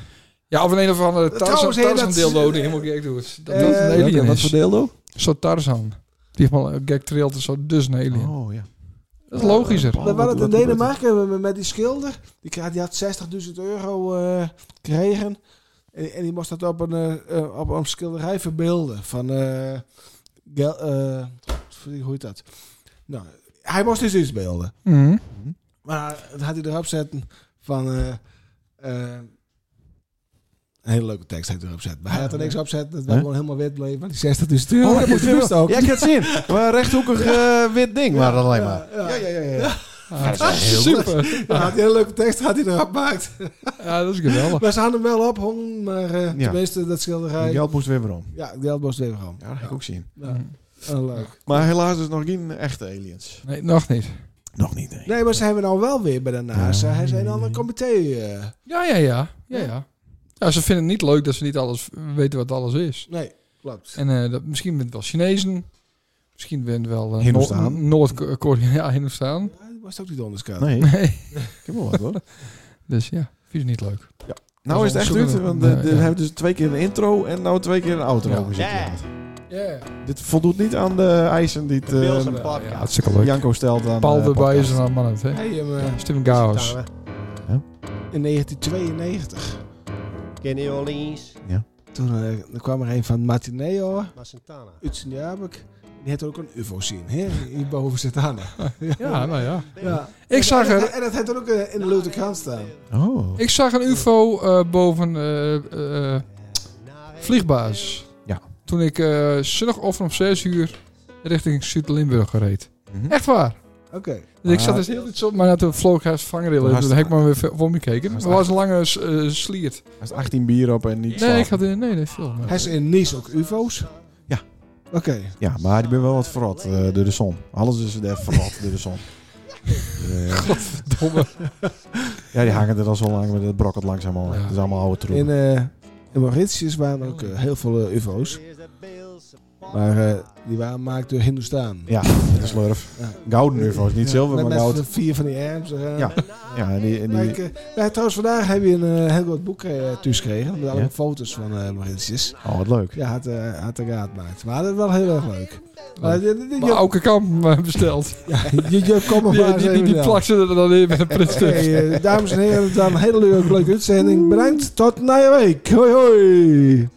Speaker 3: Ja, of een of andere Tarzan,
Speaker 2: Trouwens, hey, dat-
Speaker 3: Tarzan deelloden. Helemaal gek doe het. Dat
Speaker 2: Eh,
Speaker 3: dat een
Speaker 1: Welke-
Speaker 3: alien
Speaker 1: wat voor
Speaker 3: is.
Speaker 1: deel dan?
Speaker 3: Zo Tarzan. Die heeft maar een gek trilt en zo dus een alien.
Speaker 1: Oh ja.
Speaker 3: Dat is logischer.
Speaker 1: Oh,
Speaker 2: We
Speaker 1: wat-
Speaker 2: waren het in
Speaker 1: wat- wat-
Speaker 2: Denemarken met- met die schilder. Die, kreeg- die had 60.000 euro eh gekregen. En, en die moest dat op een, eh, eh, op een schilderij verbeelden. Van, eh, gel- eh, hoe heet dat? Nou, hij moest dus iets beelden.
Speaker 1: Oh.
Speaker 3: Mhm.
Speaker 2: Maar dat had hij erop zetten van... eh, eh, een hele leuke tekst had hij erop zetten. Maar hij had er niks op zetten. Dat was
Speaker 1: Huh?
Speaker 2: gewoon helemaal wit bleef. Maar die 60.000 euro,
Speaker 1: Oh,
Speaker 2: dat
Speaker 1: ja,
Speaker 2: moest bewust ook.
Speaker 1: Ja, ik heb het zien. Maar rechthoekig eh, wit ding maar waren dat alleen maar.
Speaker 2: Ja, ja, ja. ja.
Speaker 3: Ah, super.
Speaker 2: Dan had hij een hele leuke tekst had hij erop gemaakt.
Speaker 3: Ja, dat is geweldig.
Speaker 2: Maar ze hadden hem wel ophangen, maar eh,
Speaker 1: Ja.
Speaker 2: tenminste dat schilderij.
Speaker 1: Die
Speaker 2: Ja,
Speaker 1: geld moest weer weer om.
Speaker 2: ja die had Bos even gewoon.
Speaker 1: Ja, dat heb ik ook zien.
Speaker 2: Ja. Eh, leuk.
Speaker 1: Maar helaas dus nog geen echte aliens.
Speaker 3: Nee, nog niet.
Speaker 1: Nog niet, nee.
Speaker 2: Nee, maar zijn we nou wel weer bij de NASA? Hij zei dan een comité. eh,
Speaker 3: Ja, ja, ja. Ja, ja. Ja, ze vinden het niet leuk dat ze niet alles weten wat alles is.
Speaker 2: nee, klopt.
Speaker 3: En eh, dat, misschien bent het wel Chinezen. Misschien bent het wel eh,
Speaker 1: Hindustan.
Speaker 3: Noord- Noord-Korea. Ja, Hindustan.
Speaker 2: Ja, dat was ook niet onderschat.
Speaker 1: Nee,
Speaker 3: Nee.
Speaker 1: ik heb wel wat hoor.
Speaker 3: Dus ja, vind je het niet leuk.
Speaker 1: Nou is het echt uit, want eh,
Speaker 3: Nee,
Speaker 1: we
Speaker 3: ja.
Speaker 1: hebben dus twee keer een intro en nou twee keer een outro.
Speaker 3: Ja.
Speaker 1: gezet.
Speaker 7: Ja.
Speaker 3: Ja,
Speaker 1: Dit voldoet niet aan de eisen die het,
Speaker 7: De
Speaker 1: eh,
Speaker 7: Bills een
Speaker 3: ja
Speaker 7: podcast.
Speaker 3: hartstikke leuk.
Speaker 1: Janko stelt aan
Speaker 3: Paul
Speaker 1: eh,
Speaker 3: de
Speaker 1: podcast.
Speaker 3: Wijzer aan man het, hè.
Speaker 2: Hij hem, eh,
Speaker 3: Stem Gaos.
Speaker 7: Tana.
Speaker 2: in 1992.
Speaker 7: Kenny Orleans.
Speaker 2: Toen eh, er kwam er een van Martineo
Speaker 7: Maar Santana.
Speaker 2: uit zijn jaarbek. Die had ook een UFO zien, hè? Hier boven zit aan.
Speaker 3: Ja, nou ja.
Speaker 2: Ja.
Speaker 3: Ik zag
Speaker 2: en,
Speaker 3: er...
Speaker 2: en, en dat had er ook eh, in de lute krant staan.
Speaker 1: Oh.
Speaker 3: Ik zag een UFO eh, boven eh, eh, vliegbaas.
Speaker 1: Ja.
Speaker 3: Toen ik eh zondagochtend om 6 uur richting Zuid-Limburg reed.
Speaker 1: Mhm.
Speaker 3: Echt waar.
Speaker 2: Oké.
Speaker 3: Dus ik zat
Speaker 1: Maar-
Speaker 3: dus heel iets op, maar toen vloog hij vangrail in.
Speaker 1: Hartstikke-
Speaker 3: Toen heb ik maar weer ver- voor me gekeken. Het
Speaker 1: Hartstikke-
Speaker 3: was een lange s- eh, sliert.
Speaker 1: Hij is 18 bier op en niet
Speaker 3: Nee, ik
Speaker 1: slapen.
Speaker 3: had... eh, Nee, nee, veel. maar-
Speaker 2: Hij is in Nice ook UFO's?
Speaker 1: Ja.
Speaker 2: Oké.
Speaker 1: Ja, maar ik ben wel wat verrot eh, door de zon. Alles is er verrot door de zon. Eh,
Speaker 3: Domme.
Speaker 1: ja, die hangen er al zo lang, maar dat brokkelt langzaam al.
Speaker 3: Ja.
Speaker 1: Dat is allemaal oude troep.
Speaker 2: In, eh, in Mauritius waren ook eh, heel veel eh, UFO's. Maar eh, die waren gemaakt door Hindustan.
Speaker 1: Ja, dat is slurf.
Speaker 2: Ja.
Speaker 1: Gouden UFO's, niet zilver,
Speaker 2: Met,
Speaker 1: maar goud.
Speaker 2: met vier van die arms. eh.
Speaker 1: Ja, Ja, en die, en
Speaker 2: Maar
Speaker 1: die,
Speaker 2: ik, eh, wij trouwens, vandaag heb je een eh, heel groot boek eh, thuis gekregen. Met allemaal
Speaker 1: Ja.
Speaker 2: foto's van eh, Mauritius.
Speaker 1: Oh, wat leuk.
Speaker 2: Ja, had, eh had de raad gemaakt. Maar dat is wel heel erg leuk. Maar,
Speaker 3: Oh.
Speaker 2: eh, dit- dit- dit-
Speaker 3: Maar Auke Kamp eh, besteld.
Speaker 2: je, je, je komt nog maar
Speaker 3: Die,
Speaker 2: eens
Speaker 3: die, die,
Speaker 2: even
Speaker 3: die
Speaker 2: aan.
Speaker 3: plakt ze er dan in met een
Speaker 2: Oké,
Speaker 3: printstuk.
Speaker 2: eh, dames en heren, dan een hele leuke, leuke uitzending. Bedankt, tot na je week. Hoi hoi.